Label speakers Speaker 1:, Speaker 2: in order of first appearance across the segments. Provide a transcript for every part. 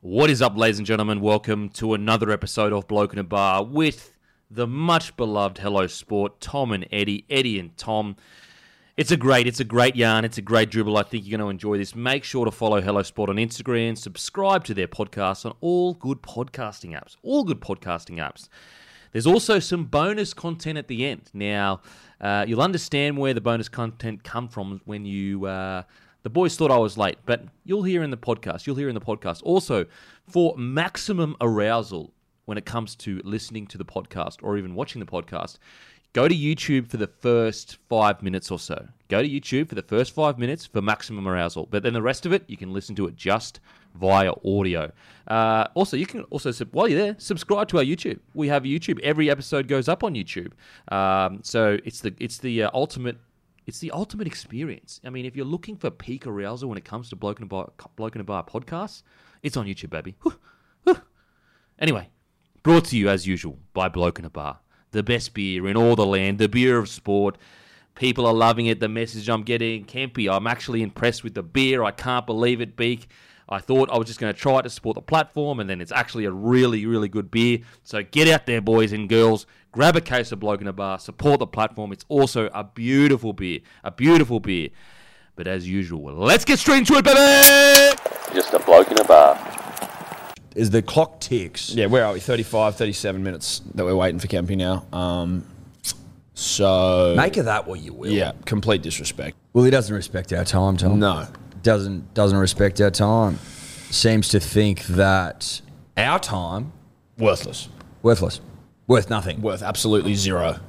Speaker 1: What is up, ladies and gentlemen? Welcome to another episode of Bloke in a Bar with the much beloved Hello Sport, Tom and Eddie, Eddie and Tom. It's a great, it's a great yarn, it's a great dribble. I think you're going to enjoy this. Make sure to follow Hello Sport on Instagram, subscribe to their podcast on all good podcasting apps, all good podcasting apps. There's also some bonus content at the end. Now, uh, you'll understand where the bonus content come from when you. Uh, the boys thought I was late, but you'll hear in the podcast. You'll hear in the podcast. Also, for maximum arousal when it comes to listening to the podcast or even watching the podcast, go to YouTube for the first five minutes or so. Go to YouTube for the first five minutes for maximum arousal, but then the rest of it you can listen to it just via audio. Uh, also, you can also sub- while you're there subscribe to our YouTube. We have YouTube. Every episode goes up on YouTube, um, so it's the it's the uh, ultimate it's the ultimate experience. I mean, if you're looking for peak arousal when it comes to Bloke in a Bar, Bloke in a Bar podcasts, it's on YouTube, baby. Whew, whew. Anyway, brought to you as usual by Bloke in a Bar, the best beer in all the land, the beer of sport. People are loving it. The message I'm getting, Kempy, I'm actually impressed with the beer. I can't believe it, Beak. I thought I was just going to try it to support the platform, and then it's actually a really, really good beer. So get out there, boys and girls. Grab a case of Bloke in a Bar. Support the platform. It's also a beautiful beer. A beautiful beer. But as usual, let's get straight into it, baby!
Speaker 2: Just a bloke in a bar.
Speaker 3: is the clock ticks.
Speaker 4: Yeah, where are we? 35, 37 minutes that we're waiting for Kempy now. Um, so,
Speaker 3: Make of that what you will.
Speaker 4: yeah, complete disrespect.
Speaker 5: Well, he doesn't respect our time, Tom.
Speaker 4: No.
Speaker 5: doesn't doesn't respect our time. Seems to think that our time
Speaker 4: Worthless.
Speaker 5: worthless, worth nothing.
Speaker 4: Worth absolutely zero.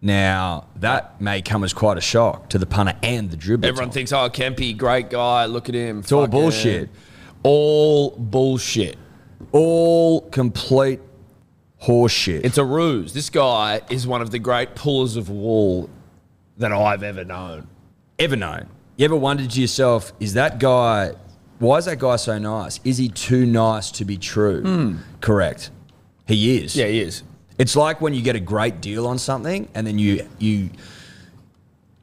Speaker 5: Now that may come as quite a shock to the punter and the dribbler. Tom.
Speaker 4: Everyone thinks, oh, Kempy, great guy, look at him.
Speaker 5: it's all bullshit,
Speaker 4: All bullshit.
Speaker 5: all complete horseshit.
Speaker 4: It's a ruse. This guy is one of the great pullers of wool that I've ever known.
Speaker 5: ever known. You ever wondered to yourself, is that guy? Why is that guy so nice? Is he too nice to be true? Correct. He is.
Speaker 4: Hmm. Yeah, he is.
Speaker 5: It's like when you get a great deal on something and then you you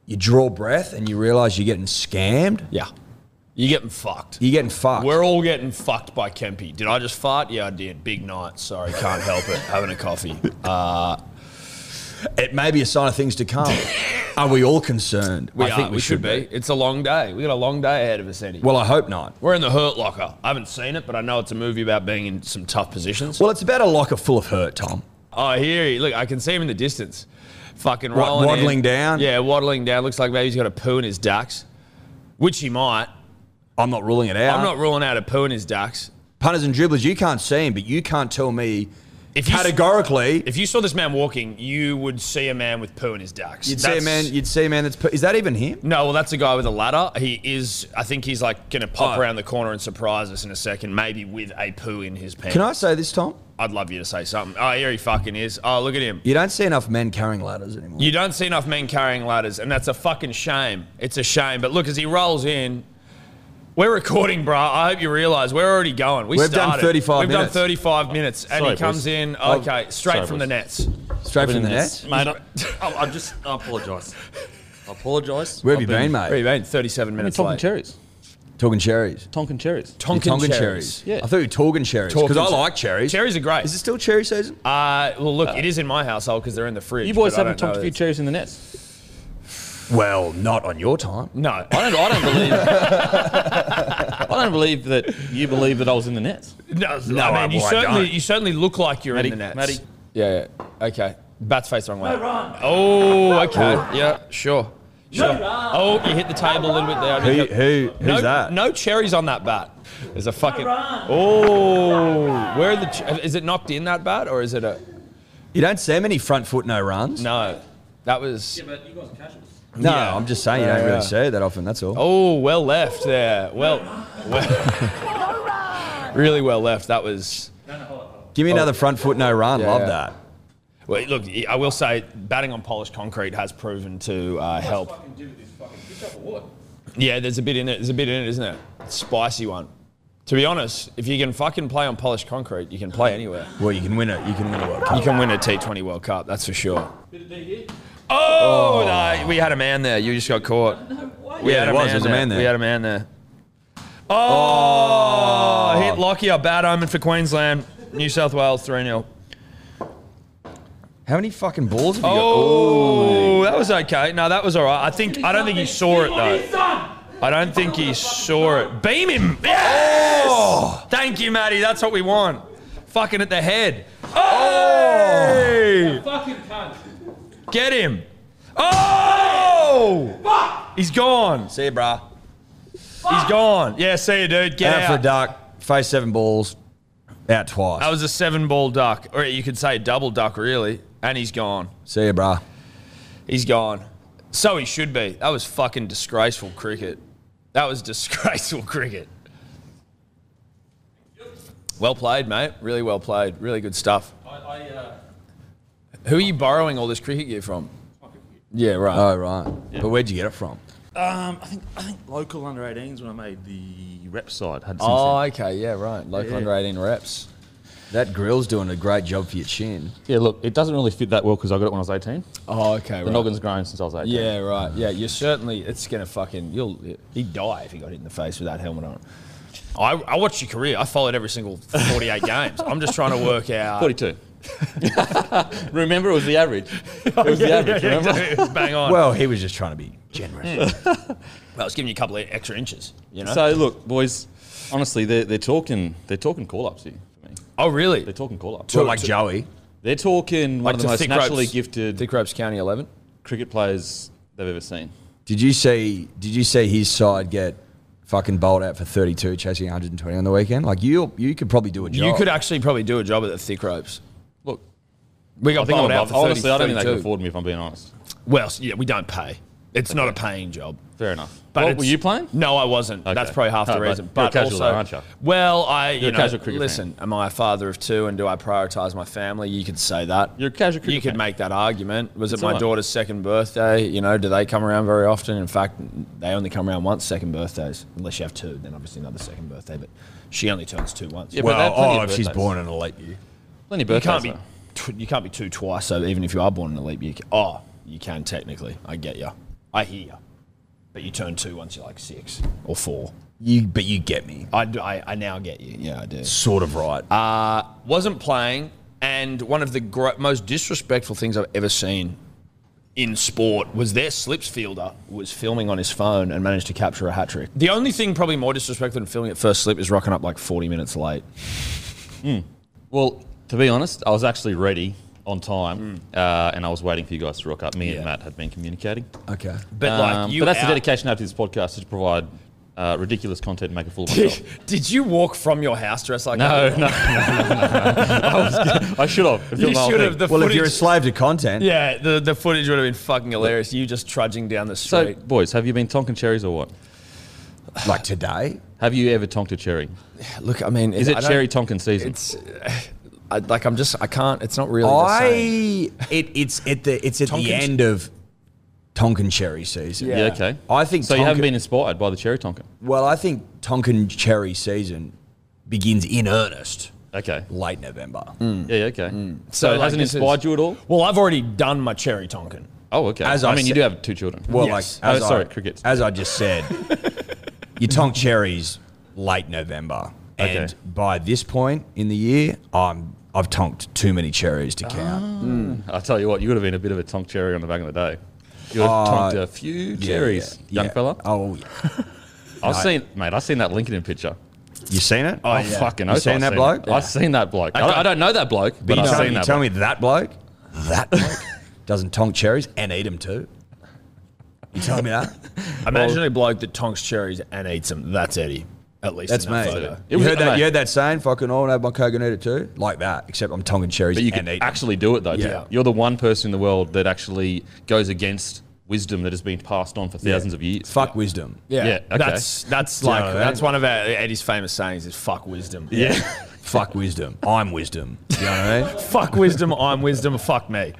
Speaker 5: you draw breath and you realize you're getting scammed.
Speaker 4: Yeah. You're getting fucked.
Speaker 5: You're getting fucked.
Speaker 4: We're all getting fucked by Kempy. Did I just fart? Yeah, I did. Big night. Sorry, can't help it. Having a coffee. Uh,
Speaker 5: it may be a sign of things to come. are we all concerned?
Speaker 4: we are- we, should be. It's a long day. We got a long day ahead of us, Eddie.
Speaker 5: Well, I hope not.
Speaker 4: we're in the Hurt Locker. I haven't seen it, but I know it's a movie about being in some tough positions.
Speaker 5: Well, it's about a locker full of hurt, Tom.
Speaker 4: Oh, here he. Look, I can see him in the distance. Fucking
Speaker 5: What,
Speaker 4: rolling in.
Speaker 5: waddling down?
Speaker 4: Yeah, waddling down. Looks like maybe he's got a poo in his ducks, which he might.
Speaker 5: Uh-huh. I'm not ruling it out.
Speaker 4: I'm not ruling out a poo in his ducks.
Speaker 5: Punters and dribblers, you can't see him, but you can't tell me
Speaker 4: If you-
Speaker 5: categorically.
Speaker 4: If you saw this man walking, you would see a man with poo in his ducks.
Speaker 5: you'd see a
Speaker 4: That's-
Speaker 5: man. You'd see a man. That's put- is that even him?
Speaker 4: No, well, that's a guy with a ladder. He is. I think he's like going to pop
Speaker 5: Oh.
Speaker 4: around the corner and surprise us in a second, maybe with a poo in his pants.
Speaker 5: Can I say this, Tom?
Speaker 4: I'd love you to say something. Oh, here he fucking is. Oh, look at him.
Speaker 5: You don't see enough men carrying ladders anymore.
Speaker 4: You don't see enough men carrying ladders, and that's a fucking shame. It's a shame. But look, as he rolls in, we're recording, bruh. I hope you realise we're already going. We
Speaker 5: We've done
Speaker 4: started.
Speaker 5: 35
Speaker 4: We've
Speaker 5: minutes.
Speaker 4: done 35 minutes, and
Speaker 1: Sorry,
Speaker 4: he comes
Speaker 1: boys.
Speaker 4: in, okay, straight
Speaker 1: sorry,
Speaker 4: from
Speaker 1: boys.
Speaker 4: the nets.
Speaker 5: Straight from the
Speaker 1: Yes,
Speaker 5: net.
Speaker 1: Mate, I, I, I just I apologise. I apologise.
Speaker 5: Where have
Speaker 1: I've
Speaker 5: you been, mate?
Speaker 4: Where you been? 37
Speaker 6: I mean,
Speaker 4: minutes
Speaker 6: Tonkin
Speaker 4: late.
Speaker 6: cherries.
Speaker 5: Talking cherries.
Speaker 6: Tonkin cherries.
Speaker 4: Tonkin,
Speaker 5: Tonkin
Speaker 4: cherries.
Speaker 5: cherries.
Speaker 6: Yeah.
Speaker 5: I thought you were talking cherries because I
Speaker 4: Tonkin-
Speaker 5: like cherries.
Speaker 4: Cherries are great.
Speaker 5: Is it still cherry season?
Speaker 4: Uh, well, look, it is in my household because they're in the fridge.
Speaker 6: You boys
Speaker 4: but I
Speaker 6: haven't
Speaker 4: don't know
Speaker 6: tonked a few
Speaker 4: that
Speaker 6: cherries in the nets.
Speaker 5: Well, not on your time.
Speaker 4: it's-
Speaker 6: I don't. I don't believe. I don't believe that you believe that I was in the nets.
Speaker 4: No, no,
Speaker 5: No,
Speaker 4: I mean, you
Speaker 5: I- I
Speaker 4: certainly,
Speaker 5: don't.
Speaker 4: you certainly look like you're
Speaker 6: Matty,
Speaker 4: in the nets.
Speaker 6: Matty.
Speaker 4: Yeah, yeah. Okay. Bat's face the wrong way. Oh, okay. Yeah, sure. Sure. Oh, you hit the table a little bit there. I
Speaker 5: Who,
Speaker 4: didn't get-
Speaker 5: who, who's
Speaker 4: no,
Speaker 5: that?
Speaker 4: No cherries on that bat. There's a fucking. Oh, where are the? Ch- is it knocked in that bat or is it a?
Speaker 5: You don't see many front foot no runs.
Speaker 4: No, that was.
Speaker 6: but you guys are casuals.
Speaker 5: No,
Speaker 4: Yeah.
Speaker 5: I'm just saying you don't
Speaker 4: Yeah,
Speaker 5: really
Speaker 4: yeah.
Speaker 5: see it that often. That's all.
Speaker 4: Oh, well left there. Well, well really well left. That was.
Speaker 5: Give me another front foot no run.
Speaker 4: Oh. Yeah,
Speaker 5: Love
Speaker 4: yeah.
Speaker 5: that.
Speaker 4: Well, look, I will say batting on polished concrete has proven to uh, help. Yeah, there's a bit in it. There's a bit in it, isn't it? Spicy one. To be honest, if you can fucking play on polished concrete, you can play anywhere.
Speaker 5: Well, you can win it. You can win a World Cup.
Speaker 4: You can win a T20 World Cup, that's for sure. Oh, no, we had a man there. You just got caught. We
Speaker 5: Yeah,
Speaker 4: had
Speaker 5: there Oh.
Speaker 4: a
Speaker 5: was. There
Speaker 4: man
Speaker 5: was a man there.
Speaker 4: We had a man there. Oh, hit Lockyer. Bad omen for Queensland. New South Wales 3 0.
Speaker 5: How many fucking balls have you
Speaker 4: Oh, that was okay. No, that was all right. I think I don't think he saw it though. I don't think he saw it. Beam him. Yes. Thank you, Matty. That's what we want. Fucking at the head. Oh. Fucking cunt. Get him. Oh. He's gone.
Speaker 5: got? See you, brah.
Speaker 4: He's gone. Yeah, Oh. see you, dude. Get
Speaker 5: Out for a
Speaker 4: out.
Speaker 5: duck, face seven balls, out twice.
Speaker 4: That was a seven ball duck, or you could say double duck, really. And he's gone.
Speaker 5: See you, brah.
Speaker 4: He's gone. So he should be. That was fucking disgraceful cricket. That was disgraceful cricket. Well played, mate. Really well played. Really good stuff. uh, Who are you borrowing all this cricket gear from? Yeah, right.
Speaker 5: Oh, right. But where'd you get it from?
Speaker 7: Um, I think I think local under 18s when I made the rep side had some.
Speaker 4: oh, okay. Yeah, right. Local
Speaker 7: Yeah.
Speaker 4: under 18 reps.
Speaker 5: That grill's doing a great job for your chin.
Speaker 8: Yeah, look, it doesn't really fit that well because I got it when I was 18.
Speaker 4: Oh, okay.
Speaker 8: The noggin's grown since I was 18.
Speaker 4: Yeah, right. Yeah, you're certainly. It's gonna fucking. You'll. He'd die if he got hit in the face with that helmet on. I, I watched your career. I followed every single 48 games. I'm just trying to work out.
Speaker 8: 42. remember, it was the average. It was the average, remember?
Speaker 4: Bang on. Well,
Speaker 5: Well, he was just trying to be generous.
Speaker 4: I was giving you a couple of extra inches. You know.
Speaker 8: So, look, boys, honestly, they're, they're talking they're talking call ups here for me.
Speaker 4: oh, really?
Speaker 8: They're talking call ups.
Speaker 5: Talk like Joey.
Speaker 8: They're talking one
Speaker 4: Like
Speaker 8: of
Speaker 4: to
Speaker 8: the most
Speaker 4: thick
Speaker 8: naturally
Speaker 4: ropes.
Speaker 8: gifted
Speaker 4: Thick Ropes County 11.
Speaker 8: cricket players they've ever seen.
Speaker 5: Did you see? Did you see his side get fucking bowled out for 32, chasing 120 on the weekend? Like you, you could probably do a job.
Speaker 4: You could actually probably do a job at the Thick Ropes.
Speaker 8: Look,
Speaker 4: We got
Speaker 8: I think
Speaker 4: bowled
Speaker 8: I'm
Speaker 4: out
Speaker 8: above,
Speaker 4: for 30,
Speaker 8: honestly, I don't think they can
Speaker 4: 32.
Speaker 8: afford me if I'm being honest.
Speaker 4: Well, s- yeah, we don't pay. It's not a paying job.
Speaker 8: Fair enough.
Speaker 4: But
Speaker 8: what, were
Speaker 4: it's-
Speaker 8: you playing?
Speaker 4: No, I wasn't.
Speaker 8: Okay.
Speaker 4: That's probably half
Speaker 8: No,
Speaker 4: the
Speaker 8: but
Speaker 4: reason.
Speaker 8: you're a
Speaker 4: But,
Speaker 8: casual
Speaker 4: also,
Speaker 8: though, aren't you?
Speaker 4: well, I you
Speaker 8: a
Speaker 4: know,
Speaker 8: casual cricket fan.
Speaker 4: listen. Am I a father of two, and do I prioritise my family? You could say that.
Speaker 8: You're a casual
Speaker 4: you
Speaker 8: cricket
Speaker 4: could
Speaker 8: fan.
Speaker 4: make that argument. Was
Speaker 8: It's
Speaker 4: it my
Speaker 8: alright.
Speaker 4: daughter's second birthday? You know, do they come around very often? In fact, they only come around once second birthdays, unless you have two. Then obviously another second birthday, but she only turns two once.
Speaker 8: Yeah, but they
Speaker 5: Well,
Speaker 8: have plenty
Speaker 5: oh,
Speaker 8: of
Speaker 5: if she's
Speaker 8: birthdays.
Speaker 5: born in a late year.
Speaker 8: Plenty of
Speaker 4: you
Speaker 8: birthdays.
Speaker 4: can't be
Speaker 8: though.
Speaker 4: tw- you can't be two twice. So even if you are born in a leap year, c- oh, you can technically. I get you. I hear you. But you turn two once you're like six or four.
Speaker 5: You, but you get me.
Speaker 4: I, do- I, I now get you. Yeah, I do.
Speaker 5: Sort of right.
Speaker 4: Wasn't playing, and one of the gro- most disrespectful things I've ever seen in sport was their slips fielder was filming on his phone and managed to capture a hat trick. The only thing probably more disrespectful than filming at first slip is rocking up like 40 minutes late.
Speaker 8: Well, to be honest, I was actually ready on time, uh, and I was waiting for you guys to rock up. Me
Speaker 4: Yeah.
Speaker 8: and Matt had been communicating.
Speaker 5: okay.
Speaker 4: But
Speaker 8: Um,
Speaker 4: like you,
Speaker 8: but that's
Speaker 4: out-
Speaker 8: the dedication I have to this podcast is to provide uh, ridiculous content and make a fool of myself.
Speaker 4: Did you walk from your house dressed like that?
Speaker 8: no, no, no, no, no, no. I should have.
Speaker 4: You should have. The
Speaker 5: Well,
Speaker 4: footage,
Speaker 5: if you're a slave to content,
Speaker 4: yeah, the, the footage would have been fucking hilarious. You just trudging down the
Speaker 8: So,
Speaker 4: street.
Speaker 8: boys, have you been tonking cherries or what?
Speaker 5: like today,
Speaker 8: Have you ever tonked a cherry?
Speaker 4: Look, I mean,
Speaker 8: Is it
Speaker 4: I don't-
Speaker 8: cherry tonking season?
Speaker 4: It's I, like I'm just I can't. It's not really. the same.
Speaker 5: I it, it's at the it's at the
Speaker 4: Tonkin-
Speaker 5: end of Tonkin cherry season.
Speaker 8: yeah. okay.
Speaker 5: I think
Speaker 8: so. You haven't
Speaker 5: Tonkin-
Speaker 8: been inspired by the cherry tonking.
Speaker 5: Well, I think Tonkin cherry season begins in earnest
Speaker 8: Okay.
Speaker 5: late November.
Speaker 8: Yeah. yeah, Okay. So,
Speaker 4: So,
Speaker 8: it
Speaker 4: like,
Speaker 8: hasn't
Speaker 4: this is-
Speaker 8: inspired you at all?
Speaker 4: Well, I've already done my cherry tonkin.
Speaker 8: Oh, okay.
Speaker 5: As
Speaker 8: I,
Speaker 5: I
Speaker 8: mean, you
Speaker 5: said-
Speaker 8: do have two children.
Speaker 5: Well,
Speaker 4: Yes.
Speaker 5: like as
Speaker 8: Oh,
Speaker 5: I-
Speaker 8: sorry, crickets.
Speaker 5: As I just said, you tonk cherries late November, and
Speaker 8: Okay.
Speaker 5: by this point in the year, I'm I've tonked too many cherries to
Speaker 8: Ah,
Speaker 5: count.
Speaker 8: I tell you what, you would have been a bit of a tonk cherry on the back of the day. You would have tonked a few
Speaker 5: Oh, Yeah,
Speaker 8: cherries,
Speaker 5: yeah,
Speaker 8: young
Speaker 5: yeah.
Speaker 8: fella.
Speaker 5: Oh, yeah.
Speaker 8: I've seen, mate. I've seen that LinkedIn picture.
Speaker 5: you seen it?
Speaker 8: Oh,
Speaker 5: yeah.
Speaker 8: fucking
Speaker 5: You
Speaker 8: oath
Speaker 5: seen
Speaker 8: I've
Speaker 5: that
Speaker 8: it.
Speaker 5: bloke?
Speaker 8: I've seen that bloke. I don't, I don't know that bloke, but,
Speaker 5: But you
Speaker 8: I've
Speaker 5: tell,
Speaker 8: seen
Speaker 5: me,
Speaker 8: that.
Speaker 5: tell
Speaker 8: bloke.
Speaker 5: me that bloke, that bloke doesn't tonk cherries and eat them too. You telling me that?
Speaker 4: Imagine a bloke that tonks cherries and eats them. That's Eddie. At least
Speaker 5: That's
Speaker 4: in that
Speaker 5: me.
Speaker 4: photo.
Speaker 8: It
Speaker 5: You
Speaker 8: was-
Speaker 5: heard that?
Speaker 8: mate.
Speaker 5: You heard that saying? Fucking, I want to have my coke and eat it too. Like that, except I'm tonking cherries
Speaker 8: But you
Speaker 5: and
Speaker 8: can
Speaker 5: eat.
Speaker 8: actually do it though. too.
Speaker 4: Yeah.
Speaker 8: You're the one person in the world that actually goes against wisdom that has been passed on for thousands of years.
Speaker 5: Fuck wisdom.
Speaker 4: Yeah,
Speaker 8: Yeah, okay.
Speaker 4: that's that's
Speaker 5: Yeah,
Speaker 4: like
Speaker 5: that-
Speaker 4: that's one of our, Eddie's famous sayings is "fuck wisdom."
Speaker 8: Yeah.
Speaker 5: Fuck wisdom. I'm wisdom. You know what I mean?
Speaker 4: fuck wisdom. I'm wisdom. Fuck me.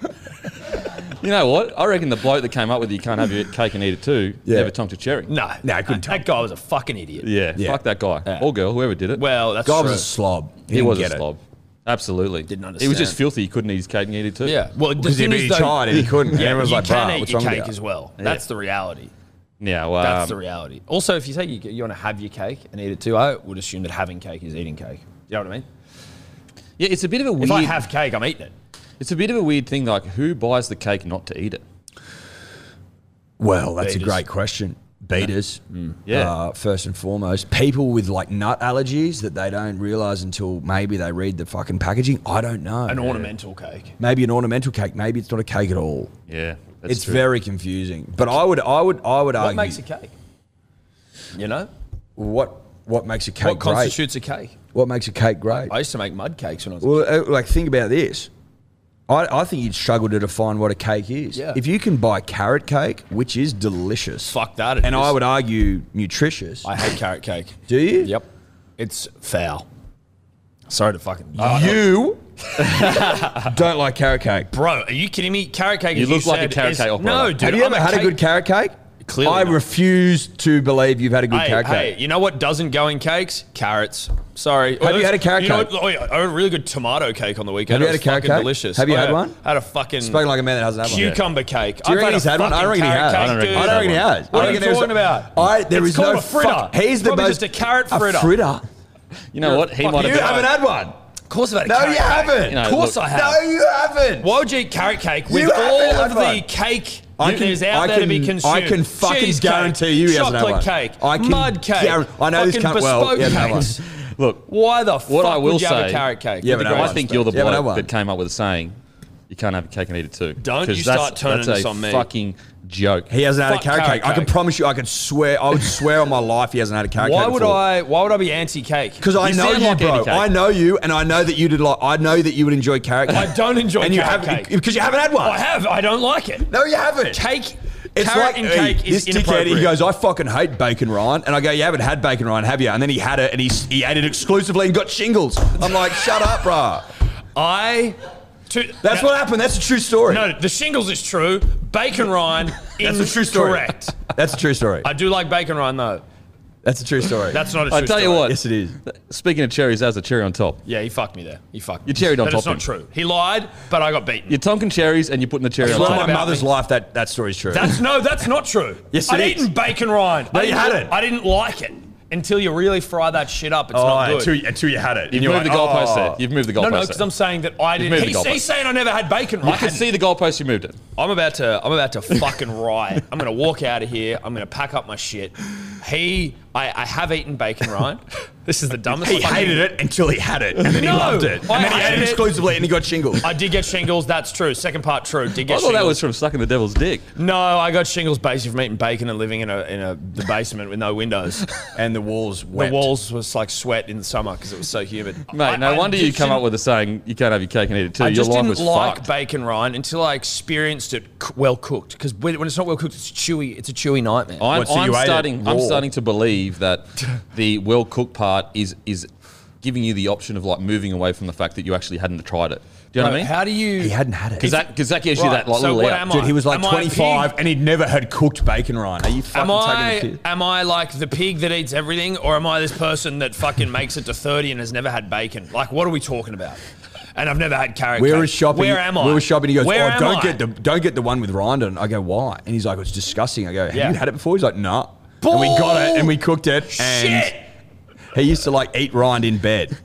Speaker 8: you know what? I reckon the bloke that came up with you can't have your cake and eat it too.
Speaker 5: Yeah.
Speaker 8: Never tonked a cherry.
Speaker 4: No,
Speaker 5: No, I couldn't
Speaker 4: That guy was a fucking idiot.
Speaker 8: Yeah.
Speaker 5: Yeah.
Speaker 8: Fuck that guy or girl, whoever did it.
Speaker 4: Well, that's
Speaker 5: Guy
Speaker 4: true.
Speaker 5: was a slob.
Speaker 8: he,
Speaker 5: didn't
Speaker 8: was a
Speaker 5: get it.
Speaker 8: slob. Absolutely.
Speaker 4: Didn't
Speaker 8: He was just
Speaker 4: understand.
Speaker 8: filthy. He couldn't eat his cake and eat it too.
Speaker 4: Yeah. Well, the
Speaker 5: Because he'd
Speaker 4: thing
Speaker 5: be
Speaker 4: is, though,
Speaker 5: tired and he couldn't. and
Speaker 4: Yeah,
Speaker 5: everyone was
Speaker 4: you
Speaker 5: like,
Speaker 4: can
Speaker 5: "Bruh,
Speaker 4: eat
Speaker 5: what's
Speaker 4: your
Speaker 5: wrong with
Speaker 4: cake
Speaker 5: you?"
Speaker 4: as well. That's the reality.
Speaker 8: Now, um,
Speaker 6: That's the reality. Also, if you say you, you want to have your cake and eat it too, I would assume that having cake is eating cake. You know what I mean?
Speaker 8: yeah, it's a bit of a
Speaker 6: If I
Speaker 8: weird.
Speaker 6: have cake, I'm eating it.
Speaker 8: it's a bit of a weird thing. Like, who buys the cake not to eat it?
Speaker 5: Well, that's
Speaker 6: Beaters.
Speaker 5: a great question. Beaters,
Speaker 8: Yeah.
Speaker 5: uh, first and foremost. People with like nut allergies that they don't realize until maybe they read the fucking packaging. I don't know.
Speaker 6: An ornamental cake.
Speaker 5: maybe an ornamental cake. Maybe it's not a cake at all.
Speaker 8: Yeah,
Speaker 5: it's very confusing. But I would, I would, I would
Speaker 6: What
Speaker 5: argue
Speaker 6: makes a cake? You know?
Speaker 5: what what makes a cake
Speaker 6: What
Speaker 5: great.
Speaker 6: constitutes a cake?
Speaker 5: what makes a cake great?
Speaker 6: I used to make mud cakes when I was a
Speaker 5: Well, uh, like think about this. I, I think you'd struggle to define what a cake is.
Speaker 6: Yeah.
Speaker 5: If you can buy carrot cake, which is delicious,
Speaker 6: Fuck that. it
Speaker 5: and
Speaker 6: is.
Speaker 5: I would argue nutritious.
Speaker 6: I hate carrot cake.
Speaker 5: do you?
Speaker 6: Yep. It's foul. Sorry to fucking.
Speaker 5: You don't like carrot cake.
Speaker 6: Bro, are you kidding me? Carrot cake.
Speaker 8: You
Speaker 6: as
Speaker 8: look like a
Speaker 6: said,
Speaker 8: carrot
Speaker 6: is-
Speaker 8: cake operator.
Speaker 6: No, dude.
Speaker 5: Have you
Speaker 6: I'm
Speaker 5: ever had a good carrot cake?
Speaker 6: Clearly
Speaker 5: I
Speaker 6: not.
Speaker 5: refuse to believe you've had a good
Speaker 6: Hey,
Speaker 5: carrot
Speaker 6: hey,
Speaker 5: cake.
Speaker 6: you know what doesn't go in cakes? Carrots. Sorry.
Speaker 5: Have you had a carrot
Speaker 6: you know
Speaker 5: cake?
Speaker 6: what- oh, yeah, I had a really good tomato cake on the weekend.
Speaker 5: Have you
Speaker 6: It
Speaker 5: had
Speaker 6: was
Speaker 5: a carrot
Speaker 6: fucking
Speaker 5: cake?
Speaker 6: Delicious.
Speaker 5: Have you
Speaker 6: Oh,
Speaker 5: had
Speaker 6: yeah.
Speaker 5: one?
Speaker 6: I had a fucking
Speaker 5: Spoken like a man that hasn't had one.
Speaker 6: cucumber cake.
Speaker 5: Do
Speaker 6: I've
Speaker 5: you reckon
Speaker 6: had
Speaker 5: he's
Speaker 6: a
Speaker 5: had one? I don't
Speaker 6: fucking
Speaker 5: reckon he
Speaker 6: carrot
Speaker 5: has. I
Speaker 8: don't
Speaker 6: cake,
Speaker 8: reckon-
Speaker 5: I
Speaker 6: dude.
Speaker 5: don't reckon he has. I
Speaker 6: What are
Speaker 5: reckon
Speaker 6: you
Speaker 5: there's-
Speaker 6: talking about?
Speaker 5: I, there
Speaker 6: It's
Speaker 5: is no
Speaker 6: called a fritter.
Speaker 5: fuck- He's the
Speaker 6: Probably
Speaker 5: most
Speaker 6: just a carrot fritter.
Speaker 5: A fritter.
Speaker 8: You know what? He
Speaker 6: fucking
Speaker 8: might have.
Speaker 5: You
Speaker 8: been-
Speaker 5: haven't had one.
Speaker 6: Of course, I've had a
Speaker 5: No,
Speaker 6: carrot
Speaker 5: you
Speaker 6: cake.
Speaker 5: haven't.
Speaker 8: You know,
Speaker 6: Of course,
Speaker 8: look-
Speaker 6: I have.
Speaker 5: No, you haven't.
Speaker 6: Why would you eat carrot cake with
Speaker 5: You
Speaker 6: all of
Speaker 5: haven't had
Speaker 6: the
Speaker 5: one.
Speaker 6: cake
Speaker 5: I
Speaker 6: that
Speaker 5: can-
Speaker 6: is out
Speaker 5: I
Speaker 6: there to be
Speaker 5: can-
Speaker 6: consumed?
Speaker 5: I can fucking
Speaker 6: Cheesecake,
Speaker 5: guarantee you he hasn't had
Speaker 6: chocolate
Speaker 5: one.
Speaker 6: cake,
Speaker 5: I can
Speaker 6: mud cake.
Speaker 5: guarant- I know this
Speaker 6: fucking
Speaker 5: cunt well.
Speaker 6: bespoke
Speaker 5: He hasn't had one.
Speaker 6: cakes. Look, why the fuck
Speaker 8: what I will
Speaker 6: would you have a
Speaker 8: say-
Speaker 6: carrot cake?
Speaker 5: Yeah,
Speaker 6: With the
Speaker 5: but I
Speaker 8: I
Speaker 6: greatest
Speaker 8: think
Speaker 6: respect.
Speaker 8: you're the
Speaker 5: Yeah, but I
Speaker 8: bloke
Speaker 5: won't.
Speaker 8: that came up with the saying, "You can't have a cake and eat it too."
Speaker 6: Don't
Speaker 8: 'Cause
Speaker 6: you
Speaker 8: that's-
Speaker 6: start turning
Speaker 8: that's
Speaker 6: this
Speaker 8: a
Speaker 6: on me.
Speaker 8: Fucking joke.
Speaker 5: He hasn't had a
Speaker 6: Fuck
Speaker 5: carrot
Speaker 6: carrot
Speaker 5: cake. I can
Speaker 6: cake.
Speaker 5: promise you. I could swear. I would swear on my life he hasn't had a carrot
Speaker 6: Why
Speaker 5: cake.
Speaker 6: would I? Why would I be anti-cake?
Speaker 5: Because I
Speaker 8: You
Speaker 5: know
Speaker 8: sound
Speaker 5: you,
Speaker 8: like
Speaker 5: bro.
Speaker 8: Andy Cake.
Speaker 5: I know you, and I know that you did like. I know that you would enjoy carrot cake.
Speaker 6: I don't enjoy
Speaker 5: and you
Speaker 6: carrot
Speaker 5: haven't-
Speaker 6: cake.
Speaker 5: because you haven't had one.
Speaker 6: I have. I don't like it.
Speaker 5: No, you haven't.
Speaker 6: Cake,
Speaker 5: It's
Speaker 6: carrot
Speaker 5: like
Speaker 6: and
Speaker 5: hey,
Speaker 6: cake is
Speaker 5: this dickhead.
Speaker 6: inappropriate.
Speaker 5: He goes, "I fucking hate bacon, Ryan," and I go, "You haven't had bacon, Ryan, have you?" And then he had it, and he he ate it exclusively and got shingles. I'm like, "Shut up, bro."
Speaker 6: I. To,
Speaker 5: That's what happened. That's a true story.
Speaker 6: No, the shingles is true. Bacon rind.
Speaker 5: that's a true story.
Speaker 6: Correct.
Speaker 5: That's a true story.
Speaker 6: I do like bacon rind though.
Speaker 5: That's a true story.
Speaker 6: That's not a true
Speaker 8: I tell you
Speaker 6: story.
Speaker 8: what.
Speaker 5: Yes, it is.
Speaker 8: Speaking of cherries, as a cherry on top,
Speaker 6: Yeah, he fucked me there. He fucked.
Speaker 8: You cherried on
Speaker 6: That is
Speaker 8: top
Speaker 6: not true. He lied, but I got beaten.
Speaker 8: you're Tonkin cherries and you're putting the cherry
Speaker 5: It's
Speaker 8: on
Speaker 6: lied
Speaker 5: like
Speaker 8: top.
Speaker 5: my
Speaker 6: about
Speaker 5: mother's
Speaker 6: me.
Speaker 5: life. That that story's true.
Speaker 6: That's no, that's not true.
Speaker 5: Yes, it
Speaker 6: I'd
Speaker 5: is.
Speaker 6: eaten bacon rind.
Speaker 5: No,
Speaker 6: I
Speaker 5: you
Speaker 6: didn't-
Speaker 5: hadn't.
Speaker 6: I didn't like it until you really fry that shit up. It's not good.
Speaker 5: Oh, until, you- until you had it.
Speaker 8: You've moved the goalpost there. You've moved the
Speaker 6: oh. no,
Speaker 8: goalpost.
Speaker 6: no, because
Speaker 8: there.
Speaker 6: I'm saying that I
Speaker 8: moved
Speaker 6: didn't.
Speaker 8: the
Speaker 6: He's,
Speaker 8: goalpost.
Speaker 6: he's saying I never had bacon rind.
Speaker 8: I can see the goalpost. You moved it.
Speaker 6: I'm about to. I'm about to fucking riot. I'm gonna walk out of here. I'm gonna pack up my shit. He, I, I have eaten bacon rind. This is the dumbest.
Speaker 5: "Oh." He
Speaker 6: fucking-
Speaker 5: hated it until he had it, and then he
Speaker 6: No,
Speaker 5: loved it, and
Speaker 6: I
Speaker 5: then he ate
Speaker 6: hated
Speaker 5: it
Speaker 6: it.
Speaker 5: exclusively, and he got shingles.
Speaker 6: I did get shingles. That's true. Second part, true. Did
Speaker 8: I
Speaker 6: get
Speaker 8: thought
Speaker 6: shingles.
Speaker 8: that was from sucking the devil's dick.
Speaker 6: No, I got shingles basically from eating bacon and living in a in a the basement with no windows.
Speaker 5: and the walls
Speaker 6: The walls was like sweat in the summer because it was so humid.
Speaker 8: Mate,
Speaker 6: I-
Speaker 8: no
Speaker 6: I
Speaker 8: wonder you
Speaker 6: just
Speaker 8: come
Speaker 6: didn't-
Speaker 8: up with the saying you can't have your cake and eat it too.
Speaker 6: I
Speaker 8: Your
Speaker 6: just
Speaker 8: life
Speaker 6: didn't
Speaker 8: was
Speaker 6: like
Speaker 8: fucked.
Speaker 6: bacon rind until I experienced it c- well cooked. Because when, when it's not well cooked, it's chewy. It's a chewy nightmare.
Speaker 8: I'm,
Speaker 5: What, so
Speaker 8: I'm
Speaker 5: you ate it
Speaker 8: starting. I'm
Speaker 5: raw?
Speaker 8: starting to believe that the well cooked part is is giving you the option of like moving away from the fact that you actually hadn't tried it. Do
Speaker 6: Bro,
Speaker 8: you know what I mean?
Speaker 6: How do you?
Speaker 5: He hadn't had it.
Speaker 8: Because that because that gives you
Speaker 6: Right,
Speaker 8: that like,
Speaker 6: so
Speaker 8: little
Speaker 6: what
Speaker 8: out.
Speaker 6: am
Speaker 5: Dude, he was like
Speaker 6: Am I a
Speaker 5: 25
Speaker 6: pig?
Speaker 5: and he'd never had cooked bacon rind. Are you fucking
Speaker 6: Am
Speaker 5: taking
Speaker 6: I
Speaker 5: the piss?
Speaker 6: am I like the pig that eats everything, or am I this person that fucking makes it to thirty and has never had bacon? Like, what are we talking about? And I've never had carrot.
Speaker 5: We
Speaker 6: cake.
Speaker 5: were shopping.
Speaker 6: Where am I?
Speaker 5: We were shopping. He goes,
Speaker 6: Where
Speaker 5: "Oh,
Speaker 6: am
Speaker 5: don't
Speaker 6: I?"
Speaker 5: get the don't get the one with rind." And I go, "Why?" And he's like, "It's disgusting." I go, "Have
Speaker 6: Yeah.
Speaker 5: you had it before?" He's like, "Nah." And we got it and we cooked it. And
Speaker 6: Shit.
Speaker 5: He used to like eat rind in bed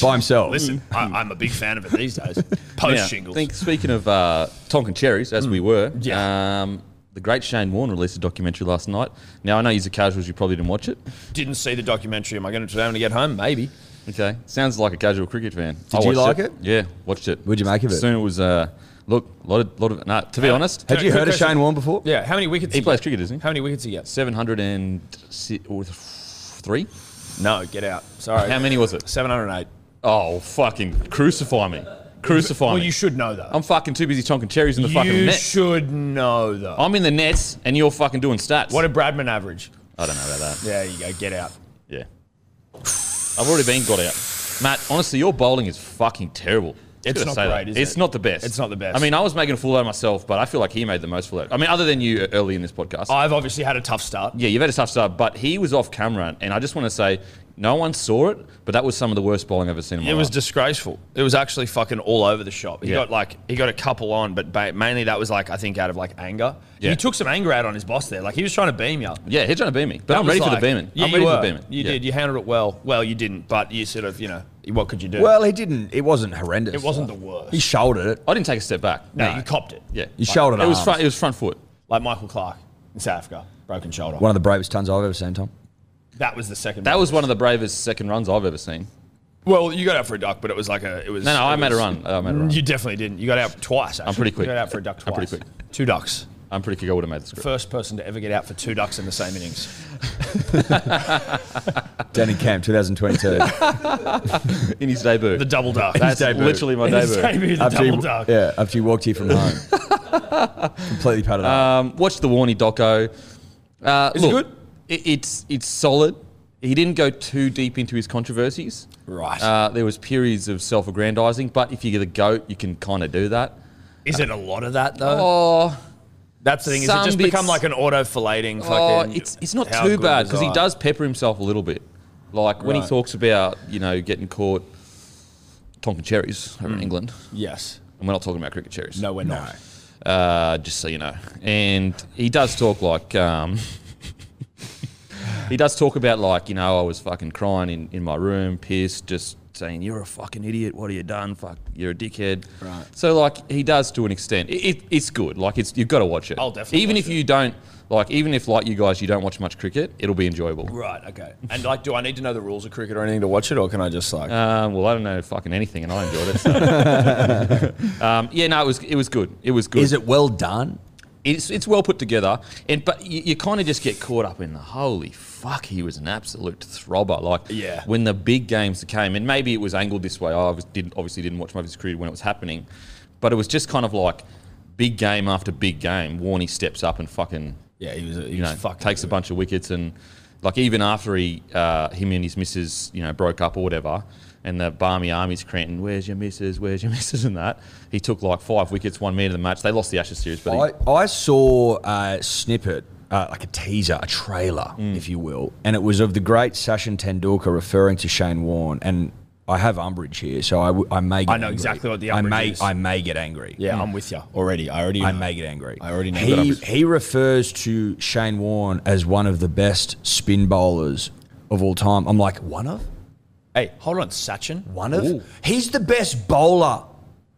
Speaker 5: by himself.
Speaker 6: Listen, I, I'm a big fan of it these days. Post
Speaker 8: Now,
Speaker 6: shingles.
Speaker 8: think, speaking of uh, Tonkin cherries, as we were,
Speaker 6: Yeah.
Speaker 8: um, the great Shane Warne released a documentary last night. Now I know you're casuals, you probably didn't watch it.
Speaker 6: Didn't see the documentary. Am I going to today when I get home? Maybe.
Speaker 8: Okay, sounds like a casual cricket fan. Did
Speaker 5: you like it?
Speaker 8: Yeah, watched it.
Speaker 5: What'd you make of it?
Speaker 8: Soon it was uh, look, lot of lot of. Nah, to be honest,
Speaker 5: Had you
Speaker 6: Quick
Speaker 5: heard of
Speaker 6: question.
Speaker 5: Shane Warne before?
Speaker 6: Yeah. How many wickets?
Speaker 8: he plays cricket, doesn't he?
Speaker 6: How many wickets he gets?
Speaker 8: Seven hundred and si- or th- three.
Speaker 6: No, get out. Sorry.
Speaker 8: How many was it?
Speaker 6: Seven hundred eight.
Speaker 8: Oh fucking crucify me, crucify
Speaker 6: Well,
Speaker 8: me.
Speaker 6: Oh, you should know though.
Speaker 8: I'm fucking too busy tonking cherries in the fucking
Speaker 6: you
Speaker 8: net.
Speaker 6: should know though.
Speaker 8: I'm in the nets, and you're fucking doing stats.
Speaker 6: what did Bradman average?
Speaker 8: I don't know about that.
Speaker 6: There you go. Get out.
Speaker 8: Yeah. I've already been got out. Matt, honestly, your bowling is fucking terrible.
Speaker 6: It's
Speaker 8: Gotta
Speaker 6: not
Speaker 8: say that.
Speaker 6: great, is
Speaker 8: It's
Speaker 6: it?
Speaker 8: not the best.
Speaker 6: It's not the best.
Speaker 8: I mean, I was making a fool out of myself, but I feel like he made the most fool out. I mean, other than you uh, early in this podcast.
Speaker 6: I've obviously had a tough start.
Speaker 8: yeah, you've had a tough start, but he was off camera, and I just want to say, no one saw it, but that was some of the worst bowling I've ever seen in my
Speaker 6: It was
Speaker 8: life.
Speaker 6: disgraceful. It was actually fucking all over the shop. He
Speaker 8: Yeah.
Speaker 6: got like he got a couple on, but ba- mainly that was like I think out of like anger.
Speaker 8: Yeah.
Speaker 6: He took some anger out on his boss there. Like he was trying to beam you.
Speaker 8: yeah, he's trying to beam me, but
Speaker 6: That
Speaker 8: I'm ready
Speaker 6: was
Speaker 8: for
Speaker 6: like-
Speaker 8: the beaming.
Speaker 6: Yeah,
Speaker 8: I'm
Speaker 6: you
Speaker 8: ready for
Speaker 6: were.
Speaker 8: the beaming.
Speaker 6: You
Speaker 8: Yeah.
Speaker 6: did. You handled it well. Well, you didn't, but you sort of, you know, what could you do?
Speaker 5: Well, he didn't. It wasn't horrendous.
Speaker 6: it wasn't the worst.
Speaker 5: He shouldered it.
Speaker 8: I didn't take a step back.
Speaker 6: no, you copped it.
Speaker 8: Yeah,
Speaker 5: You shouldered
Speaker 8: It was
Speaker 5: arms.
Speaker 8: front. It was front foot.
Speaker 6: Like Michael Clark in South Africa, broken shoulder.
Speaker 5: One of the bravest tons I've ever seen, Tom.
Speaker 6: that was the second.
Speaker 8: That
Speaker 6: one.
Speaker 8: was one of the bravest second runs I've ever seen.
Speaker 6: Well, you got out for a duck, but it was like a. It was.
Speaker 8: No, no,
Speaker 6: it
Speaker 8: I made a
Speaker 6: was-
Speaker 8: run. I made a run.
Speaker 6: You definitely didn't. You got out twice. Actually.
Speaker 8: pretty quick.
Speaker 6: You got out for a duck twice.
Speaker 8: I'm pretty quick.
Speaker 6: Two ducks.
Speaker 8: I'm pretty sure I would have made the script.
Speaker 6: First person to ever get out for two ducks in the same innings.
Speaker 5: Down in camp 2022.
Speaker 8: in his debut.
Speaker 6: The double duck.
Speaker 8: That's
Speaker 5: debut.
Speaker 8: literally my
Speaker 6: His
Speaker 8: debut.
Speaker 6: debut, the
Speaker 5: after,
Speaker 6: double
Speaker 5: you,
Speaker 6: duck.
Speaker 5: yeah, after you walked here from home. Completely padded up.
Speaker 6: Uh,
Speaker 8: Um, watch the Warney doco. Uh,
Speaker 6: it
Speaker 8: look,
Speaker 6: good?
Speaker 8: it- it's it's solid. He didn't go too deep into his controversies.
Speaker 6: Right.
Speaker 8: Uh, there was periods of self-aggrandizing, but if you get a goat, you can kind of do that.
Speaker 6: Is it a lot of that though?
Speaker 8: Oh,
Speaker 6: That's the thing. Is it
Speaker 8: Some
Speaker 6: just
Speaker 8: bits-
Speaker 6: become like an auto filleting?
Speaker 8: oh,
Speaker 6: Fucking.
Speaker 8: it's it's not
Speaker 6: how
Speaker 8: too
Speaker 6: good
Speaker 8: bad
Speaker 6: was
Speaker 8: because he
Speaker 6: I?
Speaker 8: does pepper himself a little bit. Like when he
Speaker 6: Right.
Speaker 8: talks about you know getting caught Tonkin cherries over
Speaker 6: Hmm.
Speaker 8: in England,
Speaker 6: Yes.
Speaker 8: and we're not talking about cricket cherries.
Speaker 6: No, we're not.
Speaker 8: uh, just so you know. And he does talk like um, he does talk about like you know I was fucking crying in, in my room, pissed, just saying you're a fucking idiot. What have you done? Fuck, you're a dickhead. Right. So like he does to an extent. It, it, it's good. Like it's you've got to watch it.
Speaker 6: I'll definitely
Speaker 8: Even
Speaker 6: watch
Speaker 8: if you don't like, even if like you guys you don't watch much cricket, it'll be enjoyable.
Speaker 6: Right. Okay. And like, do I need to know the rules of cricket or anything to watch it, or can I just like?
Speaker 4: Uh,
Speaker 8: Um, well, I don't know fucking anything, and I enjoyed it. So. um, yeah, no, it was it was good. It was good.
Speaker 5: Is it well done?
Speaker 8: It's, it's well put together, and but you, you kind of just get caught up in the holy fuck. He was an absolute throbber. Like
Speaker 6: Yeah.
Speaker 8: when the big games came, and maybe it was angled this way. I was, didn't obviously didn't watch much of his career when it was happening, but it was just kind of like big game after big game. Warney steps up and fucking
Speaker 6: yeah, he was. He
Speaker 8: you know
Speaker 6: was fucking.
Speaker 8: takes a bunch of wickets and like even after he uh, him and his missus you know broke up or whatever. And the barmy army's chanting, "Where's your missus? Where's your missus?" and that he took like five wickets, one man of the match. They lost the Ashes series, but he,
Speaker 5: I, I saw a snippet, uh, like a teaser, a trailer,
Speaker 6: Mm.
Speaker 5: if you will, and it was of the great Sachin Tendulkar referring to Shane Warne. And I have umbrage here, so I, w- I may get
Speaker 6: I know
Speaker 5: angry.
Speaker 6: exactly what the
Speaker 5: I
Speaker 6: umbrage
Speaker 5: may,
Speaker 6: is.
Speaker 5: I may get angry.
Speaker 6: Yeah, I'm with you already. I already.
Speaker 5: I
Speaker 6: know.
Speaker 5: may get angry.
Speaker 6: I already know.
Speaker 5: He, he refers to Shane Warne as one of the best spin bowlers of all time. I'm like, one of?
Speaker 6: Hey, hold on, Sachin.
Speaker 5: One of? He's the best bowler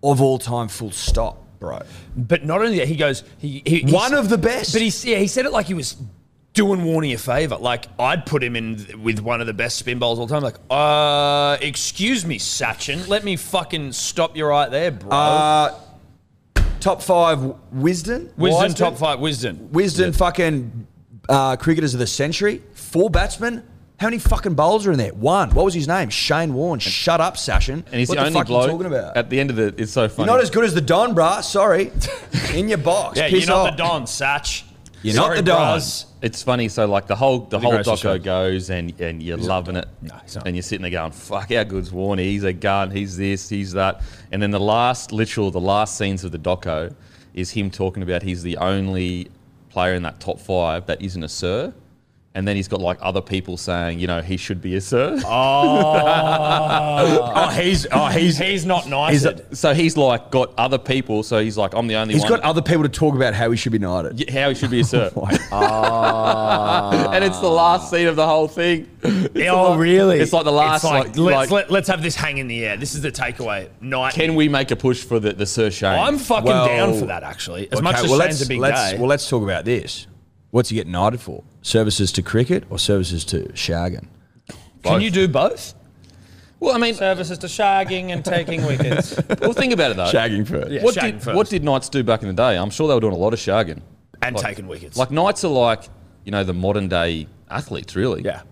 Speaker 5: of all time, full stop, bro.
Speaker 6: But not only that, he goes. He, he he
Speaker 5: One
Speaker 6: s-
Speaker 5: of the best.
Speaker 6: But he s- yeah, he said it like he was doing Warney a favour. Like I'd put him in th- with one of the best spin bowls all time. Like, uh, excuse me, Sachin, let me fucking stop you right there, bro.
Speaker 5: Uh, top five, Wisden.
Speaker 6: Wisden
Speaker 5: Wiseman?
Speaker 6: top five. Wisden.
Speaker 5: Wisden, fucking uh, cricketers of the century. Four batsmen. How many fucking bowls are in there? One. What was his name? Shane Warne. Shut up, Sashin.
Speaker 8: And he's
Speaker 5: what
Speaker 8: the, only
Speaker 5: fuck are
Speaker 8: bloke
Speaker 5: you talking about?
Speaker 8: at the end of the. It's so
Speaker 5: you're
Speaker 8: funny.
Speaker 5: not as good as the Don, bruh. Sorry. In your box.
Speaker 6: Yeah,
Speaker 5: Piss
Speaker 6: you're not
Speaker 5: off.
Speaker 6: the Don, Satch.
Speaker 5: You're not
Speaker 6: Sorry,
Speaker 5: the Don.
Speaker 6: bros.
Speaker 8: it's funny. So like the whole the whole
Speaker 6: grocery
Speaker 8: doco
Speaker 6: shop.
Speaker 8: goes and and you're loving it,
Speaker 6: he's not.
Speaker 8: and you're sitting there going, "Fuck, how good's Warney? He's a gun. He's this. He's that." And then the last, literal, the last scenes of the doco is him talking about he's the only player in that top five that isn't a sir. And then he's got like other people saying, you know, he should be a sir.
Speaker 6: Oh, he's oh he's he's not nice.
Speaker 8: He's- so he's like got other people. So he's like, I'm the only
Speaker 5: He's
Speaker 8: one.
Speaker 5: got other people to talk about how he should be knighted.
Speaker 8: y- how he should be a sir. and it's the last scene of the whole thing. It's
Speaker 6: oh,
Speaker 8: like-
Speaker 6: really?
Speaker 8: It's like the last, like,
Speaker 6: let's,
Speaker 8: like,
Speaker 6: let, let's have this hang in the air. This is the takeaway. Night.
Speaker 8: can we make a push for the, the Sir Shane?
Speaker 6: I'm fucking
Speaker 5: Well-
Speaker 6: down for that actually. As much
Speaker 5: Okay,
Speaker 6: as
Speaker 5: well,
Speaker 6: Shane's
Speaker 5: let's,
Speaker 6: a big
Speaker 5: let's,
Speaker 6: day.
Speaker 5: Well, let's talk about this. What's he getting knighted for? Services to cricket or services to Shagan?
Speaker 6: Can you do both?
Speaker 8: well, I mean,
Speaker 6: Services to shagging and taking wickets.
Speaker 8: well, think about it though.
Speaker 5: Shagging first.
Speaker 6: Yeah,
Speaker 8: What
Speaker 6: shagging
Speaker 8: did,
Speaker 6: first.
Speaker 8: what did Knights do back in the day? I'm sure they were doing a lot of shagging.
Speaker 6: and taking wickets.
Speaker 8: Like Knights are like, you know, the modern day athletes, really.
Speaker 6: yeah.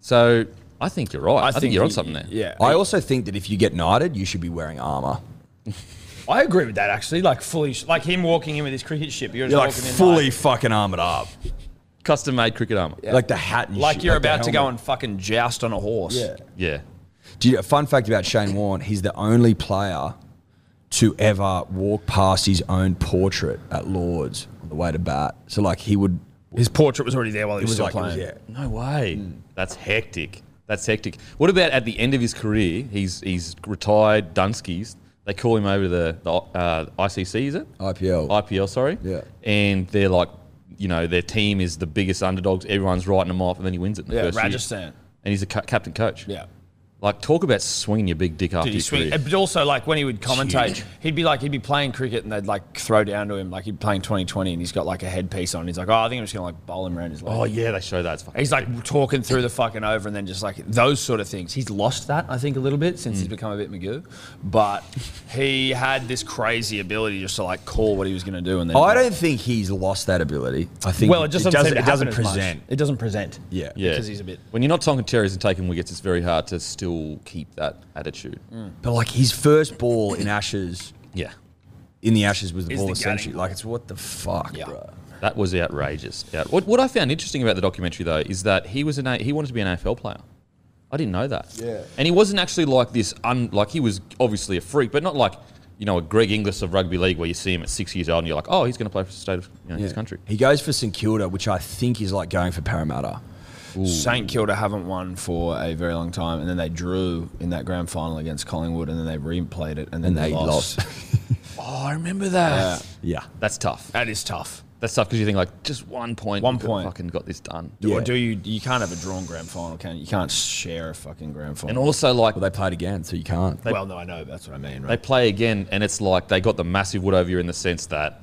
Speaker 8: So I think you're right. I, think, you're on
Speaker 6: you-
Speaker 8: something there.
Speaker 6: Yeah.
Speaker 5: I also think that if you get knighted, you should be wearing armour.
Speaker 6: I agree with that actually. Like fully like him walking in with his cricket ship. You're, just
Speaker 5: You're like
Speaker 6: walking in
Speaker 5: fully fucking armoured up.
Speaker 8: Custom made cricket armor. Yeah.
Speaker 5: Like the hat and
Speaker 6: like,
Speaker 5: shit,
Speaker 6: like you're
Speaker 5: the
Speaker 6: about to go
Speaker 5: helmet.
Speaker 6: and fucking joust on a horse.
Speaker 5: Do you, a fun fact about Shane Warne, he's the only player to ever walk past his own portrait at Lords on the way to bat. So like he would.
Speaker 4: His portrait was already there while he
Speaker 5: It
Speaker 4: was,
Speaker 5: was
Speaker 4: still
Speaker 5: like it was,
Speaker 4: playing.
Speaker 5: yeah.
Speaker 8: No way.
Speaker 4: Hmm.
Speaker 8: That's hectic. That's hectic. What about at the end of his career? He's he's retired Dunskies. They call him over to the, the uh, ICC, is it?
Speaker 5: IPL.
Speaker 8: IPL, sorry.
Speaker 5: Yeah.
Speaker 8: And they're like, you know, their team is the biggest underdogs. Everyone's writing them off, and then he wins it in the
Speaker 4: Yeah,
Speaker 8: first year.
Speaker 4: Rajasthan.
Speaker 8: And he's a ca- captain coach.
Speaker 4: Yeah.
Speaker 8: Like, talk about swinging your big dick after
Speaker 4: Did he
Speaker 8: your
Speaker 4: swing?
Speaker 8: career.
Speaker 4: But also, like when he would commentate, he'd be like, he'd be playing cricket and they'd like throw down to him, like he'd be playing 2020 and he's got like a headpiece on. He's like, oh, I think I'm just gonna like bowl him around his leg.
Speaker 8: Oh yeah, they show that. It's fucking
Speaker 4: He's like talking through the fucking over and then just like those sort of things. He's lost that, I think, a little bit
Speaker 6: Mm.
Speaker 4: since he's become a bit Magoo. But he had this crazy ability just to like call what he was going to do. And then
Speaker 5: I don't think he's lost that ability. I think
Speaker 4: Well, it just doesn't, seem to
Speaker 5: it doesn't
Speaker 4: happen as much.
Speaker 5: present.
Speaker 4: It doesn't present.
Speaker 5: Yeah.
Speaker 8: Yeah.
Speaker 4: Because he's a bit-
Speaker 8: When you're not Tonkin Terries and taking wickets, it's very hard to still keep that attitude.
Speaker 4: Mm.
Speaker 5: But like his first ball in Ashes,
Speaker 8: Yeah.
Speaker 5: in the Ashes was the
Speaker 4: Is
Speaker 5: ball
Speaker 4: the
Speaker 5: of
Speaker 4: gutting.
Speaker 5: century. Like it's what the fuck,
Speaker 4: Yeah.
Speaker 5: bro.
Speaker 8: That was outrageous. Out- What, what I found interesting about the documentary, though, is that he was an A- he wanted to be an AFL player. I didn't know that. Yeah. And he wasn't actually like this. Un, like he was obviously a freak, but not like you know a Greg Inglis of rugby league, where you see him at six years old and you're like, oh, he's going to play for the state of you know, his
Speaker 5: Yeah.
Speaker 8: country.
Speaker 5: He goes for St Kilda, which I think is like going for Parramatta.
Speaker 4: St Kilda haven't won for a very long time, and then they drew in that grand final against Collingwood, and then they replayed it, and then
Speaker 5: And
Speaker 4: they,
Speaker 5: they
Speaker 4: lost.
Speaker 5: lost.
Speaker 8: Oh, I remember that.
Speaker 5: Yeah.
Speaker 8: That's tough.
Speaker 4: That is tough.
Speaker 8: That's tough because you think like just one point.
Speaker 4: One
Speaker 8: we could
Speaker 4: point.
Speaker 8: Fucking got this done.
Speaker 5: Yeah.
Speaker 4: Or do you? You can't have a drawn grand final, can you? You can't share a fucking grand
Speaker 8: And
Speaker 4: final.
Speaker 8: also like
Speaker 5: Well, they played again, so you can't.
Speaker 4: well, no, I know. but That's what I mean,
Speaker 8: they
Speaker 4: right?
Speaker 8: play again, and it's like they got the massive wood over you in the sense that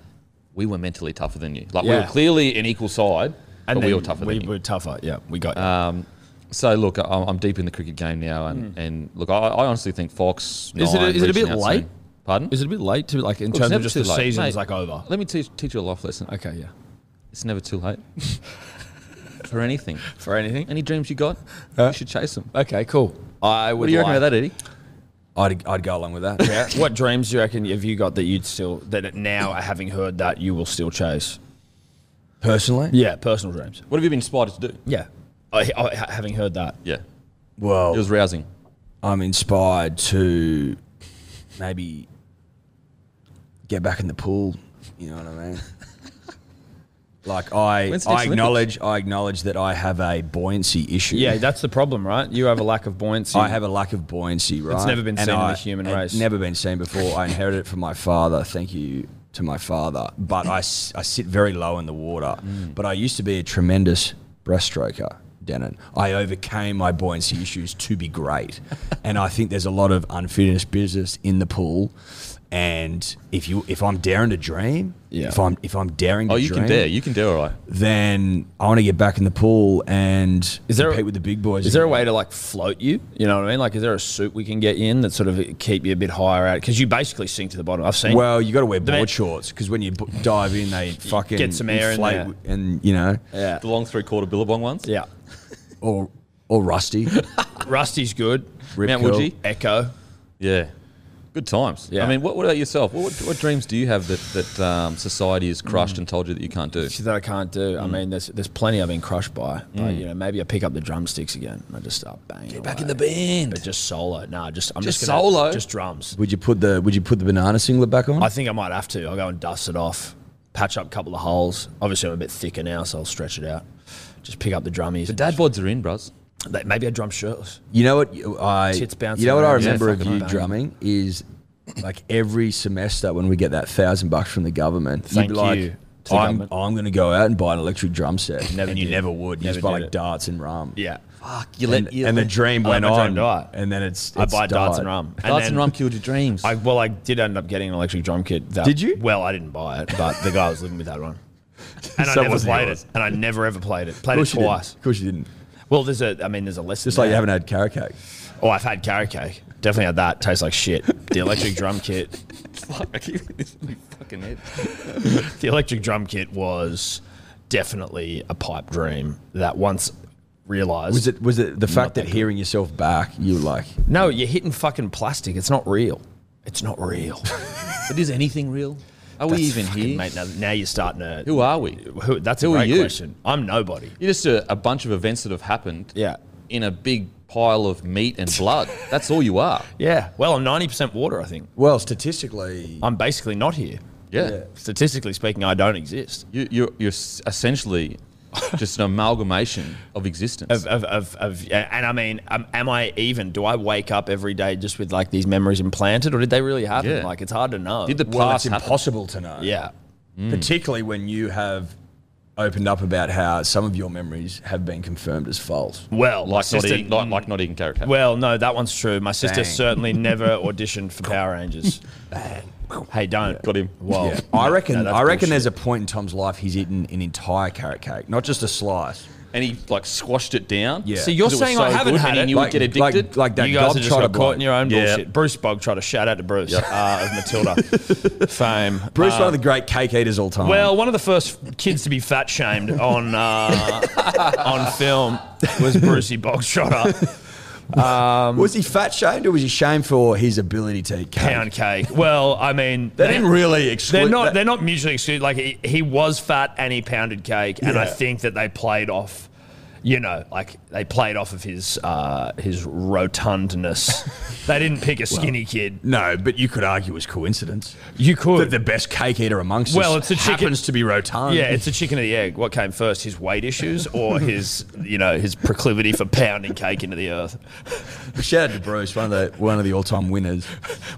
Speaker 8: we were mentally tougher than you. Like we
Speaker 4: Yeah.
Speaker 8: were clearly an equal side,
Speaker 4: and
Speaker 8: but we
Speaker 4: then
Speaker 8: were tougher
Speaker 4: We
Speaker 8: than you. Uh,
Speaker 4: were tougher. Yeah, we got. you.
Speaker 8: So look, I- I'm deep in the cricket game now, and, and look, I, I honestly think Fox.
Speaker 4: Is it a-
Speaker 8: Nine
Speaker 4: is it a
Speaker 8: reaching
Speaker 4: bit
Speaker 8: out
Speaker 4: late?
Speaker 8: soon. Pardon?
Speaker 4: is it a bit late to like in
Speaker 8: Look, it's
Speaker 4: terms of
Speaker 8: never
Speaker 4: just
Speaker 8: too
Speaker 4: the
Speaker 8: late.
Speaker 4: season's
Speaker 8: Mate,
Speaker 4: like over?
Speaker 8: Let me teach, teach you a life lesson.
Speaker 4: Okay, yeah.
Speaker 8: It's never too late for anything.
Speaker 4: For anything.
Speaker 8: Any dreams you got, you should chase them.
Speaker 4: Okay, cool. I would.
Speaker 8: What do you reckon
Speaker 4: like-
Speaker 8: about that, Eddie?
Speaker 5: I'd, I'd go along with that.
Speaker 4: Yeah. what dreams do you reckon have you got that you'd still that now having heard that you will still chase?
Speaker 5: Personally?
Speaker 4: Yeah, personal dreams.
Speaker 8: What have you been inspired to do?
Speaker 4: Yeah. I, I, having heard that.
Speaker 8: Yeah,
Speaker 5: Well,
Speaker 8: it was rousing.
Speaker 5: I'm inspired to maybe get back in the pool. You know what I mean? like I,
Speaker 8: When's the
Speaker 5: I
Speaker 8: next Olympics?
Speaker 5: acknowledge, I acknowledge that I have a buoyancy issue.
Speaker 4: Yeah, that's the problem, right? You have a lack of buoyancy.
Speaker 5: I have a lack of buoyancy, right?
Speaker 4: never been seen in the
Speaker 5: I-
Speaker 4: human
Speaker 5: and
Speaker 4: race.
Speaker 5: Never been seen before. I inherited it from my father. Thank you to my father. But I, s- I sit very low in the water.
Speaker 4: Mm.
Speaker 5: But I used to be a tremendous breaststroker, Denon. I overcame my buoyancy issues to be great. And I think there's a lot of unfitness business in the pool. And if you if I'm daring to dream,
Speaker 4: Yeah.
Speaker 5: if I'm if I'm daring to
Speaker 8: Oh, you
Speaker 5: dream,
Speaker 8: can dare. You can dare, all right.
Speaker 5: then I want to get back in the pool and
Speaker 4: Is there a-
Speaker 5: compete with the big boys.
Speaker 4: Is there a
Speaker 5: again.
Speaker 4: way to like float you? You know what I mean? Like, is there a suit we can get you in that sort of keep you a bit higher out? Because you basically sink to the bottom. I've seen.
Speaker 5: Well, you got to wear
Speaker 4: man-
Speaker 5: board shorts because when you b- dive in, they fucking
Speaker 4: Get some air in
Speaker 5: inflate
Speaker 4: there.
Speaker 5: w- and you know,
Speaker 4: yeah,
Speaker 8: The long three quarter billabong ones.
Speaker 4: yeah.
Speaker 5: or or rusty.
Speaker 4: Rusty's good.
Speaker 5: Rip
Speaker 8: Mount
Speaker 5: curl.
Speaker 8: Woodgee.
Speaker 4: Echo.
Speaker 8: Yeah. Good times.
Speaker 4: Yeah.
Speaker 8: I mean, what, what about yourself? What, what, what dreams do you have that, that um, society has crushed and told you that you can't do?
Speaker 4: That I can't do.
Speaker 8: Mm.
Speaker 4: I mean, there's there's plenty I've been crushed by. But, you know, maybe I pick up the drumsticks again and I just start banging. Get
Speaker 8: Back in the band.
Speaker 4: But just solo. Nah, just I'm
Speaker 8: Just
Speaker 4: just, gonna-
Speaker 8: solo?
Speaker 4: Just drums.
Speaker 5: Would you put the Would you put the banana singlet back on?
Speaker 4: I think I might have to. I'll go and dust it off, patch up a couple of holes. Obviously, I'm a bit thicker now, so I'll stretch it out. Just pick up the drummies.
Speaker 8: The dad bods are in, bros.
Speaker 4: They- Maybe I drum shirtless.
Speaker 5: you know what you- I.
Speaker 4: Tits bouncing
Speaker 5: You know what I
Speaker 4: around. Yeah,
Speaker 5: remember of
Speaker 4: fucking
Speaker 5: you
Speaker 4: bang.
Speaker 5: drumming is like every semester when we get that thousand bucks from the government.
Speaker 4: Thank
Speaker 5: you'd be like,
Speaker 4: you to the
Speaker 5: I'm,
Speaker 4: government."
Speaker 5: I'm going to go out and buy an electric drum set.
Speaker 4: Never
Speaker 5: and you
Speaker 4: did.
Speaker 5: never would. You
Speaker 4: Never
Speaker 5: just buy
Speaker 4: did
Speaker 5: like
Speaker 4: it.
Speaker 5: darts and rum.
Speaker 4: Yeah.
Speaker 8: Fuck, you
Speaker 5: And, and the dream
Speaker 4: I
Speaker 5: went
Speaker 4: let my
Speaker 5: on,
Speaker 4: dream die.
Speaker 5: and then it's,
Speaker 4: I
Speaker 5: it's
Speaker 4: buy darts
Speaker 5: died.
Speaker 4: and rum. And
Speaker 8: Darts
Speaker 4: then
Speaker 8: and rum killed your dreams.
Speaker 4: I, well, I did end up getting an electric drum kit. That,
Speaker 5: Did you?
Speaker 4: Well, I didn't buy it, but the guy I was living with had one. And I
Speaker 5: So it
Speaker 4: never
Speaker 5: wasn't
Speaker 4: played
Speaker 5: yours.
Speaker 4: it. And I never ever played it.
Speaker 5: Of
Speaker 4: Played it
Speaker 5: course you didn't.
Speaker 4: twice.
Speaker 5: Of course you didn't.
Speaker 4: Well, there's a, I mean, there's a lesson.
Speaker 5: Just like you
Speaker 4: there.
Speaker 5: haven't had carrot cake.
Speaker 4: Oh, I've had carrot cake. Definitely had that. Tastes like shit. The electric drum kit.
Speaker 8: Fuck, I keep this in my fucking head.
Speaker 4: The electric drum kit was definitely a pipe dream that once realized.
Speaker 5: Was it was it the fact that hearing yourself back, you were like
Speaker 4: No, you're hitting fucking plastic. It's not real. It's not real.
Speaker 8: But is anything real? Are we
Speaker 4: That's
Speaker 8: even
Speaker 4: fucking-
Speaker 8: here?
Speaker 4: Mate, now, now you're starting to.
Speaker 8: Who are we?
Speaker 4: Who, that's a
Speaker 8: Who are
Speaker 4: great
Speaker 8: you?
Speaker 4: question. I'm nobody.
Speaker 8: You're just a, a bunch of events that have happened
Speaker 4: Yeah.
Speaker 8: in a big pile of meat and blood. That's all you are.
Speaker 6: Yeah. Well, I'm 90% water, I think.
Speaker 5: Well, statistically,
Speaker 6: I'm basically not here.
Speaker 8: Yeah.
Speaker 6: Statistically speaking, I don't exist.
Speaker 8: You, you're, you're s- essentially just an amalgamation of existence.
Speaker 6: Of, of, of, of, yeah, and I mean, um, am I even? Do I wake up every day just with like these memories implanted, or did they really happen?
Speaker 8: Yeah.
Speaker 6: Like, it's hard to know.
Speaker 8: Did the
Speaker 5: well, it's
Speaker 8: past happen?
Speaker 5: impossible to know.
Speaker 6: yeah.
Speaker 5: particularly when you have opened up about how some of your memories have been confirmed as false.
Speaker 6: Well, my
Speaker 8: Like not,
Speaker 6: sister-
Speaker 8: eating, like, like not eating carrot cake.
Speaker 6: Well, no, that one's true. My sister
Speaker 5: Bang.
Speaker 6: certainly never auditioned for Power Rangers. hey, don't.
Speaker 8: Got him.
Speaker 6: Well,
Speaker 5: Yeah. I reckon.
Speaker 6: no, that's
Speaker 5: I reckon
Speaker 6: bullshit.
Speaker 5: there's a point in Tom's life he's eaten an entire carrot cake, not just a slice.
Speaker 8: and he like squashed it down.
Speaker 5: Yeah.
Speaker 8: So
Speaker 5: So
Speaker 8: you're
Speaker 6: you're
Speaker 8: saying
Speaker 6: saying I haven't had
Speaker 8: and
Speaker 6: it?
Speaker 8: he knew
Speaker 5: like,
Speaker 8: he'd get addicted.
Speaker 5: like, like that.
Speaker 6: you guys have just
Speaker 5: gobshite
Speaker 6: got caught
Speaker 5: bloke.
Speaker 6: in your own
Speaker 8: Yeah.
Speaker 6: bullshit. Bruce Bogtrotter, shout out to Bruce uh, of Matilda fame.
Speaker 5: Bruce,
Speaker 6: Uh,
Speaker 5: one of the great cake eaters all time.
Speaker 6: well, one of the first kids to be fat shamed on uh, on film was Brucey Bogtrotter.
Speaker 5: Um, was he fat shamed or was he shamed for his ability to eat cake?
Speaker 6: Pound cake. Well, I mean,
Speaker 5: They didn't really exclude.
Speaker 6: They're not.
Speaker 5: that-
Speaker 6: They're not mutually exclusive. Like he, he was fat and he pounded cake, and I
Speaker 5: Yeah.
Speaker 6: think that they played off, you know, like they played off of his uh, his rotundness. they didn't pick a skinny kid.
Speaker 5: no, but you could argue it was coincidence.
Speaker 6: You could.
Speaker 5: That the best cake eater amongst
Speaker 6: Well, it's
Speaker 5: us
Speaker 6: a chicken-
Speaker 5: happens to be rotund.
Speaker 6: yeah, it's a chicken and the egg. What came first, his weight issues or his, you know, his proclivity for pounding cake into the earth?
Speaker 5: Shout out to Bruce, one of the one of the all time winners.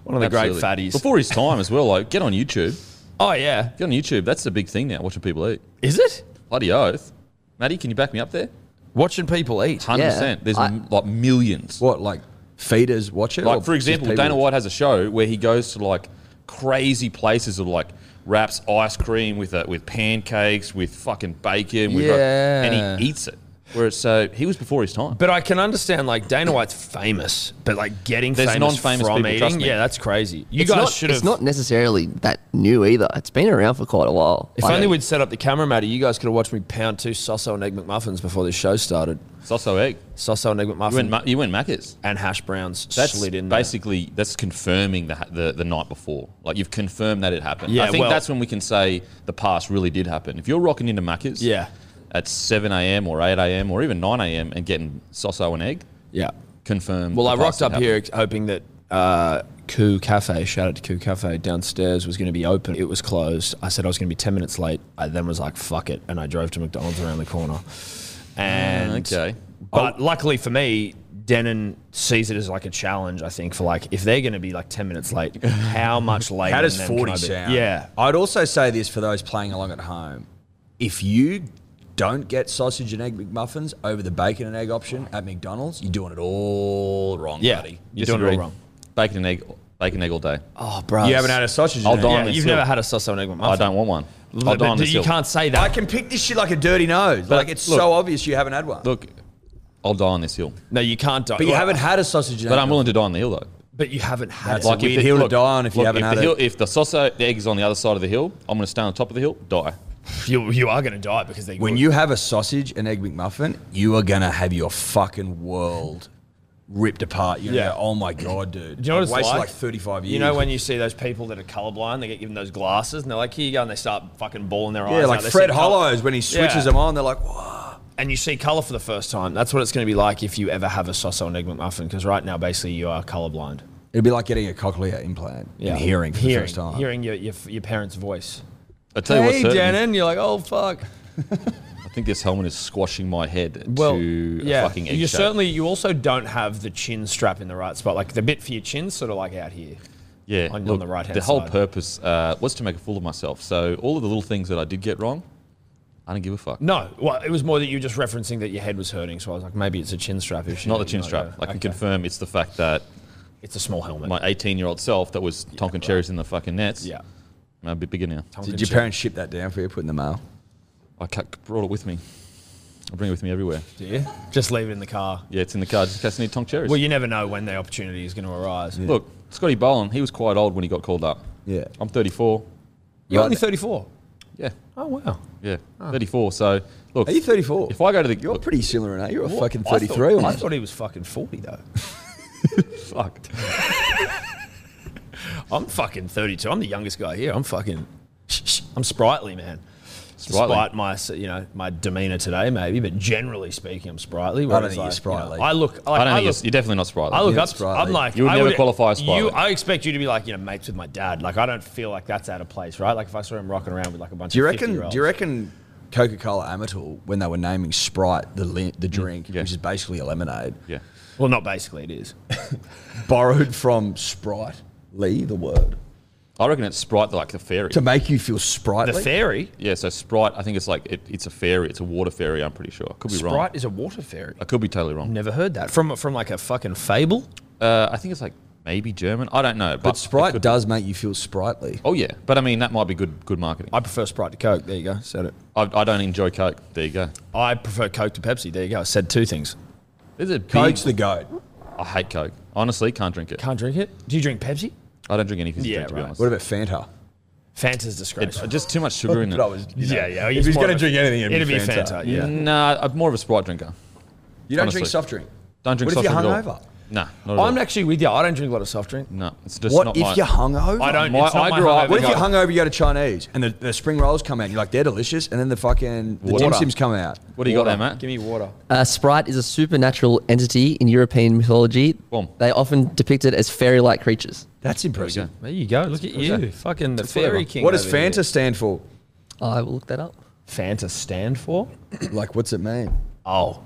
Speaker 6: One of the
Speaker 8: Absolutely.
Speaker 6: great fatties.
Speaker 8: Before his time as well, like get on YouTube.
Speaker 6: oh yeah,
Speaker 8: Get on YouTube. That's the big thing now, watching people eat.
Speaker 6: is it
Speaker 8: Bloody oath. Matty, can you back me up there?
Speaker 6: watching people eat?
Speaker 8: 100%. There's
Speaker 9: I-
Speaker 8: m like millions.
Speaker 5: What like feeders watch it? or
Speaker 8: Like, for
Speaker 5: just
Speaker 8: example,
Speaker 5: people-
Speaker 8: Dana White has a show where he goes to like crazy places of like wraps ice cream with uh, with pancakes, with fucking bacon, with, like- and he
Speaker 6: Yeah.
Speaker 8: eats it. Whereas, so he was before his time.
Speaker 6: But I can understand like Dana White's famous, but like getting
Speaker 8: There's
Speaker 6: famous
Speaker 8: non-famous
Speaker 6: from
Speaker 8: people,
Speaker 6: eating,
Speaker 8: trust me.
Speaker 6: yeah, that's crazy. You
Speaker 9: it's
Speaker 6: guys
Speaker 9: not,
Speaker 6: should
Speaker 9: It's
Speaker 6: have.
Speaker 9: not necessarily that new either. It's been around for quite a while.
Speaker 6: if
Speaker 9: Like,
Speaker 6: only we'd set up the camera, Matty, you guys could have watched me pound two Soso and Egg McMuffins before this show started.
Speaker 8: It's also egg.
Speaker 6: Soso and Egg
Speaker 8: You went,
Speaker 6: McMuffin
Speaker 8: Ma- you went Macca's.
Speaker 6: and hash browns
Speaker 8: That's
Speaker 6: slid in. there.
Speaker 8: basically that's confirming the, the the night before. Like you've confirmed that it happened.
Speaker 6: Yeah,
Speaker 8: I think
Speaker 6: well-
Speaker 8: that's when we can say the past really did happen. If you're rocking into Macca's,
Speaker 6: Yeah.
Speaker 8: at seven a.m. or eight a.m. or even nine a.m. and getting soso and egg,
Speaker 6: Yeah.
Speaker 8: confirmed.
Speaker 6: Well,
Speaker 8: the
Speaker 6: I
Speaker 8: past
Speaker 6: rocked
Speaker 8: did
Speaker 6: up
Speaker 8: happen.
Speaker 6: here ex- hoping that uh, Koo Cafe, shout out to Koo Cafe downstairs, was going to be open. It was closed. I said I was going to be 10 minutes late. I then was like, fuck it. And I drove to McDonald's around the corner. Ah, And
Speaker 8: okay.
Speaker 6: But luckily for me, Denon sees it as like a challenge. I think for like if they're going to be like ten minutes late, how much later?
Speaker 5: How does
Speaker 6: than them can
Speaker 5: 40
Speaker 6: I be?
Speaker 5: sound?
Speaker 6: Yeah,
Speaker 5: I'd also say this for those playing along at home. If you don't get sausage and egg McMuffins over the bacon and egg option at McDonald's, you're doing it all wrong,
Speaker 6: yeah,
Speaker 5: buddy.
Speaker 6: you're doing it all
Speaker 8: Disagree.
Speaker 6: wrong.
Speaker 8: Bacon and egg, bacon and egg all day.
Speaker 6: Oh, bro,
Speaker 5: You haven't had a sausage
Speaker 8: I'll
Speaker 5: and egg.
Speaker 8: die.
Speaker 6: Yeah,
Speaker 8: on this
Speaker 6: you've
Speaker 8: hill.
Speaker 6: never had a sausage and egg McMuffin.
Speaker 8: I don't want one. I'll
Speaker 6: But,
Speaker 8: die on
Speaker 6: but
Speaker 8: this
Speaker 6: you
Speaker 8: hill.
Speaker 6: can't say
Speaker 5: I
Speaker 6: that.
Speaker 5: can pick this shit like a dirty nose. like it's
Speaker 8: look-
Speaker 5: so obvious you haven't had one.
Speaker 8: Look, I'll die on this hill.
Speaker 6: no, you can't. Do-
Speaker 5: but you haven't had a sausage and
Speaker 8: But
Speaker 5: egg.
Speaker 8: I'm willing to die on the hill though.
Speaker 6: But you haven't had.
Speaker 5: That's
Speaker 6: it.
Speaker 5: a weird hill to die on if you haven't
Speaker 8: if
Speaker 5: had
Speaker 8: the
Speaker 5: it.
Speaker 8: hill, If the soso, the egg is on the other side of the hill, I'm going to stay on top of the hill, die.
Speaker 6: you, you are going to die because they.
Speaker 5: When you have a sausage and egg McMuffin, you are gonna have your fucking world ripped apart. You're
Speaker 6: Yeah.
Speaker 5: gonna go, oh my god, dude.
Speaker 6: Do you know what
Speaker 5: I've
Speaker 6: it's
Speaker 5: wasted
Speaker 6: like?
Speaker 5: like? 35 years.
Speaker 6: You know when you see those people that are colorblind, they get given those glasses, and they're like, "Here you go," and they start fucking balling their eyes.
Speaker 5: yeah, like
Speaker 6: out. They "Oh,
Speaker 5: Fred
Speaker 6: see colour-
Speaker 5: Hollows when he switches
Speaker 6: Yeah.
Speaker 5: them on, they're like, "Whoa."
Speaker 6: and you see color for the first time. That's what it's going to be like if you ever have a sosso and egg McMuffin, because right now basically you are colorblind.
Speaker 5: It'd be like getting a cochlear implant and hearing for
Speaker 6: hearing,
Speaker 5: the first time.
Speaker 6: hearing your, your your parents' voice.
Speaker 8: I tell you what's certain,
Speaker 6: you're like, oh fuck.
Speaker 8: I think this helmet is squashing my head
Speaker 6: Well,
Speaker 8: to
Speaker 6: yeah,
Speaker 8: a fucking egg
Speaker 6: you
Speaker 8: shape.
Speaker 6: certainly you also don't have the chin strap in the right spot, like the bit for your chin, sort of like out here.
Speaker 8: yeah,
Speaker 6: on- on
Speaker 8: look,
Speaker 6: the right-hand
Speaker 8: The whole
Speaker 6: side.
Speaker 8: purpose uh, was to make a fool of myself. So all of the little things that I did get wrong, I don't give a fuck.
Speaker 6: No, well, it was more that you were just referencing that your head was hurting, so I was like, maybe it's a chin strap issue.
Speaker 8: Not the chin strap. I can confirm it's the fact that
Speaker 6: It's a small helmet.
Speaker 8: my 18 year old self that was Tonkin cherries in the fucking nets.
Speaker 6: yeah.
Speaker 8: I'm a bit bigger now.
Speaker 5: Did your parents ship that down for you, put in the mail?
Speaker 8: I ca- brought it with me. I bring it with me everywhere.
Speaker 6: Yeah. Just leave it in the car.
Speaker 8: Yeah, it's in the car just in case I need Tonkin cherries.
Speaker 6: Well, you never know when the opportunity is going to arise.
Speaker 8: Look, Scotty Bolan, he was quite old when he got called up.
Speaker 5: Yeah.
Speaker 8: I'm 34.
Speaker 6: You're
Speaker 5: Right.
Speaker 6: only 34.
Speaker 8: Yeah,
Speaker 6: Oh wow.
Speaker 8: yeah, 34. So look,
Speaker 5: Are you 34?
Speaker 8: if I go to the
Speaker 5: You're
Speaker 8: look,
Speaker 5: pretty similar, aren't you? You're a fucking
Speaker 6: I
Speaker 5: 33
Speaker 6: thought, I
Speaker 5: almost.
Speaker 6: thought he was fucking 40 though.
Speaker 8: fucked.
Speaker 6: I'm fucking 32. I'm the youngest guy here. I'm fucking. I'm sprightly, man.
Speaker 8: Sprightly.
Speaker 6: despite my s- you know my demeanor today, maybe. But generally speaking, I'm sprightly. whereas,
Speaker 5: think you're
Speaker 6: like, you know,
Speaker 5: sprightly.
Speaker 6: I look. Like,
Speaker 8: I don't
Speaker 6: I
Speaker 8: think
Speaker 6: look,
Speaker 8: you're, you're definitely not sprightly.
Speaker 6: I look
Speaker 5: Yeah,
Speaker 6: up.
Speaker 5: sprightly.
Speaker 6: I'm like
Speaker 8: You would
Speaker 6: I
Speaker 8: never qualify as
Speaker 6: You,
Speaker 8: sprightly.
Speaker 6: I expect you to be like you know mates with my dad. Like I don't feel like that's out of place, right? Like if I saw him rocking around with like a bunch
Speaker 5: Do you
Speaker 6: of
Speaker 5: reckon? Do
Speaker 6: 50-year-olds.
Speaker 5: you reckon Coca-Cola Amatil when they were naming Sprite the li-
Speaker 6: Mm.
Speaker 5: the drink,
Speaker 8: yeah.
Speaker 5: which is basically a lemonade,
Speaker 8: yeah.
Speaker 6: Well, not basically. It is.
Speaker 5: borrowed from Sprite Lee the word
Speaker 8: I reckon it's Sprite, like the fairy.
Speaker 5: to make you feel
Speaker 6: The
Speaker 5: sprightly?
Speaker 6: fairy.
Speaker 8: Yeah, so Sprite, I think it's like, it, it's a fairy. It's a water fairy, I'm pretty sure. Could be
Speaker 6: Sprite Mm.
Speaker 8: wrong.
Speaker 6: is a water fairy.
Speaker 8: I could be totally wrong.
Speaker 6: Never heard that from from like a fucking fable.
Speaker 8: Uh, I think it's like maybe German. I don't know. But,
Speaker 5: but Sprite
Speaker 8: it could-
Speaker 5: does make you feel sprightly.
Speaker 8: Oh, yeah. But I mean, that might be good good marketing. I,
Speaker 6: I prefer Sprite to Coke. There you go. Said it.
Speaker 8: I, don't enjoy Coke. There you go.
Speaker 6: I prefer Coke to Pepsi. There you go. I said two things.
Speaker 8: There's a big-
Speaker 5: Coke's the goat.
Speaker 8: I hate Coke. Honestly, can't drink it.
Speaker 6: Can't drink it. Do you drink Pepsi?
Speaker 8: I don't drink anything to
Speaker 6: Yeah,
Speaker 8: drink, to be
Speaker 6: right.
Speaker 8: honest.
Speaker 5: What about Fanta?
Speaker 6: Fanta's disgraceful.
Speaker 8: It- just too much sugar in it.
Speaker 5: But I was, you know,
Speaker 6: yeah, yeah.
Speaker 5: If he's
Speaker 6: more
Speaker 5: going
Speaker 6: of
Speaker 5: to
Speaker 6: a-
Speaker 5: drink anything, it'd,
Speaker 6: it'd
Speaker 5: be
Speaker 6: be Fanta.
Speaker 5: Fanta.
Speaker 6: Yeah.
Speaker 8: Nah, I'm more of a Sprite drinker.
Speaker 5: You don't
Speaker 8: Honestly.
Speaker 5: drink soft drink.
Speaker 8: Don't drink
Speaker 5: What if
Speaker 8: soft
Speaker 5: you're
Speaker 8: drink at all.
Speaker 5: hungover?
Speaker 8: Nah, not at all.
Speaker 6: I'm actually with you. I don't drink a lot of soft drink.
Speaker 8: No, it's just
Speaker 5: What
Speaker 8: not
Speaker 5: if
Speaker 8: my-
Speaker 5: you're hungover?
Speaker 6: I don't.
Speaker 8: My-
Speaker 6: it's not
Speaker 8: I
Speaker 6: my
Speaker 8: grew up-
Speaker 6: hungover
Speaker 5: What if
Speaker 6: guy.
Speaker 5: you're hungover? You go to Chinese and the, the spring rolls come out. You're like they're delicious, and then the fucking the
Speaker 8: Water.
Speaker 5: dim sims come out.
Speaker 8: What do you got there, Matt?
Speaker 6: Give me water.
Speaker 9: Uh, Sprite is a supernatural entity in European mythology.
Speaker 8: Boom.
Speaker 9: They often depicted as fairy-like creatures.
Speaker 5: That's impressive.
Speaker 6: There you go. Look at you, fucking the fairy king.
Speaker 5: What does
Speaker 6: over here.
Speaker 5: Fanta stand for?
Speaker 9: I will look that up.
Speaker 6: Fanta stand for?
Speaker 5: Like, what's it mean?
Speaker 6: Oh,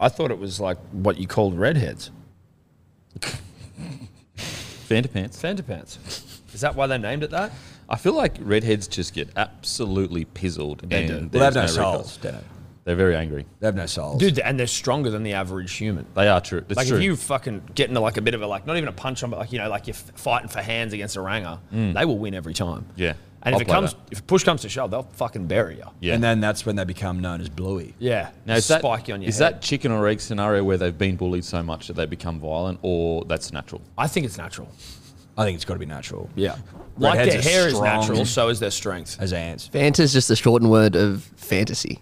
Speaker 6: I thought it was like what you called redheads.
Speaker 8: Fanta pants.
Speaker 6: Fanta pants. Is that why they named it that?
Speaker 8: I feel like redheads just get absolutely pizzled.
Speaker 6: They
Speaker 8: and
Speaker 6: do. Well,
Speaker 5: Well, they have no,
Speaker 8: there's recourse.
Speaker 5: souls. Dano.
Speaker 8: They're very angry.
Speaker 5: They have no souls.
Speaker 6: Dude, and they're stronger than the average human.
Speaker 8: They are true. It's
Speaker 6: Like
Speaker 8: true.
Speaker 6: if you fucking get into like a bit of a like not even a punch on, but like you know like you're f- fighting for hands against a ranger, they will win every time.
Speaker 8: Yeah.
Speaker 6: and
Speaker 8: I'll
Speaker 6: if it
Speaker 8: play
Speaker 6: comes,
Speaker 8: that.
Speaker 6: if push comes to shove, they'll fucking bury you.
Speaker 8: yeah.
Speaker 5: And then that's when they become known as Bluey.
Speaker 6: Yeah,
Speaker 8: now, is that,
Speaker 6: spike you on your
Speaker 8: is
Speaker 6: head.
Speaker 8: that chicken or egg scenario where they've been bullied so much that they become violent, or that's natural?
Speaker 6: I think it's natural.
Speaker 5: I think it's got to be natural.
Speaker 6: Yeah, like
Speaker 5: Redheads
Speaker 6: their
Speaker 5: are
Speaker 6: hair is
Speaker 5: strong.
Speaker 6: natural, so is their strength.
Speaker 5: As ants.
Speaker 9: Fanta is just a shortened word of fantasy.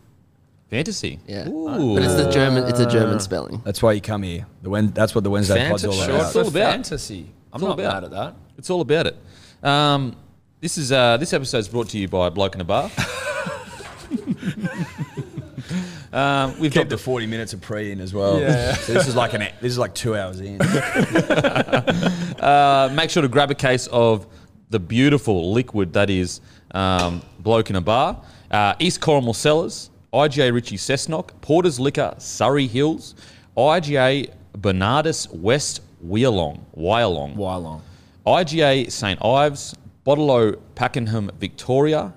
Speaker 8: Fantasy.
Speaker 9: Yeah. Ah.
Speaker 8: Ooh.
Speaker 9: But it's the German. It's a German spelling.
Speaker 5: That's why you come here. The Wen- that's what the Wednesday
Speaker 8: Fanta
Speaker 5: pod's all
Speaker 8: shorts
Speaker 5: about.
Speaker 8: It's all
Speaker 6: For
Speaker 8: about-
Speaker 6: fantasy. I'm
Speaker 8: all
Speaker 6: not
Speaker 8: about-
Speaker 6: mad at that.
Speaker 8: It's all about it. Um, this is uh, this episode's brought to you by Bloke in a Bar. um, we've
Speaker 5: Keep
Speaker 8: got
Speaker 5: the forty minutes of pre in as well. So this is like an this is like two hours in.
Speaker 8: uh, make sure to grab a case of the beautiful liquid that is um, Bloke in a Bar. Uh, East Cornwall Cellars, IGA Richie Cessnock, Porter's Liquor, Surrey Hills, IGA Bernardus West Wyalong, Wyalong.
Speaker 6: Why long?
Speaker 8: IGA St Ives, Bottle-O Pakenham Victoria,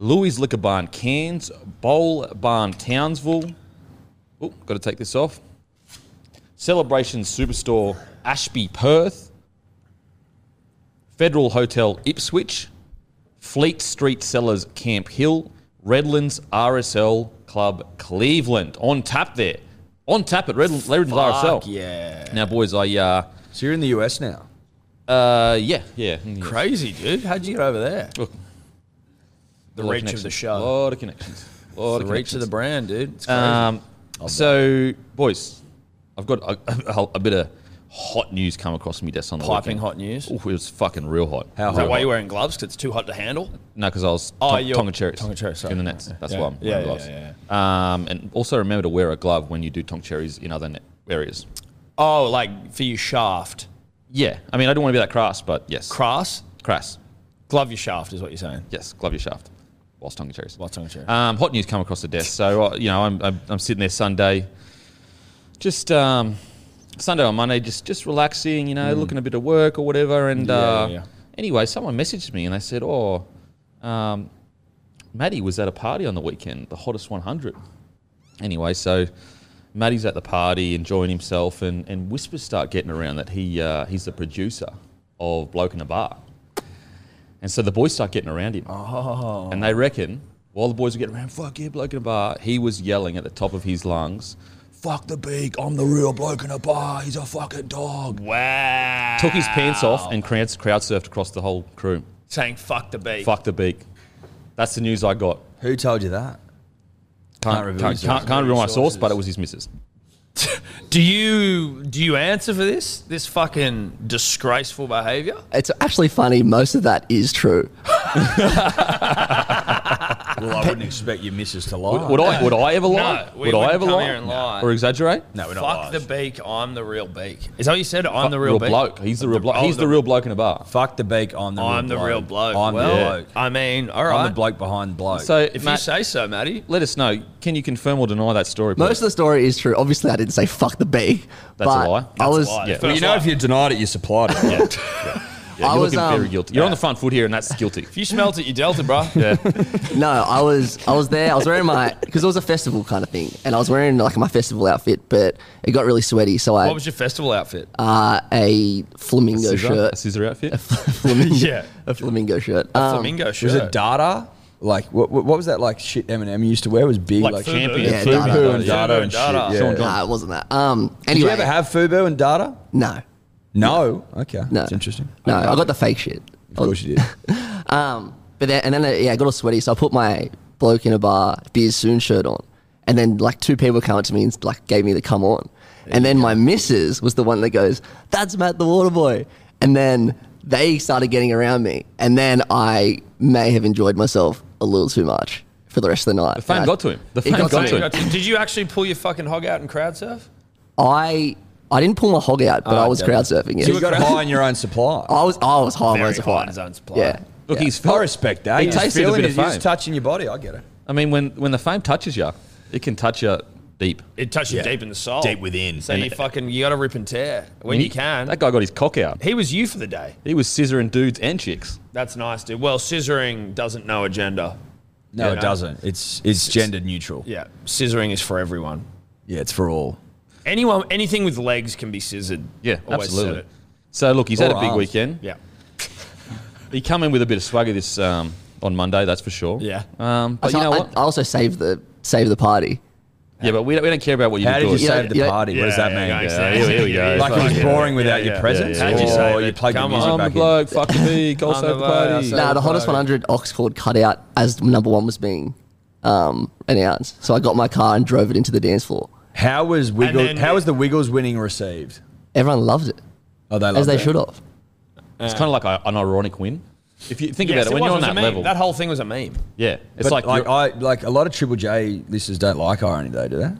Speaker 8: Louis Liquor Barn Cairns, Bowl Barn Townsville. Oh, got to take this off. Celebration Superstore Ashby Perth, Federal Hotel Ipswich, Fleet Street Cellars Camp Hill, Redlands RSL Club Cleveland. On tap there. On tap at Redlands, Redlands RSL.
Speaker 6: Fuck yeah.
Speaker 8: Now, boys, I. Uh,
Speaker 5: So you're in the US now.
Speaker 8: uh, yeah, yeah. yeah.
Speaker 6: Crazy, dude. How'd you get over there?
Speaker 8: Look.
Speaker 6: the
Speaker 8: lot
Speaker 6: reach of
Speaker 8: connections.
Speaker 6: the show.
Speaker 8: lot of connections. lot
Speaker 6: the
Speaker 8: of
Speaker 6: reach of the
Speaker 8: connections.
Speaker 6: brand, dude. It's crazy.
Speaker 8: Um, so, boys, I've got a, a, a bit of hot news come across my desk on the
Speaker 6: Piping
Speaker 8: weekend.
Speaker 6: hot news.
Speaker 8: Ooh, it was fucking real hot.
Speaker 5: How
Speaker 6: is
Speaker 5: hot?
Speaker 6: that why you're wearing gloves? Because it's too hot to handle?
Speaker 8: No, because I was
Speaker 6: Oh,
Speaker 8: tong-
Speaker 6: you're-
Speaker 8: tonga cherries.
Speaker 6: Tonga cherries, sorry.
Speaker 8: in the nets. That's
Speaker 6: Yeah.
Speaker 8: why I'm
Speaker 6: Yeah,
Speaker 8: wearing
Speaker 6: yeah,
Speaker 8: gloves.
Speaker 6: yeah,
Speaker 8: Um, and also remember to wear a glove when you do tonga cherries in other net areas.
Speaker 6: Oh, like for your shaft.
Speaker 8: Yeah, I mean I don't want to be that crass, but yes,
Speaker 6: Crass?
Speaker 8: crass.
Speaker 6: Glove your shaft is what you're saying.
Speaker 8: Yes, glove your shaft whilst tonga cherries.
Speaker 6: What's on your
Speaker 8: Um, hot news come across the desk. So uh, you know, I'm, I'm, I'm sitting there Sunday, just um, Sunday or Monday, just just relaxing. You know, looking a bit of work or whatever. And uh,
Speaker 6: Hmm. yeah, yeah.
Speaker 8: anyway, someone messaged me and they said, "Oh, um, Maddie was at a party on the weekend, the hottest 100." Anyway, so Maddie's at the party enjoying himself, and, and whispers start getting around that he uh, he's the producer of Bloke in a Bar. And so the boys start getting around him. And they reckon, while the boys were getting around, fuck yeah, bloke in a bar, he was yelling at the top of his lungs, fuck the beak, I'm the real bloke in a bar, he's a fucking dog.
Speaker 6: Wow.
Speaker 8: Took his pants off and crowd, crowd surfed across the whole crew.
Speaker 6: Saying fuck the beat.
Speaker 8: Fuck the beak. That's the news I got.
Speaker 5: Who told you that? Can't
Speaker 8: Can't,
Speaker 5: reveal
Speaker 8: can't,
Speaker 5: your
Speaker 8: can't,
Speaker 5: sources.
Speaker 8: can't reveal my source,
Speaker 5: Sources.
Speaker 8: but it was his missus.
Speaker 6: Do you do you answer for this? This fucking disgraceful behavior?
Speaker 9: It's actually funny. Most of that is true.
Speaker 5: Well, I wouldn't expect your missus to lie.
Speaker 8: Would, would I? Would I ever lie?
Speaker 6: No, we
Speaker 8: would I
Speaker 6: wouldn't
Speaker 8: ever
Speaker 6: come
Speaker 8: lie?
Speaker 6: here and lie.
Speaker 8: Or exaggerate?
Speaker 5: No, we're not
Speaker 6: Fuck
Speaker 5: liars.
Speaker 6: the beak. I'm the real beak. Is that what you said? I'm the real,
Speaker 8: real
Speaker 6: beak.
Speaker 8: bloke. He's the real bloke.
Speaker 6: oh,
Speaker 8: He's the
Speaker 6: the-
Speaker 8: real bloke in a bar.
Speaker 5: Fuck the beak. I'm the
Speaker 6: I'm
Speaker 5: real
Speaker 6: the
Speaker 5: bloke.
Speaker 6: real bloke.
Speaker 5: I'm
Speaker 6: well,
Speaker 5: the bloke.
Speaker 6: I mean, all right.
Speaker 5: I'm the bloke behind bloke.
Speaker 8: So,
Speaker 6: If you
Speaker 8: Matt,
Speaker 6: say so, Matty.
Speaker 8: let us know. Can you confirm or deny that story?
Speaker 9: Most of the story is true. Obviously, I didn't say fuck the bee.
Speaker 8: That's a
Speaker 9: but
Speaker 8: lie.
Speaker 9: I
Speaker 8: That's
Speaker 9: was.
Speaker 6: Yeah.
Speaker 8: Well,
Speaker 6: First
Speaker 5: you know,
Speaker 6: line.
Speaker 5: if you denied it, you supplied it.
Speaker 8: Yeah,
Speaker 9: I
Speaker 8: you're
Speaker 9: was,
Speaker 8: looking very
Speaker 9: um,
Speaker 8: guilty. You're on the front foot here, and that's guilty.
Speaker 6: If you smelt it, you dealt it, bro. Yeah.
Speaker 9: No, I was I was there. I was wearing my because it was a festival kind of thing, and I was wearing like my festival outfit, but it got really sweaty, so I
Speaker 6: What was your festival outfit?
Speaker 9: uh, a flamingo
Speaker 8: Scissor, a
Speaker 9: shirt.
Speaker 8: scissor outfit.
Speaker 9: flamingo,
Speaker 6: Yeah.
Speaker 9: a flamingo shirt. Um,
Speaker 6: Flamingo shirt.
Speaker 5: Was it Dada? Like what, what? what was that like? Shit, Eminem used to wear was big,
Speaker 6: Like
Speaker 5: like,
Speaker 6: Fubu.
Speaker 5: champion,
Speaker 9: Yeah,
Speaker 5: Fubu
Speaker 9: Dada.
Speaker 5: and
Speaker 6: Fubu
Speaker 5: Dada
Speaker 6: and
Speaker 5: and
Speaker 6: Dada.
Speaker 5: shit.
Speaker 8: Sean
Speaker 5: Yeah.
Speaker 8: John-
Speaker 9: nah, it wasn't that. Um.
Speaker 5: Did you
Speaker 9: Anyway,
Speaker 5: ever have Fubu and Dada?
Speaker 9: no,
Speaker 5: No. Okay,
Speaker 9: no.
Speaker 5: that's interesting.
Speaker 9: No, I got the fake shit.
Speaker 5: Of course you did.
Speaker 9: Um, but then, and then uh, yeah, I got all sweaty, so I put my bloke in a bar beers soon shirt on, and then like two people come up to me and like gave me the come on, and then my missus was the one that goes, "That's Matt the Water Boy," and then they started getting around me, and then I may have enjoyed myself a little too much for the rest of the night. The
Speaker 8: fame got to him. The fame got to him.
Speaker 6: Did you actually pull your fucking hog out and crowd surf?
Speaker 9: I I didn't pull my hog out, but I was crowd surfing. Yeah.
Speaker 5: you got high on your own supply.
Speaker 9: I was I was high on my
Speaker 6: Very
Speaker 9: supply.
Speaker 6: high on his own supply.
Speaker 9: Yeah.
Speaker 8: Look, he's.
Speaker 5: I
Speaker 8: felt-
Speaker 5: respect that.
Speaker 8: He
Speaker 5: You're just
Speaker 8: tasted a
Speaker 5: feeling
Speaker 8: bit of
Speaker 5: it, you're just
Speaker 8: fame.
Speaker 5: touching your body. I get it.
Speaker 8: I mean, when when the fame touches you, it can touch you deep.
Speaker 6: It touched you deep in the soul.
Speaker 5: Deep within.
Speaker 6: So you fucking, you got to rip and tear when you can.
Speaker 8: That guy got his cock out.
Speaker 6: He was you for the day.
Speaker 8: He was scissoring dudes and chicks.
Speaker 6: That's nice, dude. Well, scissoring doesn't know agenda.
Speaker 5: No,
Speaker 6: Yeah,
Speaker 5: it
Speaker 6: no.
Speaker 5: doesn't. It's it's gender neutral.
Speaker 6: Yeah. Scissoring is for everyone.
Speaker 5: Yeah, it's for all.
Speaker 6: Anyone, anything with legs can be scissored.
Speaker 8: Yeah,
Speaker 6: Always said
Speaker 8: absolutely.
Speaker 6: it.
Speaker 8: So look, he's had
Speaker 5: Or
Speaker 8: a big
Speaker 5: arms.
Speaker 8: weekend.
Speaker 6: Yeah.
Speaker 8: He come in with a bit of swagger this um, on Monday, that's for sure.
Speaker 6: Yeah.
Speaker 8: Um, but
Speaker 9: So
Speaker 8: you know
Speaker 9: I,
Speaker 8: what?
Speaker 9: I also saved the saved the party.
Speaker 8: yeah, but we don't, we don't care about what you
Speaker 5: How
Speaker 8: did.
Speaker 5: did you
Speaker 8: good.
Speaker 9: Yeah,
Speaker 5: save the
Speaker 9: yeah.
Speaker 5: party? what does that mean?
Speaker 6: guys,
Speaker 8: Yeah, here we- here we go.
Speaker 5: Like it was
Speaker 6: fucking-
Speaker 5: boring
Speaker 6: yeah,
Speaker 5: without your
Speaker 6: yeah. Oh,
Speaker 5: presence,
Speaker 6: How'd you
Speaker 5: or
Speaker 6: save
Speaker 5: you
Speaker 6: it?
Speaker 5: played the
Speaker 6: Come
Speaker 5: music
Speaker 6: on.
Speaker 5: back
Speaker 8: I'm
Speaker 5: in?
Speaker 8: bloke, fuck the bee, go
Speaker 6: I'm
Speaker 8: save the
Speaker 6: the bloke,
Speaker 8: party.
Speaker 6: I
Speaker 9: No, the hottest 100 Oxford cut out as number one was being um, announced. So I got my car and drove it into the dance floor.
Speaker 5: How was Wiggles?
Speaker 6: then-
Speaker 5: how was the Wiggles winning received?
Speaker 9: Everyone loved it,
Speaker 5: Oh, they
Speaker 9: as
Speaker 5: loved
Speaker 9: they
Speaker 5: it.
Speaker 9: should have.
Speaker 8: It's kind of like a, an ironic win. If you think
Speaker 6: Yes,
Speaker 8: about it,
Speaker 6: it
Speaker 8: when
Speaker 6: was,
Speaker 8: you're on
Speaker 6: it was a
Speaker 8: that
Speaker 6: meme.
Speaker 8: level,
Speaker 6: That whole thing was a meme.
Speaker 8: yeah,
Speaker 5: But
Speaker 8: it's like,
Speaker 5: like,
Speaker 8: like
Speaker 5: I like a lot of Triple J listeners don't like irony though, do they?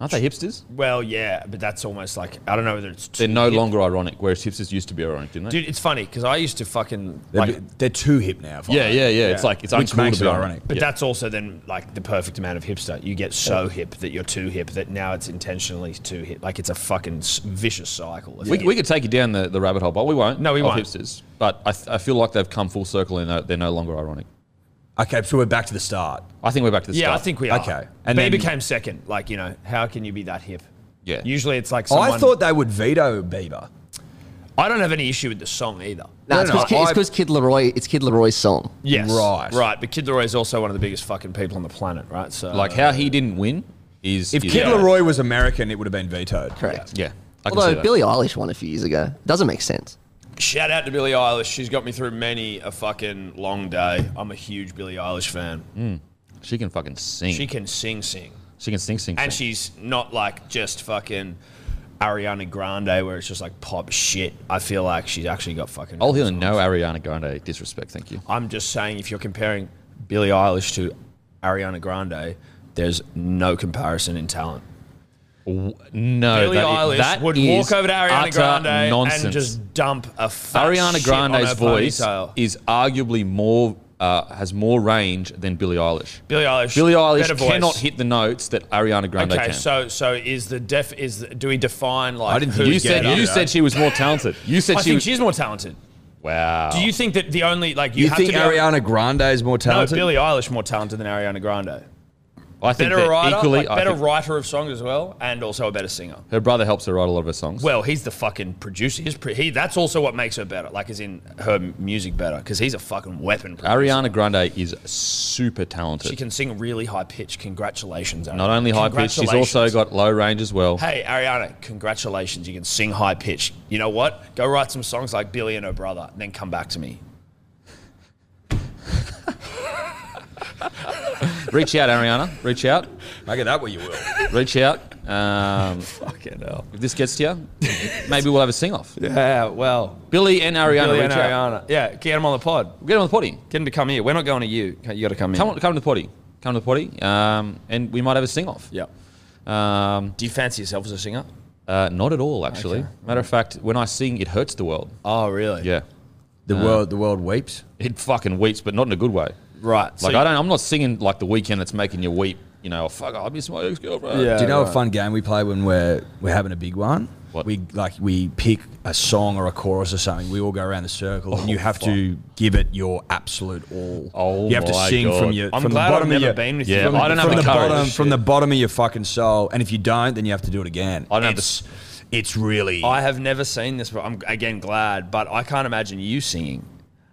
Speaker 8: aren't they hipsters?
Speaker 6: Well, yeah, but that's almost like I don't know whether it's
Speaker 8: They're no
Speaker 6: hip.
Speaker 8: longer ironic, whereas hipsters used to be ironic, didn't they?
Speaker 6: Dude, it's funny because I used to fucking
Speaker 5: They're,
Speaker 6: like,
Speaker 5: bit- they're too hip now. for
Speaker 8: yeah,
Speaker 5: irony.
Speaker 8: yeah, yeah, It's like it's
Speaker 5: Which
Speaker 8: uncool
Speaker 5: makes
Speaker 8: to be
Speaker 5: it
Speaker 8: ironic.
Speaker 5: ironic.
Speaker 6: but
Speaker 8: Yeah.
Speaker 6: that's also then like the perfect amount of hipster. You get so hip that you're too hip that now it's intentionally too hip. Like it's a fucking s- vicious cycle. If
Speaker 8: We,
Speaker 6: you
Speaker 8: we
Speaker 6: get-
Speaker 8: could take you down the, the rabbit hole, but we won't.
Speaker 6: No, we
Speaker 8: of
Speaker 6: won't.
Speaker 8: Hipsters, but I, th- I feel like they've come full circle and they're, they're no longer ironic.
Speaker 5: Okay, so we're back to the start.
Speaker 8: I think we're back to the
Speaker 6: yeah, I
Speaker 8: start.
Speaker 6: think we are.
Speaker 5: Okay.
Speaker 6: and but
Speaker 5: And
Speaker 6: he
Speaker 5: then-
Speaker 6: became second. Like you know, how can you be that hip?
Speaker 8: Yeah.
Speaker 6: Usually it's like
Speaker 5: Oh,
Speaker 6: someone,
Speaker 5: I thought they would veto Bieber.
Speaker 6: I don't have any issue with the song either.
Speaker 9: No,
Speaker 5: No,
Speaker 9: it's
Speaker 5: no,
Speaker 9: because
Speaker 5: I-
Speaker 9: Kid Leroy. It's Kid Leroy's song.
Speaker 6: Yes,
Speaker 5: Right.
Speaker 6: right. But Kid Leroy is also one of the biggest fucking people on the planet, right? So
Speaker 8: like how he didn't win is
Speaker 5: If
Speaker 8: is-
Speaker 5: Kid
Speaker 8: yeah.
Speaker 5: Leroy was American, it would have been vetoed.
Speaker 9: Correct.
Speaker 8: yeah. I can see
Speaker 9: Although
Speaker 8: that.
Speaker 9: Billie Eilish won a few years ago, doesn't make sense.
Speaker 6: Shout out to Billie Eilish. She's got me through many a fucking long day. I'm a huge Billie Eilish fan.
Speaker 5: Mm.
Speaker 8: she can fucking sing.
Speaker 6: She
Speaker 8: She can,
Speaker 6: can sing, sing.
Speaker 8: sing, sing,
Speaker 6: And
Speaker 8: sing.
Speaker 6: she's not like just fucking Ariana Grande where it's just like pop shit. I feel like she's actually got fucking.
Speaker 8: I'll hear no Ariana Grande disrespect. Thank you.
Speaker 6: I'm just saying, if you're comparing Billie Eilish to Ariana Grande, there's no comparison in talent.
Speaker 8: No,
Speaker 6: Billie
Speaker 8: Oh, that i-
Speaker 6: Eilish
Speaker 8: that
Speaker 6: would
Speaker 8: is
Speaker 6: walk over to Ariana
Speaker 8: utter
Speaker 6: Grande
Speaker 8: nonsense.
Speaker 6: and just dump a fat
Speaker 8: Ariana
Speaker 6: shit on
Speaker 8: Grande's
Speaker 6: her
Speaker 8: voice
Speaker 6: ponytail.
Speaker 8: is arguably more uh, has more range than Billie Eilish.
Speaker 6: Billie Eilish.
Speaker 8: Billie
Speaker 6: better
Speaker 8: Eilish
Speaker 6: voice.
Speaker 8: cannot hit the notes that Ariana Grande
Speaker 6: Okay,
Speaker 8: can.
Speaker 6: so so is the def is the, do we define like
Speaker 5: I didn't
Speaker 6: who-
Speaker 5: think
Speaker 8: you
Speaker 5: get
Speaker 8: said
Speaker 5: it,
Speaker 8: you
Speaker 5: I-
Speaker 8: said she was more talented. You said
Speaker 6: I
Speaker 8: she Oh.
Speaker 6: think
Speaker 8: was
Speaker 6: she's more talented.
Speaker 8: wow.
Speaker 6: Do you think that the only like you,
Speaker 5: You
Speaker 6: have
Speaker 5: think
Speaker 6: to be able-
Speaker 5: Ariana Grande is more
Speaker 6: no
Speaker 5: talented?
Speaker 6: Billie Eilish more talented than Ariana Grande?
Speaker 8: I think
Speaker 6: Better
Speaker 8: they're
Speaker 6: writer,
Speaker 8: equally.
Speaker 6: like,
Speaker 8: I
Speaker 6: better
Speaker 8: think
Speaker 6: writer of songs as well, and also a better singer.
Speaker 8: her brother helps her write a lot of her songs.
Speaker 6: Well, he's the fucking producer. He's pre- he. That's also what makes her better. Like, is in her music better because he's a fucking weapon. Producer.
Speaker 8: Ariana Grande is super talented.
Speaker 6: she can sing really high pitch. Congratulations, Ariana.
Speaker 8: Not only high pitch, she's also
Speaker 6: Congratulations.
Speaker 8: got low range as well.
Speaker 6: Hey, Ariana, congratulations. You can sing high pitch. You know what? Go write some songs like Billy and her brother, and then come back to me.
Speaker 8: Reach out, Ariana. Reach out.
Speaker 5: Make it that way you will.
Speaker 8: Reach out. Um,
Speaker 6: Fucking hell.
Speaker 8: if this gets to you, maybe we'll have a sing off.
Speaker 6: Yeah, well.
Speaker 8: Billy and Ariana.
Speaker 6: Billy and
Speaker 8: reach
Speaker 6: Ariana.
Speaker 8: out.
Speaker 6: Yeah, get them on the pod.
Speaker 8: Get on the potty.
Speaker 6: Get them to come here. We're not going to you. You got to come here.
Speaker 8: Come on, come to the potty. Come to the potty. Um, and we might have a sing off.
Speaker 6: Yeah.
Speaker 8: Um,
Speaker 6: Do you fancy yourself as a singer?
Speaker 8: uh, not at all, actually. Matter of fact, when I sing, it hurts the world.
Speaker 6: Oh, really?
Speaker 8: Yeah.
Speaker 5: The world, the world weeps.
Speaker 8: It fucking weeps, but not in a good way.
Speaker 6: Right.
Speaker 8: Like I don't. I'm not singing like the weekend that's making you weep. You know, "Oh, fuck. I miss my ex girlfriend.
Speaker 6: Yeah.
Speaker 5: Do you know
Speaker 6: right.
Speaker 5: a fun game we play when we're we're having a big one?
Speaker 8: What?
Speaker 5: We like we pick a song or a chorus or something. We all go around the circle, and you have to give it your absolute all.
Speaker 8: Oh
Speaker 5: you have to
Speaker 8: my
Speaker 5: sing from
Speaker 8: God.
Speaker 5: your
Speaker 6: I'm
Speaker 5: from
Speaker 6: glad I've
Speaker 5: the bottom of
Speaker 6: never
Speaker 5: your
Speaker 6: been with
Speaker 8: Yeah,
Speaker 6: you.
Speaker 8: I don't have
Speaker 5: from
Speaker 8: the
Speaker 5: the
Speaker 8: courage.
Speaker 5: bottom from the bottom of your fucking soul. And if you don't, then you have to do it again.
Speaker 8: I don't have the-
Speaker 5: it's, it's really.
Speaker 6: I have never seen this, but I'm again glad. But I can't imagine you singing.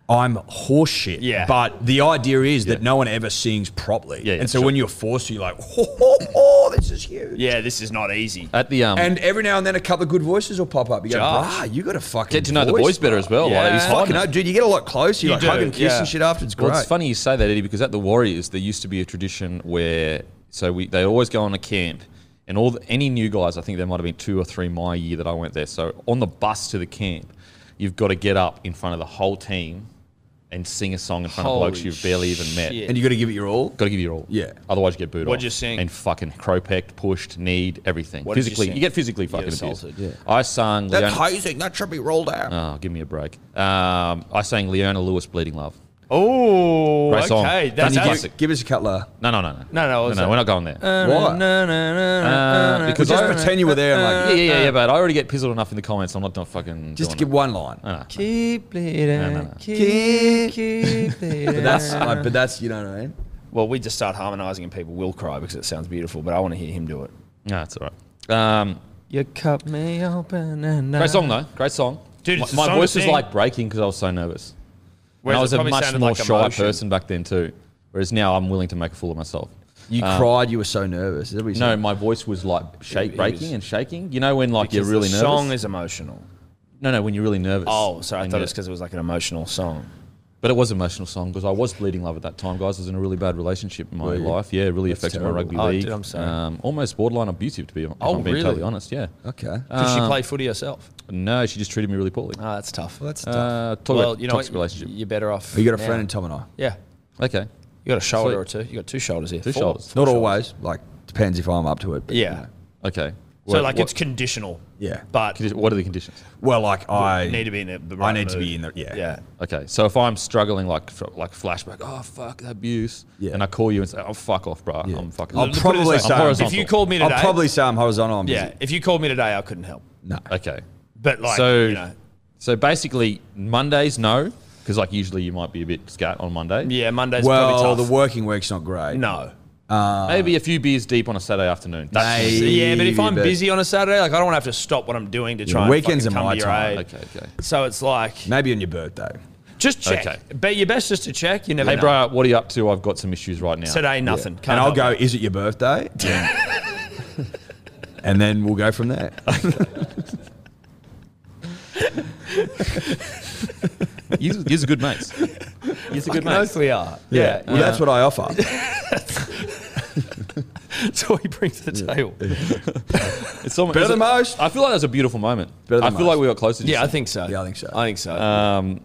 Speaker 5: I'm horseshit.
Speaker 6: Yeah.
Speaker 5: But the idea is that no one ever sings properly.
Speaker 8: Yeah, yeah,
Speaker 5: and so
Speaker 8: sure.
Speaker 5: when you're forced to, you're like, oh, oh, oh, this is huge.
Speaker 6: Yeah, this is not easy.
Speaker 8: At the um.
Speaker 5: And every now and then a couple of good voices will pop up. You go,
Speaker 6: Josh.
Speaker 5: ah, you got to fucking
Speaker 8: get to know the
Speaker 5: voice,
Speaker 8: boys better
Speaker 5: bro."
Speaker 8: as well.
Speaker 6: Yeah.
Speaker 8: Like, he's
Speaker 5: Fucking
Speaker 8: hiding it.
Speaker 5: hell, dude, you get a lot closer. You,
Speaker 6: You
Speaker 5: like
Speaker 6: do,
Speaker 5: hug and kiss
Speaker 6: yeah.
Speaker 5: and shit after. It's great.
Speaker 8: Well, it's funny you say that, Eddie, because at the Warriors there used to be a tradition where so we they always go on a camp, and all the, any new guys. I think there might have been two or three my year that I went there. So on the bus to the camp, you've got to get up in front of the whole team and sing a song in front
Speaker 6: Holy
Speaker 8: of blokes you've barely even met.
Speaker 6: shit.
Speaker 5: And you got to give it your all.
Speaker 8: Got to give you your all.
Speaker 5: Yeah.
Speaker 8: Otherwise, you get booed
Speaker 6: What'd
Speaker 8: off
Speaker 6: you sing?
Speaker 8: And fucking crow pecked, pushed, kneed, everything.
Speaker 6: What did you
Speaker 8: physically, you,
Speaker 6: sing?
Speaker 8: get physically fucking abused.
Speaker 6: assaulted.
Speaker 8: I sung.
Speaker 5: That's
Speaker 8: Leona-
Speaker 5: hazing. That should be rolled out.
Speaker 8: oh, give me a break. Um, I sang Leona Lewis, "Bleeding Love."
Speaker 6: Oh,
Speaker 8: Great song.
Speaker 6: okay.
Speaker 8: That's
Speaker 6: That's
Speaker 5: Give-
Speaker 8: classic.
Speaker 5: give us a couple of.
Speaker 8: No, no, no, no,
Speaker 6: No, no, it
Speaker 8: no,
Speaker 6: was
Speaker 8: no
Speaker 6: a-
Speaker 8: we're not going there.
Speaker 5: What?
Speaker 8: Uh, because
Speaker 5: just
Speaker 8: I-
Speaker 5: pretend you were there and
Speaker 8: yeah,
Speaker 5: like,
Speaker 8: yeah, yeah, yeah, but I already get pizzled enough in the comments. I'm not doing fucking.
Speaker 5: just
Speaker 8: doing
Speaker 5: give
Speaker 8: it.
Speaker 5: one line.
Speaker 8: No, no.
Speaker 6: Keep bleeding.
Speaker 8: No, no, no.
Speaker 6: Keep, keep
Speaker 5: But
Speaker 6: bleeding.
Speaker 5: that's, like, but that's, you know what I mean?
Speaker 6: well, we just start harmonizing and people will cry because it sounds beautiful, but I want to hear him do it.
Speaker 8: no, it's all right. Um,
Speaker 6: You cut me open and
Speaker 8: great song though. Great song.
Speaker 6: Dude,
Speaker 8: my,
Speaker 6: it's a
Speaker 8: my
Speaker 6: song to
Speaker 8: voice was
Speaker 6: sing.
Speaker 8: like breaking because I was so nervous. And
Speaker 6: Whereas
Speaker 8: I was
Speaker 6: it
Speaker 8: a
Speaker 6: probably
Speaker 8: much
Speaker 6: sounded
Speaker 8: more
Speaker 6: like
Speaker 8: shy
Speaker 6: emotion.
Speaker 8: person back then too. Whereas now I'm willing to make a fool of myself.
Speaker 5: You cried. You were so nervous. Is that what you
Speaker 8: Uh, No,
Speaker 5: said?
Speaker 8: my voice was like shake,
Speaker 6: It- it
Speaker 8: breaking
Speaker 6: was-
Speaker 8: and shaking. You know when like you're really
Speaker 6: the
Speaker 8: nervous.
Speaker 6: song is emotional.
Speaker 8: no, no, when you're really nervous.
Speaker 6: Oh, sorry. I
Speaker 8: And
Speaker 6: thought it
Speaker 8: you're-
Speaker 6: was because it was like an emotional song.
Speaker 8: But it was an emotional song because I was bleeding love at that time, guys. I was in a really bad relationship in my life. Yeah, it really affected my rugby
Speaker 6: Oh,
Speaker 8: league.
Speaker 6: dude, I'm sorry.
Speaker 8: Um, almost borderline abusive, to be honest.
Speaker 6: Oh,
Speaker 8: I'm being
Speaker 6: really?
Speaker 8: totally honest, yeah.
Speaker 5: Okay.
Speaker 8: Uh,
Speaker 6: Did she play footy herself?
Speaker 8: No, she just treated me really poorly.
Speaker 6: Oh, that's tough.
Speaker 5: Well, that's tough.
Speaker 8: Uh, talk
Speaker 6: well,
Speaker 8: about
Speaker 6: you know,
Speaker 8: toxic
Speaker 6: what?
Speaker 8: relationship.
Speaker 6: you're better off.
Speaker 5: you got a
Speaker 6: now.
Speaker 5: friend in Tom and I.
Speaker 6: Yeah.
Speaker 8: Okay,
Speaker 6: You got a shoulder
Speaker 8: Sweet.
Speaker 6: or two. You got two shoulders here.
Speaker 8: two
Speaker 6: Four.
Speaker 8: shoulders.
Speaker 5: Not always. Like depends if I'm up to it. But,
Speaker 6: Yeah.
Speaker 5: you know.
Speaker 8: Okay.
Speaker 6: So
Speaker 8: What-
Speaker 6: like
Speaker 8: what-
Speaker 6: it's conditional.
Speaker 5: Yeah.
Speaker 6: But
Speaker 8: condi- what are the conditions?
Speaker 5: Well, like I
Speaker 6: need to be in it.
Speaker 5: I need to be in the yeah.
Speaker 6: Yeah.
Speaker 8: Okay, so if I'm struggling, like fr- like flashback, oh fuck abuse,
Speaker 5: Yeah.
Speaker 8: and I call you and say, oh fuck off, bro, I'm fucking.
Speaker 6: Oh,
Speaker 5: I'll
Speaker 8: Look,
Speaker 5: probably
Speaker 8: put it this
Speaker 5: say
Speaker 8: way, I'm
Speaker 6: If
Speaker 8: horizontal.
Speaker 6: you called me today,
Speaker 5: I'll probably say I'm horizontal. I'm busy.
Speaker 6: yeah. If you called me today, I couldn't help.
Speaker 5: No.
Speaker 8: Okay,
Speaker 6: But like,
Speaker 8: so
Speaker 6: you know,
Speaker 8: so basically Mondays no, because like usually you might be a bit scat on Monday.
Speaker 6: yeah, Monday's
Speaker 5: Well,
Speaker 6: probably
Speaker 5: the
Speaker 6: tough.
Speaker 5: working week's not great.
Speaker 6: no.
Speaker 8: Uh, Maybe a few beers deep on a Saturday afternoon. That's
Speaker 5: Maybe,
Speaker 6: yeah, but if I'm
Speaker 5: but-
Speaker 6: busy on a Saturday, like I don't want to have to stop what I'm doing to try. and
Speaker 5: weekends
Speaker 6: fucking
Speaker 5: are
Speaker 6: come
Speaker 5: my
Speaker 6: to your
Speaker 5: time.
Speaker 6: aid.
Speaker 8: okay. Okay.
Speaker 6: So it's like
Speaker 5: Maybe on your birthday.
Speaker 6: just check.
Speaker 8: Okay.
Speaker 6: But your best is to check. You never.
Speaker 8: Hey,
Speaker 6: know.
Speaker 8: bro, what are you up to? I've got some issues right now.
Speaker 6: Today, nothing. Can't
Speaker 5: and I'll
Speaker 6: help
Speaker 5: go.
Speaker 6: you.
Speaker 5: Is it your birthday? and then we'll go from there.
Speaker 8: He's, he's a good mate. He's a good mate.
Speaker 6: Mostly are.
Speaker 5: Yeah. Well, that's what I offer.
Speaker 6: That's what he brings to the table.
Speaker 8: It's almost,
Speaker 5: Better
Speaker 8: it's
Speaker 5: than
Speaker 8: a-
Speaker 5: most.
Speaker 8: I feel like that was a beautiful moment.
Speaker 5: Better than
Speaker 8: I feel like
Speaker 5: most.
Speaker 8: we got closer. To
Speaker 6: Yeah, I
Speaker 8: something.
Speaker 6: think so.
Speaker 5: Yeah, I think so.
Speaker 6: I think so.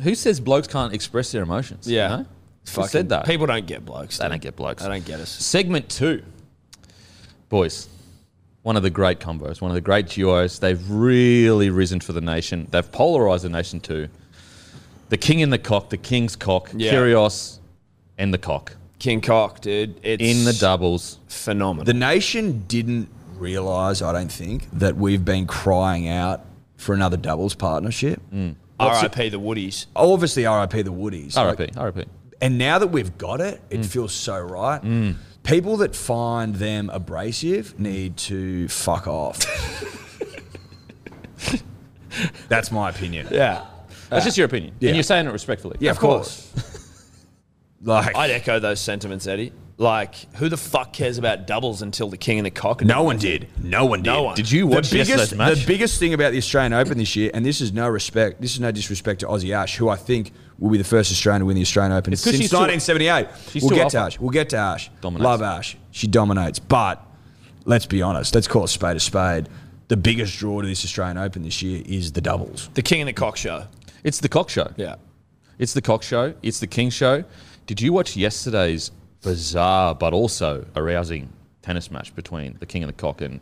Speaker 8: Who says blokes can't express their emotions? you
Speaker 6: yeah.
Speaker 8: know? Who
Speaker 6: Fucking-
Speaker 8: said that?
Speaker 6: People don't get blokes.
Speaker 8: they
Speaker 6: dude.
Speaker 8: don't get blokes.
Speaker 6: They don't get us.
Speaker 8: Segment two, boys. One of the great combos, one of the great duos. They've really risen for the nation. They've polarized the nation too. The king in the cock, the king's cock,
Speaker 6: Yeah.
Speaker 8: Kyrgios, and the cock
Speaker 6: King Cock, dude. It's
Speaker 8: in the doubles.
Speaker 6: phenomenal.
Speaker 5: The nation didn't realise, I don't think, that we've been crying out for another doubles partnership.
Speaker 6: Mm. R.I.P. the Woodies.
Speaker 5: Obviously, RIP the Woodies. Like,
Speaker 8: RIP, RIP.
Speaker 5: And now that we've got it, it feels so right. People that find them abrasive need to fuck off. That's my opinion.
Speaker 6: Yeah.
Speaker 8: That's just your opinion,
Speaker 5: Yeah.
Speaker 8: and you're saying it respectfully.
Speaker 5: Yeah, of, course. like,
Speaker 6: I'd echo those sentiments, Eddie. Like, who the fuck cares about doubles until the king and the cock?
Speaker 5: No one did. No one did.
Speaker 6: No one.
Speaker 8: Did you watch
Speaker 5: the biggest,
Speaker 8: yesterday's match?
Speaker 5: The biggest thing about the Australian Open this year, and this is no respect, this is no disrespect to Aussie Ash, who I think will be the first Australian to win the Australian Open
Speaker 8: 'cause
Speaker 5: since
Speaker 8: she's still-
Speaker 5: 1978.
Speaker 8: she's
Speaker 5: we'll
Speaker 8: still
Speaker 5: get to
Speaker 8: up-
Speaker 5: Ash. We'll get to Ash.
Speaker 8: Dominates.
Speaker 5: Love Ash. She dominates. But let's be honest. Let's call it spade a spade. The biggest draw to this Australian Open this year is the doubles.
Speaker 6: The king and the cock show.
Speaker 8: It's the cock show.
Speaker 6: Yeah.
Speaker 8: It's the cock show. It's the king show. Did you watch yesterday's bizarre but also arousing tennis match between the king and the cock? And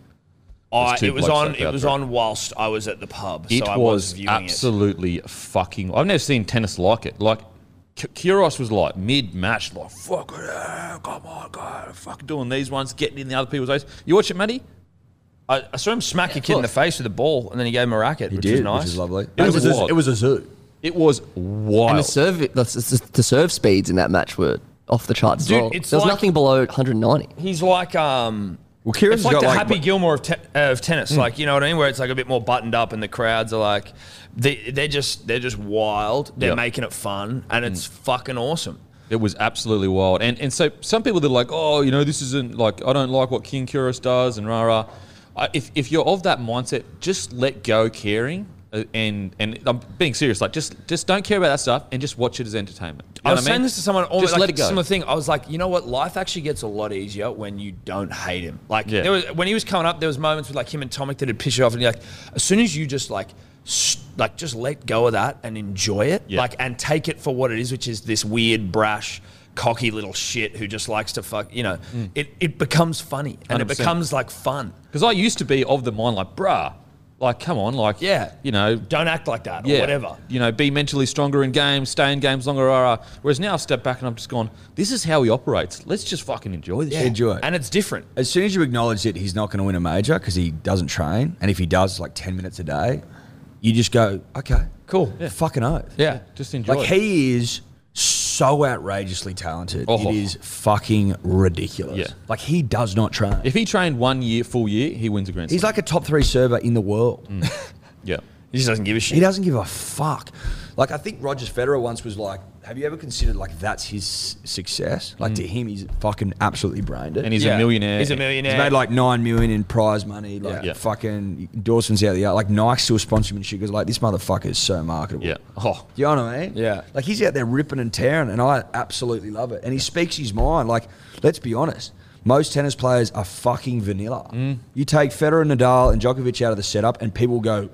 Speaker 6: I,
Speaker 8: two
Speaker 6: it was
Speaker 8: blokes
Speaker 6: on.
Speaker 8: that
Speaker 6: It
Speaker 8: crowd
Speaker 6: was
Speaker 8: throw.
Speaker 6: on whilst I was at the pub.
Speaker 8: it
Speaker 6: so I was
Speaker 8: was
Speaker 6: viewing it.
Speaker 8: absolutely fucking. I've never seen tennis like it. Like K- Kyrgios was like mid match, like fuck it, eh, come on, go, fuck doing these ones, getting in the other people's eyes. You watch it, Matty?
Speaker 6: I, I saw him smack a kid in the
Speaker 8: course.
Speaker 6: face with a ball, and then he gave him a racket, which
Speaker 5: did,
Speaker 6: was nice.
Speaker 5: which is lovely.
Speaker 8: It was
Speaker 5: a-
Speaker 8: wild.
Speaker 5: it was a zoo.
Speaker 8: It was wild.
Speaker 9: And the serve, the, the the serve speeds in that match were off the charts
Speaker 6: Dude,
Speaker 9: as well.
Speaker 6: it's
Speaker 9: There was
Speaker 6: like-
Speaker 9: nothing below 190.
Speaker 6: He's like um.
Speaker 5: Well, Kyrgios
Speaker 6: it's
Speaker 5: has
Speaker 6: like
Speaker 5: got
Speaker 6: the
Speaker 5: like-
Speaker 6: Happy Gilmore of, te- uh, of
Speaker 8: Hmm.
Speaker 6: tennis, like you know what I mean, where it's like a bit more buttoned up, and the crowds are like, they, they're just they're just wild. They're
Speaker 8: Yeah. Hmm.
Speaker 6: making it fun, and it's fucking awesome.
Speaker 8: It was absolutely wild. And and so some people they're like, oh, you know, this isn't like I don't like what King Kyrgios does and rah rah. I, if if you're of that mindset, just let go caring. uh, And and I'm being serious. Like just just don't care about that stuff and just watch it as entertainment. You know
Speaker 6: I was
Speaker 8: what
Speaker 6: saying
Speaker 8: mean?
Speaker 6: this to someone almost
Speaker 8: Just
Speaker 6: like
Speaker 8: let it go.
Speaker 6: similar thing. I was like, you know what? Life actually gets a lot easier when you don't hate him. Like
Speaker 8: Yeah.
Speaker 6: there was when he was coming up, there was moments with like him and Tomic that would piss you off, and you're like, as soon as you just like, st- like just let go of that and enjoy it,
Speaker 8: Yeah.
Speaker 6: like and take it for what it is, which is this weird, brash, cocky little shit who just likes to fuck. You know,
Speaker 8: Mm.
Speaker 6: it it becomes funny and it
Speaker 8: 100%.
Speaker 6: becomes like fun.
Speaker 8: Because I used to be of the mind like, bruh, like come on, like
Speaker 6: Yeah.
Speaker 8: you know,
Speaker 6: Don't act like that or
Speaker 8: yeah,
Speaker 6: whatever.
Speaker 8: You know, be mentally stronger in games, stay in games longer. Rah, rah. Whereas now I've stepped back and I'm just gone. This is how he operates. Let's just fucking enjoy this. shit.
Speaker 5: Enjoy.
Speaker 6: and it's different.
Speaker 5: As soon as you acknowledge that he's not going to win a major because he doesn't train, and if he does, it's like 10 minutes a day, you just go, okay,
Speaker 8: Cool. Yeah.
Speaker 5: Fucking oath.
Speaker 8: Yeah, just enjoy.
Speaker 5: Like,
Speaker 8: it.
Speaker 5: he is so outrageously talented.
Speaker 8: Oh.
Speaker 5: It is fucking ridiculous.
Speaker 8: Yeah.
Speaker 5: Like, he does not train.
Speaker 8: If he trained one year, full year, he wins a grand
Speaker 5: he's
Speaker 8: slam.
Speaker 5: like a top three server in the world.
Speaker 8: Mm. yeah.
Speaker 6: He just doesn't give a
Speaker 5: He
Speaker 6: shit.
Speaker 5: doesn't give a fuck. Like, I think Roger Federer once was like, have you ever considered, like, that's his s- success? Like, to him, he's fucking absolutely brained it.
Speaker 8: Mm. And he's
Speaker 6: Yeah.
Speaker 8: a millionaire.
Speaker 6: He's a millionaire.
Speaker 5: He's made like nine million in prize money, like
Speaker 8: Yeah. Yeah.
Speaker 5: fucking endorsements out the yard. Like Nike still sponsoring him and shit because like this motherfucker is so marketable.
Speaker 8: Yeah. Oh.
Speaker 5: You know what I mean?
Speaker 6: Yeah.
Speaker 5: Like he's out there ripping and tearing, and I absolutely love it. And he speaks his mind. Like, let's be honest. Most tennis players are fucking vanilla.
Speaker 8: Mm.
Speaker 5: You take Federer, Nadal, and Djokovic out of the setup, and people go,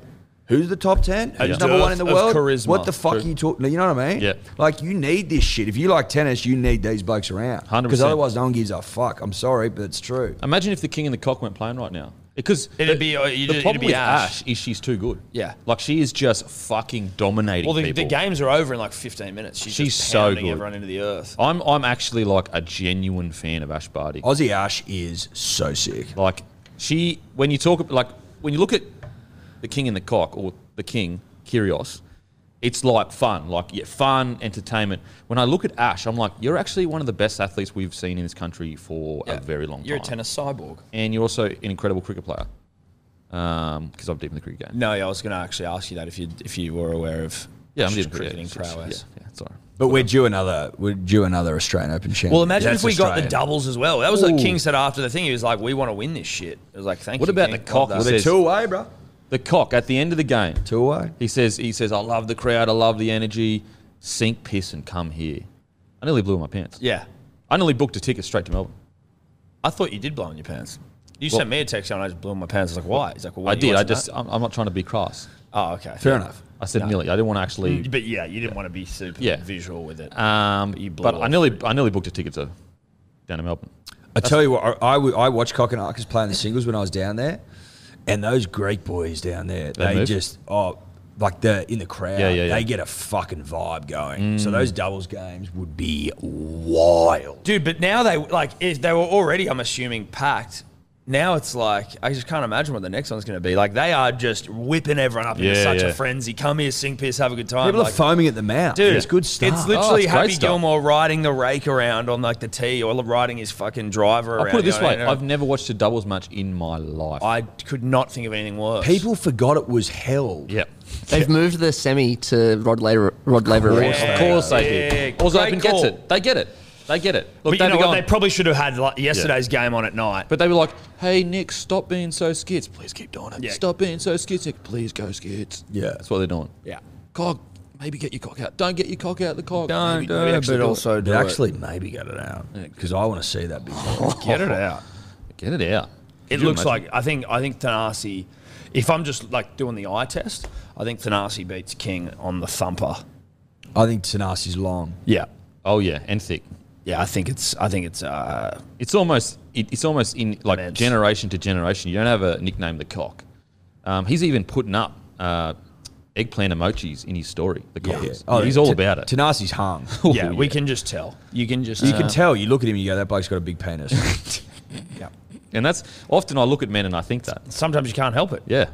Speaker 5: "Who's the top ten? Who's
Speaker 6: dearth
Speaker 5: number one in the
Speaker 6: of
Speaker 5: world?
Speaker 6: charisma.
Speaker 5: What the fuck
Speaker 8: True.
Speaker 5: are you talking? You know what I mean?
Speaker 8: Yeah.
Speaker 5: Like, you need this shit. If you like tennis, you need these blokes around.
Speaker 8: 100%.
Speaker 5: Because otherwise, no one gives a fuck. I'm sorry, but it's true.
Speaker 8: Imagine if the king and the cock weren't playing right now. Because
Speaker 6: It'd be- uh, you'd-
Speaker 8: the
Speaker 6: it'd
Speaker 8: problem
Speaker 6: be
Speaker 8: with
Speaker 6: Ash.
Speaker 8: Ash. is she's too good.
Speaker 6: Yeah.
Speaker 8: Like she is just fucking dominating.
Speaker 6: Well, the, the
Speaker 8: people.
Speaker 6: games are over in like 15 minutes. She's,
Speaker 8: She's
Speaker 6: just
Speaker 8: so
Speaker 6: pounding
Speaker 8: good.
Speaker 6: everyone into the earth.
Speaker 8: I'm I'm actually like a genuine fan of Ash Barty.
Speaker 5: Aussie Ash is so sick.
Speaker 8: Like she, when you talk like when you look at the king and the cock or the king Kyrios, it's like fun, like yeah, fun entertainment. When I look at Ash, I'm like, you're actually one of the best athletes we've seen in this country for a very long
Speaker 6: You're a
Speaker 8: time.
Speaker 6: tennis cyborg.
Speaker 8: and you're also an incredible cricket player. Because I'm deep in the cricket game.
Speaker 6: No, yeah, I was going to actually ask you that if you if you were aware of
Speaker 8: Yeah, I'm
Speaker 6: Ash's
Speaker 8: deep in
Speaker 6: cricketing
Speaker 8: cricket. Yeah,
Speaker 6: prowess.
Speaker 8: yeah, sorry.
Speaker 5: But we're due another. We're due another Australian Open champion.
Speaker 6: Well, imagine
Speaker 5: That's
Speaker 6: if we got the
Speaker 5: Australian.
Speaker 6: doubles as well. That was what
Speaker 8: Ooh.
Speaker 6: King said after the thing. He was like, "We want to win this shit." It was like, "Thank
Speaker 8: What
Speaker 6: you."
Speaker 8: about
Speaker 6: King.
Speaker 8: the
Speaker 6: Love
Speaker 8: cock?
Speaker 5: Well,
Speaker 6: that.
Speaker 5: they're two away, bro.
Speaker 8: The cock at the end of the game.
Speaker 5: Two away.
Speaker 8: He says, he says, I love the crowd, I love the energy. Sink, piss, and come here. I nearly blew my pants.
Speaker 6: Yeah,
Speaker 8: I nearly booked a ticket straight to Melbourne.
Speaker 6: I thought you did blow in your pants. You
Speaker 8: Well-
Speaker 6: sent me a text and I just blew in my pants. I was like, "Why?" He's like, well,
Speaker 8: I
Speaker 6: what, you
Speaker 8: did. I
Speaker 6: watching
Speaker 8: just,
Speaker 6: that?
Speaker 8: I'm, I'm not trying to be crass.
Speaker 6: Oh, okay.
Speaker 5: Fair enough.
Speaker 8: I said nearly. I didn't want to actually.
Speaker 6: But yeah, Uh, you didn't want to be super
Speaker 8: Yeah.
Speaker 6: visual with it.
Speaker 8: Um,
Speaker 6: Mm-hmm. You blew
Speaker 8: but
Speaker 6: off
Speaker 8: I nearly, I nearly booked a ticket to down to Melbourne.
Speaker 5: I tell you what, I, I, w- I watched Cock and Arcus playing the singles when I was down there, and those Greek boys down there,
Speaker 8: They
Speaker 5: they,
Speaker 8: move?
Speaker 5: just oh, like the in the crowd,
Speaker 8: Yeah, yeah, yeah.
Speaker 5: they get a fucking vibe
Speaker 6: Mm.
Speaker 5: going. So those doubles games would be wild.
Speaker 6: Dude, but now they like if they were already, I'm assuming, packed. Now it's like I just can't imagine what the next one's going to be. Like they are just whipping everyone up into
Speaker 8: Yeah,
Speaker 6: such
Speaker 8: yeah.
Speaker 6: a frenzy. Come here, sing piss, have a good time.
Speaker 5: People
Speaker 6: Like,
Speaker 5: are foaming at the mouth.
Speaker 6: dude,
Speaker 5: it's good stuff.
Speaker 6: It's literally
Speaker 8: it's great
Speaker 6: Happy
Speaker 8: stuff.
Speaker 6: Gilmore riding the rake around on like the tee or riding his fucking driver
Speaker 8: I'll
Speaker 6: around.
Speaker 8: put it
Speaker 6: you
Speaker 8: this
Speaker 6: know uh,
Speaker 8: way:
Speaker 6: what I mean?
Speaker 8: I've never watched a doubles match in my life.
Speaker 6: I could not think of anything worse.
Speaker 5: People forgot it was held.
Speaker 8: yeah.
Speaker 9: They've moved the semi to Rod Laver, Rod Laver Arena.
Speaker 5: Oh,
Speaker 8: Of course they did.
Speaker 6: Yeah,
Speaker 8: Also,
Speaker 6: great
Speaker 8: Open gets
Speaker 6: call.
Speaker 8: it. They get it. They get it.
Speaker 6: But you
Speaker 8: Look, they'd
Speaker 6: know
Speaker 8: be
Speaker 6: what?
Speaker 8: going-
Speaker 6: They probably should have had like, yesterday's game on at night.
Speaker 8: But they were like, "Hey Nick, stop being so skits. Please keep doing it.
Speaker 6: Yeah.
Speaker 8: Stop being so skits. Nick. Please go skits."
Speaker 5: Yeah.
Speaker 8: that's what they're doing.
Speaker 5: Yeah.
Speaker 8: Cog, maybe get your cock out. Don't get your cock out the cog. Maybe-
Speaker 6: do it, uh, but also
Speaker 5: But actually, maybe get it out because I want to see that big.
Speaker 6: get it out.
Speaker 8: get it out.
Speaker 6: uh, It
Speaker 8: Could you
Speaker 6: looks
Speaker 8: imagine?
Speaker 6: like I think I think Tanasi. If I'm just like doing the eye test, I think Tanasi beats King on the thumper.
Speaker 5: I think Tanasi's long.
Speaker 6: Yeah,
Speaker 8: Oh yeah, and thick.
Speaker 6: yeah. I think it's I think it's uh,
Speaker 8: It's almost it, it's almost in like
Speaker 6: Immense.
Speaker 8: generation to generation. You don't have a nickname, the cock. Um, he's even putting up uh, eggplant emojis in his story. The cock.
Speaker 6: Oh,
Speaker 8: he's all
Speaker 5: T-
Speaker 8: about it.
Speaker 5: Tanasi's hung.
Speaker 6: yeah. We can just tell. You can just uh,
Speaker 5: You
Speaker 6: tell.
Speaker 5: can tell. You look at him, you go, that bloke's got a big penis.
Speaker 8: and that's often I look at men and I think that.
Speaker 6: sometimes you can't help it.
Speaker 8: Yeah,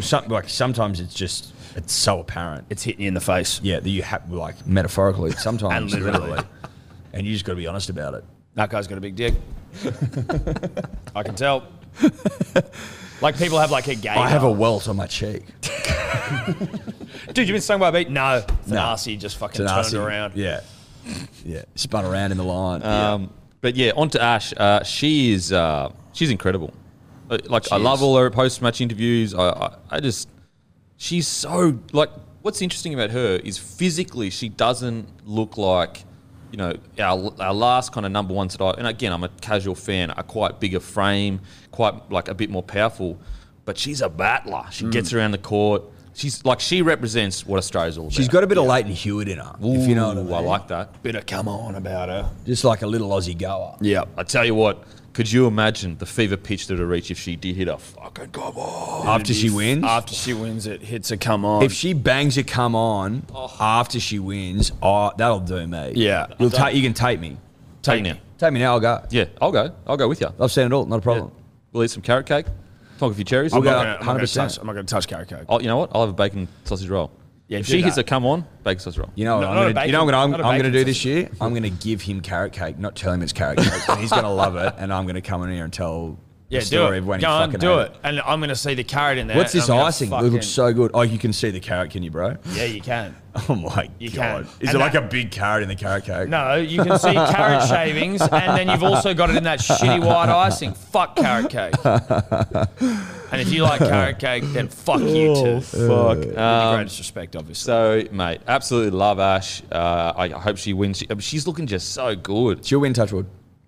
Speaker 5: Some, like sometimes it's just it's so apparent.
Speaker 6: It's hitting you in the face.
Speaker 5: Yeah, that you have like metaphorically sometimes
Speaker 6: And literally.
Speaker 5: literally. and you just got to be honest about it.
Speaker 6: That guy's got a big dick. I can tell. Like people have like a gay.
Speaker 5: I have a welt on my cheek.
Speaker 6: dude. You've been stung by a bee? No,
Speaker 5: No.
Speaker 6: Tanasi just fucking
Speaker 5: Tanasi,
Speaker 6: turned around.
Speaker 5: Yeah, yeah, spun around in the line.
Speaker 8: Um, But yeah, on to Ash. Uh, she is uh, she's incredible. Uh, Like I love all her post match interviews. I, I I just she's so like. What's interesting about her is physically she doesn't look like you know our, our last kind of number ones that I. And again, I'm a casual fan. A quite bigger frame, quite like a bit more powerful. But she's a battler. She
Speaker 5: Mm.
Speaker 8: gets around the court. She's like she represents what Australia's all about.
Speaker 5: She's got a bit of Leighton Hewitt in her, if you know what I
Speaker 8: Ooh, I
Speaker 5: mean.
Speaker 8: like that.
Speaker 6: Bit of come on about her.
Speaker 5: Just like a little Aussie goer.
Speaker 6: Yeah.
Speaker 8: I tell you what, could you imagine the fever pitch that would reach if she did hit a fucking come on?
Speaker 5: After she wins,
Speaker 6: After she wins it, hits a come on.
Speaker 5: if she bangs a come on after she wins, oh, that'll do me.
Speaker 6: Yeah.
Speaker 5: You'll ta- you can take me.
Speaker 8: Take now.
Speaker 5: Take me now, I'll go.
Speaker 8: Yeah, I'll go. I'll go with you.
Speaker 5: I've seen it all, not a problem.
Speaker 8: We'll eat some carrot cake, talk a few cherries.
Speaker 5: I'll
Speaker 6: I'm
Speaker 5: go.
Speaker 6: not gonna- I'm not gonna
Speaker 5: 100%.
Speaker 6: touch- I'm not going to touch Carrot Coke.
Speaker 8: Oh, you know what? I'll have a bacon sausage roll.
Speaker 6: Yeah,
Speaker 8: if
Speaker 6: do
Speaker 8: she hits a
Speaker 6: that.
Speaker 8: come on, bacon sausage roll.
Speaker 5: You know what
Speaker 6: No, not a
Speaker 5: I'm gonna, you
Speaker 6: bacon-
Speaker 5: know what I'm
Speaker 6: not
Speaker 5: gonna,
Speaker 6: a
Speaker 5: I'm gonna
Speaker 6: bacon
Speaker 5: do this
Speaker 6: sausage.
Speaker 5: year? I'm gonna give him carrot cake, not tell him it's carrot cake. and he's gonna love it, and I'm gonna come in here and tell
Speaker 6: Yeah,
Speaker 5: the
Speaker 6: do
Speaker 5: story
Speaker 6: it.
Speaker 5: of when
Speaker 6: Go
Speaker 5: he
Speaker 6: on,
Speaker 5: fucking
Speaker 6: do
Speaker 5: ate
Speaker 6: it. And I'm going to see the carrot in there.
Speaker 5: What's
Speaker 6: and
Speaker 5: this
Speaker 6: I'm gonna
Speaker 5: icing? It
Speaker 6: fucking-
Speaker 5: looks so good. Oh, you can see the carrot, can you, bro?
Speaker 6: Yeah, you can.
Speaker 5: Oh my
Speaker 6: You
Speaker 5: god!
Speaker 6: can.
Speaker 5: Is
Speaker 6: And
Speaker 5: it like
Speaker 6: that-
Speaker 5: a big carrot in the carrot cake?
Speaker 6: No, you can see carrot shavings, and then you've also got it in that shitty white icing. Fuck carrot cake. And if you like carrot cake, then fuck you too. Fuck. With the greatest respect, obviously.
Speaker 8: So, mate, absolutely love Ash. Uh, I I hope she wins. She, I mean, she's looking just so good.
Speaker 5: She'll win touchwood.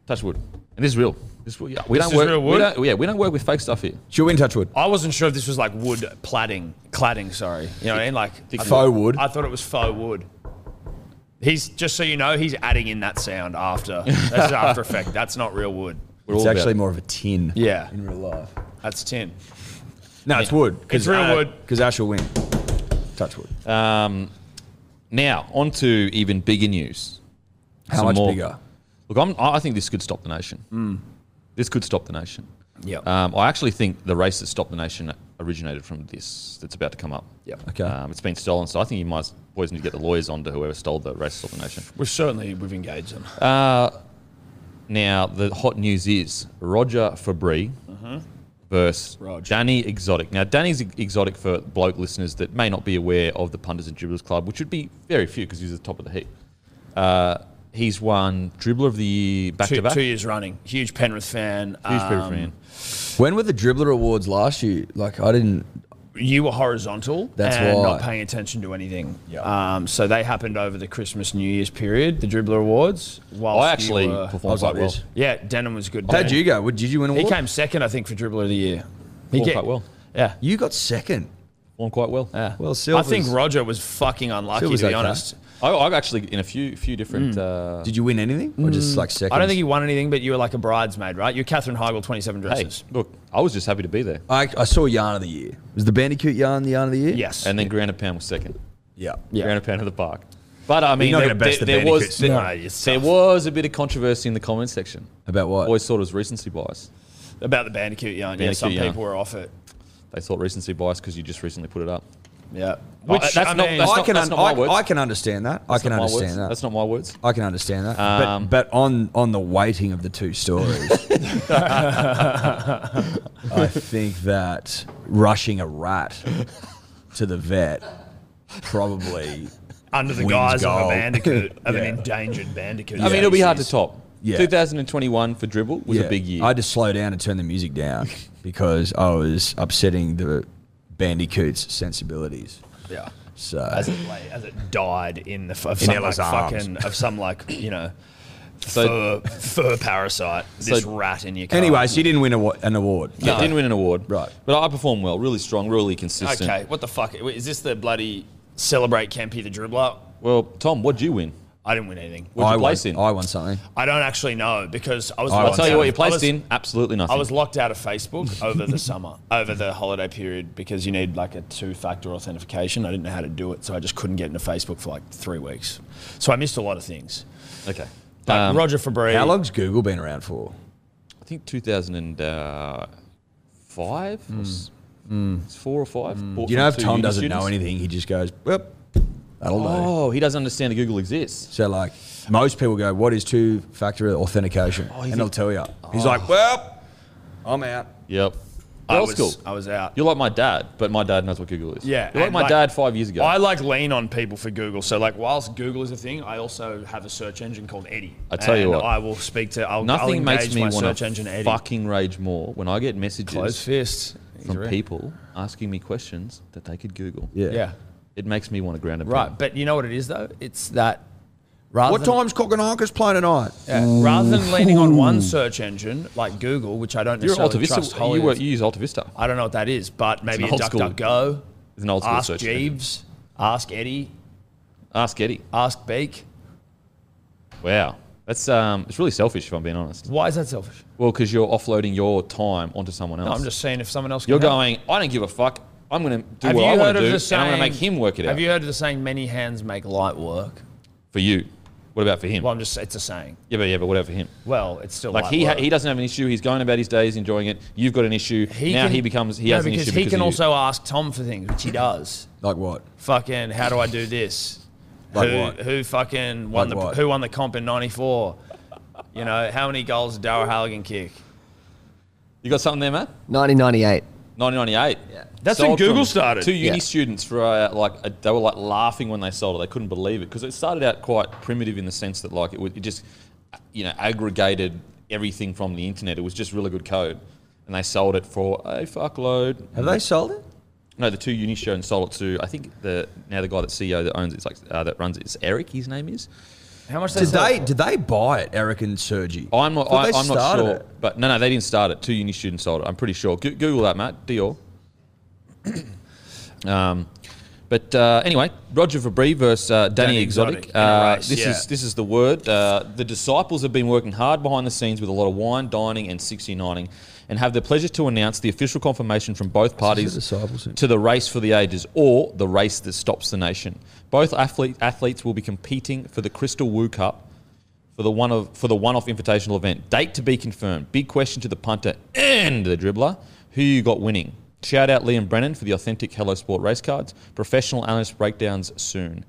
Speaker 8: Touch wood. And this is real. This is real. Yeah, we
Speaker 6: This
Speaker 8: don't
Speaker 6: is
Speaker 8: work.
Speaker 6: real
Speaker 8: we
Speaker 6: wood?
Speaker 8: don't- yeah, we don't work with fake stuff here.
Speaker 5: She'll win touchwood.
Speaker 6: I wasn't sure if this was like wood pladding, cladding. Sorry, you know what I mean? Like I
Speaker 5: faux
Speaker 6: thought-
Speaker 5: wood.
Speaker 6: I thought it was faux wood. He's just so you know, he's adding in that sound after. That's after effect. That's not real wood.
Speaker 8: We're
Speaker 5: It's
Speaker 8: all about
Speaker 5: actually
Speaker 8: it.
Speaker 5: more of a tin.
Speaker 6: Yeah,
Speaker 5: In real life.
Speaker 6: that's tin.
Speaker 5: No, it's wood. 'cause Uh,
Speaker 6: It's real
Speaker 5: Ash-
Speaker 6: wood.
Speaker 5: Because Ash will win. Touchwood.
Speaker 8: now on to even bigger news.
Speaker 5: How
Speaker 8: Some
Speaker 5: much
Speaker 8: more-
Speaker 5: bigger?
Speaker 8: Look, I'm, I I think this could stop the nation.
Speaker 6: Hmm.
Speaker 8: This could stop the nation.
Speaker 6: Yeah.
Speaker 8: Um, I actually think the race that stopped the nation originated from this that's about to come up.
Speaker 6: Yep.
Speaker 5: Okay.
Speaker 8: Um, it's been stolen, so I think you might boys need to get the lawyers on to whoever stole the race to stop the nation.
Speaker 6: We've certainly we've engaged them.
Speaker 8: Now the hot news is Roger Fabri
Speaker 6: Uh-huh.
Speaker 8: versus
Speaker 6: Rog.
Speaker 8: Danny Exotic. Now Danny's ex- exotic for bloke listeners that may not be aware of the punters and dribblers club, which would be very few because he's at the top of the heap. Uh, he's won dribbler of the year back
Speaker 6: two,
Speaker 8: to back.
Speaker 6: two years running. Huge Penrith fan.
Speaker 8: Huge Peter
Speaker 6: Um,
Speaker 8: Fran.
Speaker 5: When were the dribbler awards last year? Like I didn't.
Speaker 6: You were horizontal
Speaker 5: That's
Speaker 6: and not
Speaker 5: right.
Speaker 6: paying attention to anything. Um, so they happened over the Christmas New Year's period, the Dribbler Awards. Whilst
Speaker 8: I
Speaker 6: you uh,
Speaker 8: actually
Speaker 6: were-
Speaker 5: I
Speaker 8: performed
Speaker 5: was
Speaker 8: quite
Speaker 5: like
Speaker 8: well.
Speaker 5: this.
Speaker 6: yeah, Denham was good.
Speaker 5: How'd
Speaker 6: Denham.
Speaker 5: you go? Would- Did you win an
Speaker 6: He
Speaker 5: award?
Speaker 6: came second, I think, for dribbler of the year. He
Speaker 8: Performed
Speaker 6: get-
Speaker 8: quite well.
Speaker 6: Yeah.
Speaker 5: You got second.
Speaker 8: Performed quite well.
Speaker 6: yeah.
Speaker 5: Well,
Speaker 6: I
Speaker 5: Silver's-
Speaker 6: think Roger was fucking unlucky,
Speaker 5: Silver's
Speaker 6: to be
Speaker 5: okay.
Speaker 6: honest.
Speaker 8: I, I've actually in a few few different. Uh,
Speaker 5: Did you win anything? Or just like second?
Speaker 6: I don't think he won anything, but you were like a bridesmaid, right? You're Catherine Heigl, 27
Speaker 8: hey,
Speaker 6: dresses.
Speaker 8: look, I was just happy to be there.
Speaker 5: I, I saw yarn of the year. Was the Bandicoot yarn the yarn of the year?
Speaker 6: Yes.
Speaker 8: And then Granite Pound was second.
Speaker 5: Yeah.
Speaker 8: Yeah. Granite Pound of the park. But I mean,
Speaker 5: not
Speaker 8: there,
Speaker 5: gonna best
Speaker 8: there-
Speaker 5: the
Speaker 8: there
Speaker 5: Bandicoots.
Speaker 8: was there,
Speaker 6: No, it's
Speaker 8: there
Speaker 6: tough.
Speaker 8: was a bit of controversy in the comment section.
Speaker 5: About what?
Speaker 8: Always thought it was recency bias.
Speaker 6: About the Bandicoot yarn. yeah,
Speaker 8: Bandicoot
Speaker 6: some
Speaker 8: yarn.
Speaker 6: people were off it.
Speaker 8: They thought recency bias because you just recently put it up.
Speaker 6: Yeah.
Speaker 8: Well,
Speaker 6: Which,
Speaker 8: that's
Speaker 6: I
Speaker 8: not-
Speaker 6: mean,
Speaker 8: that's
Speaker 5: I
Speaker 8: not-
Speaker 5: can
Speaker 8: that's
Speaker 5: un-
Speaker 8: not my
Speaker 5: I,
Speaker 8: words.
Speaker 5: I can understand that. I can
Speaker 8: Not my words.
Speaker 5: understand that.
Speaker 8: That's not my words.
Speaker 5: I can understand that.
Speaker 8: Um,
Speaker 5: but but on on the weighting of the two stories, I think that rushing a rat to the vet probably
Speaker 4: under the
Speaker 5: Wins
Speaker 4: guise of
Speaker 5: goal.
Speaker 4: a bandicoot, of an endangered bandicoot.
Speaker 8: I mean, it'll be hard to top.
Speaker 5: Yeah.
Speaker 8: 2021 for dribble was a big year.
Speaker 5: I had to slow down and turn the music down because I was upsetting the Bandicoot's sensibilities.
Speaker 4: Yeah.
Speaker 5: So
Speaker 4: As it, lay, as it died in the f- of
Speaker 5: In
Speaker 4: some like
Speaker 5: Ella's arms.
Speaker 4: fucking of some like you know
Speaker 8: So-
Speaker 4: fur, fur parasite. This
Speaker 8: So-
Speaker 4: rat in your car.
Speaker 5: anyway, so you didn't win a, wa- an award.
Speaker 8: Yeah, didn't win an award.
Speaker 5: Right.
Speaker 8: But I performed well, really strong, really consistent.
Speaker 4: okay, what the fuck Wait, is this? The bloody celebrate Kempy the dribbler.
Speaker 8: Well, Tom, what'd you win?
Speaker 4: I didn't win anything.
Speaker 8: What'd
Speaker 5: I
Speaker 8: you place
Speaker 5: won,
Speaker 8: in?
Speaker 5: I won something.
Speaker 4: I don't actually know because I was.
Speaker 5: I'll
Speaker 4: locked
Speaker 8: I'll tell you
Speaker 4: out
Speaker 8: what you
Speaker 4: of- I
Speaker 8: placed
Speaker 4: was-
Speaker 8: in. Absolutely nothing.
Speaker 4: I was locked out of Facebook over the summer, over the holiday period, because you need like a two factor authentication. I didn't know how to do it, so I just couldn't get into Facebook for like three weeks. So I missed a lot of things.
Speaker 8: okay.
Speaker 4: But
Speaker 8: Um,
Speaker 4: Roger Fabry.
Speaker 5: How long's Google been around for?
Speaker 8: I think 2005 or s- it's four or five. bought
Speaker 5: Hmm. You know, if
Speaker 8: from two
Speaker 5: Tom
Speaker 8: uni
Speaker 5: doesn't know
Speaker 8: students.
Speaker 5: anything, he just goes, "Well, that'll do."
Speaker 8: Oh, he doesn't understand that Google exists.
Speaker 5: So, like, most people go, "What is two-factor authentication?" and he'll tell you. He's like, "Well, I'm out."
Speaker 8: Yep.
Speaker 4: I
Speaker 8: Girls
Speaker 4: was,
Speaker 8: school.
Speaker 4: I was out.
Speaker 8: You're like my dad, but my dad knows what Google is.
Speaker 4: Yeah,
Speaker 8: You're like
Speaker 4: and
Speaker 8: my
Speaker 4: like-
Speaker 8: dad five years ago.
Speaker 4: I like lean on people for Google. So like, whilst Google is a thing, I also have a search engine called Eddie.
Speaker 8: I tell you
Speaker 4: And
Speaker 8: what.
Speaker 4: I will speak to. I'll, I'll
Speaker 8: Nothing
Speaker 4: engage
Speaker 8: makes me
Speaker 4: my
Speaker 8: want
Speaker 4: search engine
Speaker 8: to
Speaker 4: Eddie.
Speaker 8: fucking rage more when I get messages
Speaker 4: close fists
Speaker 8: from people asking me questions that they could Google.
Speaker 5: Yeah.
Speaker 4: Yeah,
Speaker 8: It makes me want to ground them.
Speaker 4: right. But you know what it is though? It's that rather
Speaker 5: What
Speaker 4: than-
Speaker 5: time's Kokonaka's playing tonight?
Speaker 4: Yeah. Rather than leaning on one search engine like Google, which I don't
Speaker 8: You're
Speaker 4: necessarily
Speaker 8: Alta Vista.
Speaker 4: trust wholly.
Speaker 8: You, were, you use Alta Vista.
Speaker 4: I don't know what that is, but maybe
Speaker 8: an
Speaker 4: a
Speaker 8: old school-
Speaker 4: DuckDuckGo.
Speaker 8: It's an old school
Speaker 4: Ask
Speaker 8: search engine.
Speaker 4: Jeeves. Ask Eddie.
Speaker 8: Ask Eddie.
Speaker 4: Ask Beak.
Speaker 8: Wow. That's um, it's really selfish if I'm being honest.
Speaker 4: Why is that selfish?
Speaker 8: Well, because you're offloading your time onto someone else.
Speaker 4: No, I'm just saying if someone else.
Speaker 8: You're
Speaker 4: can help.
Speaker 8: going. I don't give a fuck. I'm going to do
Speaker 4: Have
Speaker 8: what
Speaker 4: you
Speaker 8: I
Speaker 4: heard
Speaker 8: want to
Speaker 4: of
Speaker 8: do,
Speaker 4: the
Speaker 8: and
Speaker 4: saying?
Speaker 8: I'm going to make him work it out.
Speaker 4: Have you heard of the saying? Many hands make light work.
Speaker 8: for you, what about for him?
Speaker 4: Well, I'm just. It's a saying.
Speaker 8: yeah, but yeah, but what about for him?
Speaker 4: Well, it's still
Speaker 8: Like
Speaker 4: light
Speaker 8: he ha-
Speaker 4: work.
Speaker 8: he doesn't have an issue. He's going about his days, enjoying it. You've got an issue. now
Speaker 4: can-
Speaker 8: he becomes he
Speaker 4: no,
Speaker 8: has an
Speaker 4: because
Speaker 8: issue
Speaker 4: he
Speaker 8: because
Speaker 4: can
Speaker 8: of you.
Speaker 4: also ask Tom for things, which he does.
Speaker 5: Like what?
Speaker 4: fucking how do I do this?
Speaker 5: Like
Speaker 4: who
Speaker 5: what?
Speaker 4: who fucking
Speaker 5: Like
Speaker 4: won the
Speaker 5: what?
Speaker 4: who won the comp in '94? You know how many goals did Daryl Halligan kick?
Speaker 8: You got something there, Matt?
Speaker 9: 1998.
Speaker 8: 1998. Yeah,
Speaker 4: That's when Google started.
Speaker 8: Two uni
Speaker 9: Yeah.
Speaker 8: students for uh, like a, they were like laughing when they sold it. They couldn't believe it because it started out quite primitive in the sense that like it, was, it just you know aggregated everything from the internet. It was just really good code, and they sold it for a fuckload.
Speaker 5: Have they sold it?
Speaker 8: No, the two uni students sold it to I think the now the guy that CEO that owns it's like uh, that runs it is Eric. His name is.
Speaker 4: How much
Speaker 5: Did they? Did they buy it, Eric and Sergi?
Speaker 8: I'm not.
Speaker 5: Thought
Speaker 8: I,
Speaker 5: they
Speaker 8: I'm not
Speaker 5: started
Speaker 8: sure.
Speaker 5: it.
Speaker 8: But no, no, they didn't start it. Two uni students sold it. I'm pretty sure. Go- Google that, Matt. Dior. um, but uh, anyway, Roger Fabry versus uh, Danny,
Speaker 4: Danny
Speaker 8: Exotic.
Speaker 4: Exotic in a
Speaker 8: Uh,
Speaker 4: race,
Speaker 8: this
Speaker 4: yeah.
Speaker 8: is this is the word. Uh, the disciples have been working hard behind the scenes with a lot of wine, dining, and 69ing, and have the pleasure to announce the official confirmation from both parties
Speaker 5: disciples in-
Speaker 8: to the race for the ages, or the race that stops the nation. Both athlete, athletes will be competing for the Crystal Woo Cup for the one of for the one-off invitational event. Date to be confirmed. Big question to the punter and the dribbler: Who you got winning? Shout out Liam Brennan for the authentic Hello Sport race cards. Professional analyst breakdowns soon.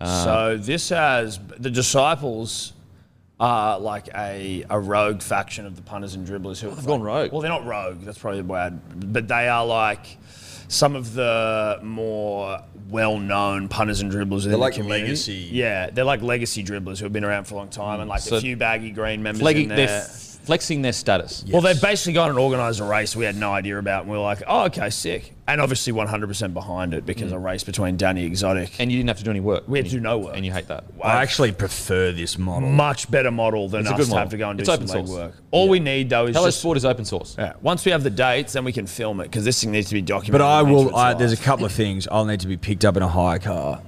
Speaker 5: Uh-huh.
Speaker 4: So this has the disciples are like a, a rogue faction of the punters and dribblers
Speaker 5: Oh,
Speaker 4: who have
Speaker 8: gone rogue.
Speaker 4: Well, they're not rogue. That's probably the way I'd, but they are like some of the more well-known punters and dribblers. They're
Speaker 5: like
Speaker 4: the community.
Speaker 5: legacy- Hmm.
Speaker 4: Yeah, they're like legacy dribblers who have been around for a long time, and like
Speaker 8: So
Speaker 4: the few baggy green members
Speaker 8: Flagging,
Speaker 4: in
Speaker 8: they're
Speaker 4: there.
Speaker 8: f- flexing their status.
Speaker 4: Well, they've basically gone and organised a race we had no idea about, and we were like, "Oh, okay, sick." And obviously, 100% behind it because a race between Danny Exotic
Speaker 8: And you didn't have to do any work.
Speaker 4: We had
Speaker 8: And
Speaker 4: to
Speaker 8: you-
Speaker 4: do no work.
Speaker 8: And you hate that.
Speaker 5: I actually prefer this model.
Speaker 4: much better model than
Speaker 8: It's a
Speaker 4: us
Speaker 8: good
Speaker 4: to
Speaker 8: model.
Speaker 4: have to go and do
Speaker 8: It's
Speaker 4: some
Speaker 8: open source.
Speaker 4: legwork. All we need though is
Speaker 8: Hello
Speaker 4: just
Speaker 8: Sport is open source.
Speaker 4: Yeah, once we have the dates, then we can film it because this thing needs to be documented.
Speaker 5: But I
Speaker 4: and
Speaker 5: will.
Speaker 4: into
Speaker 5: I,
Speaker 4: its
Speaker 5: there's a
Speaker 4: life.
Speaker 5: couple of things I'll need to be picked up in a hire car.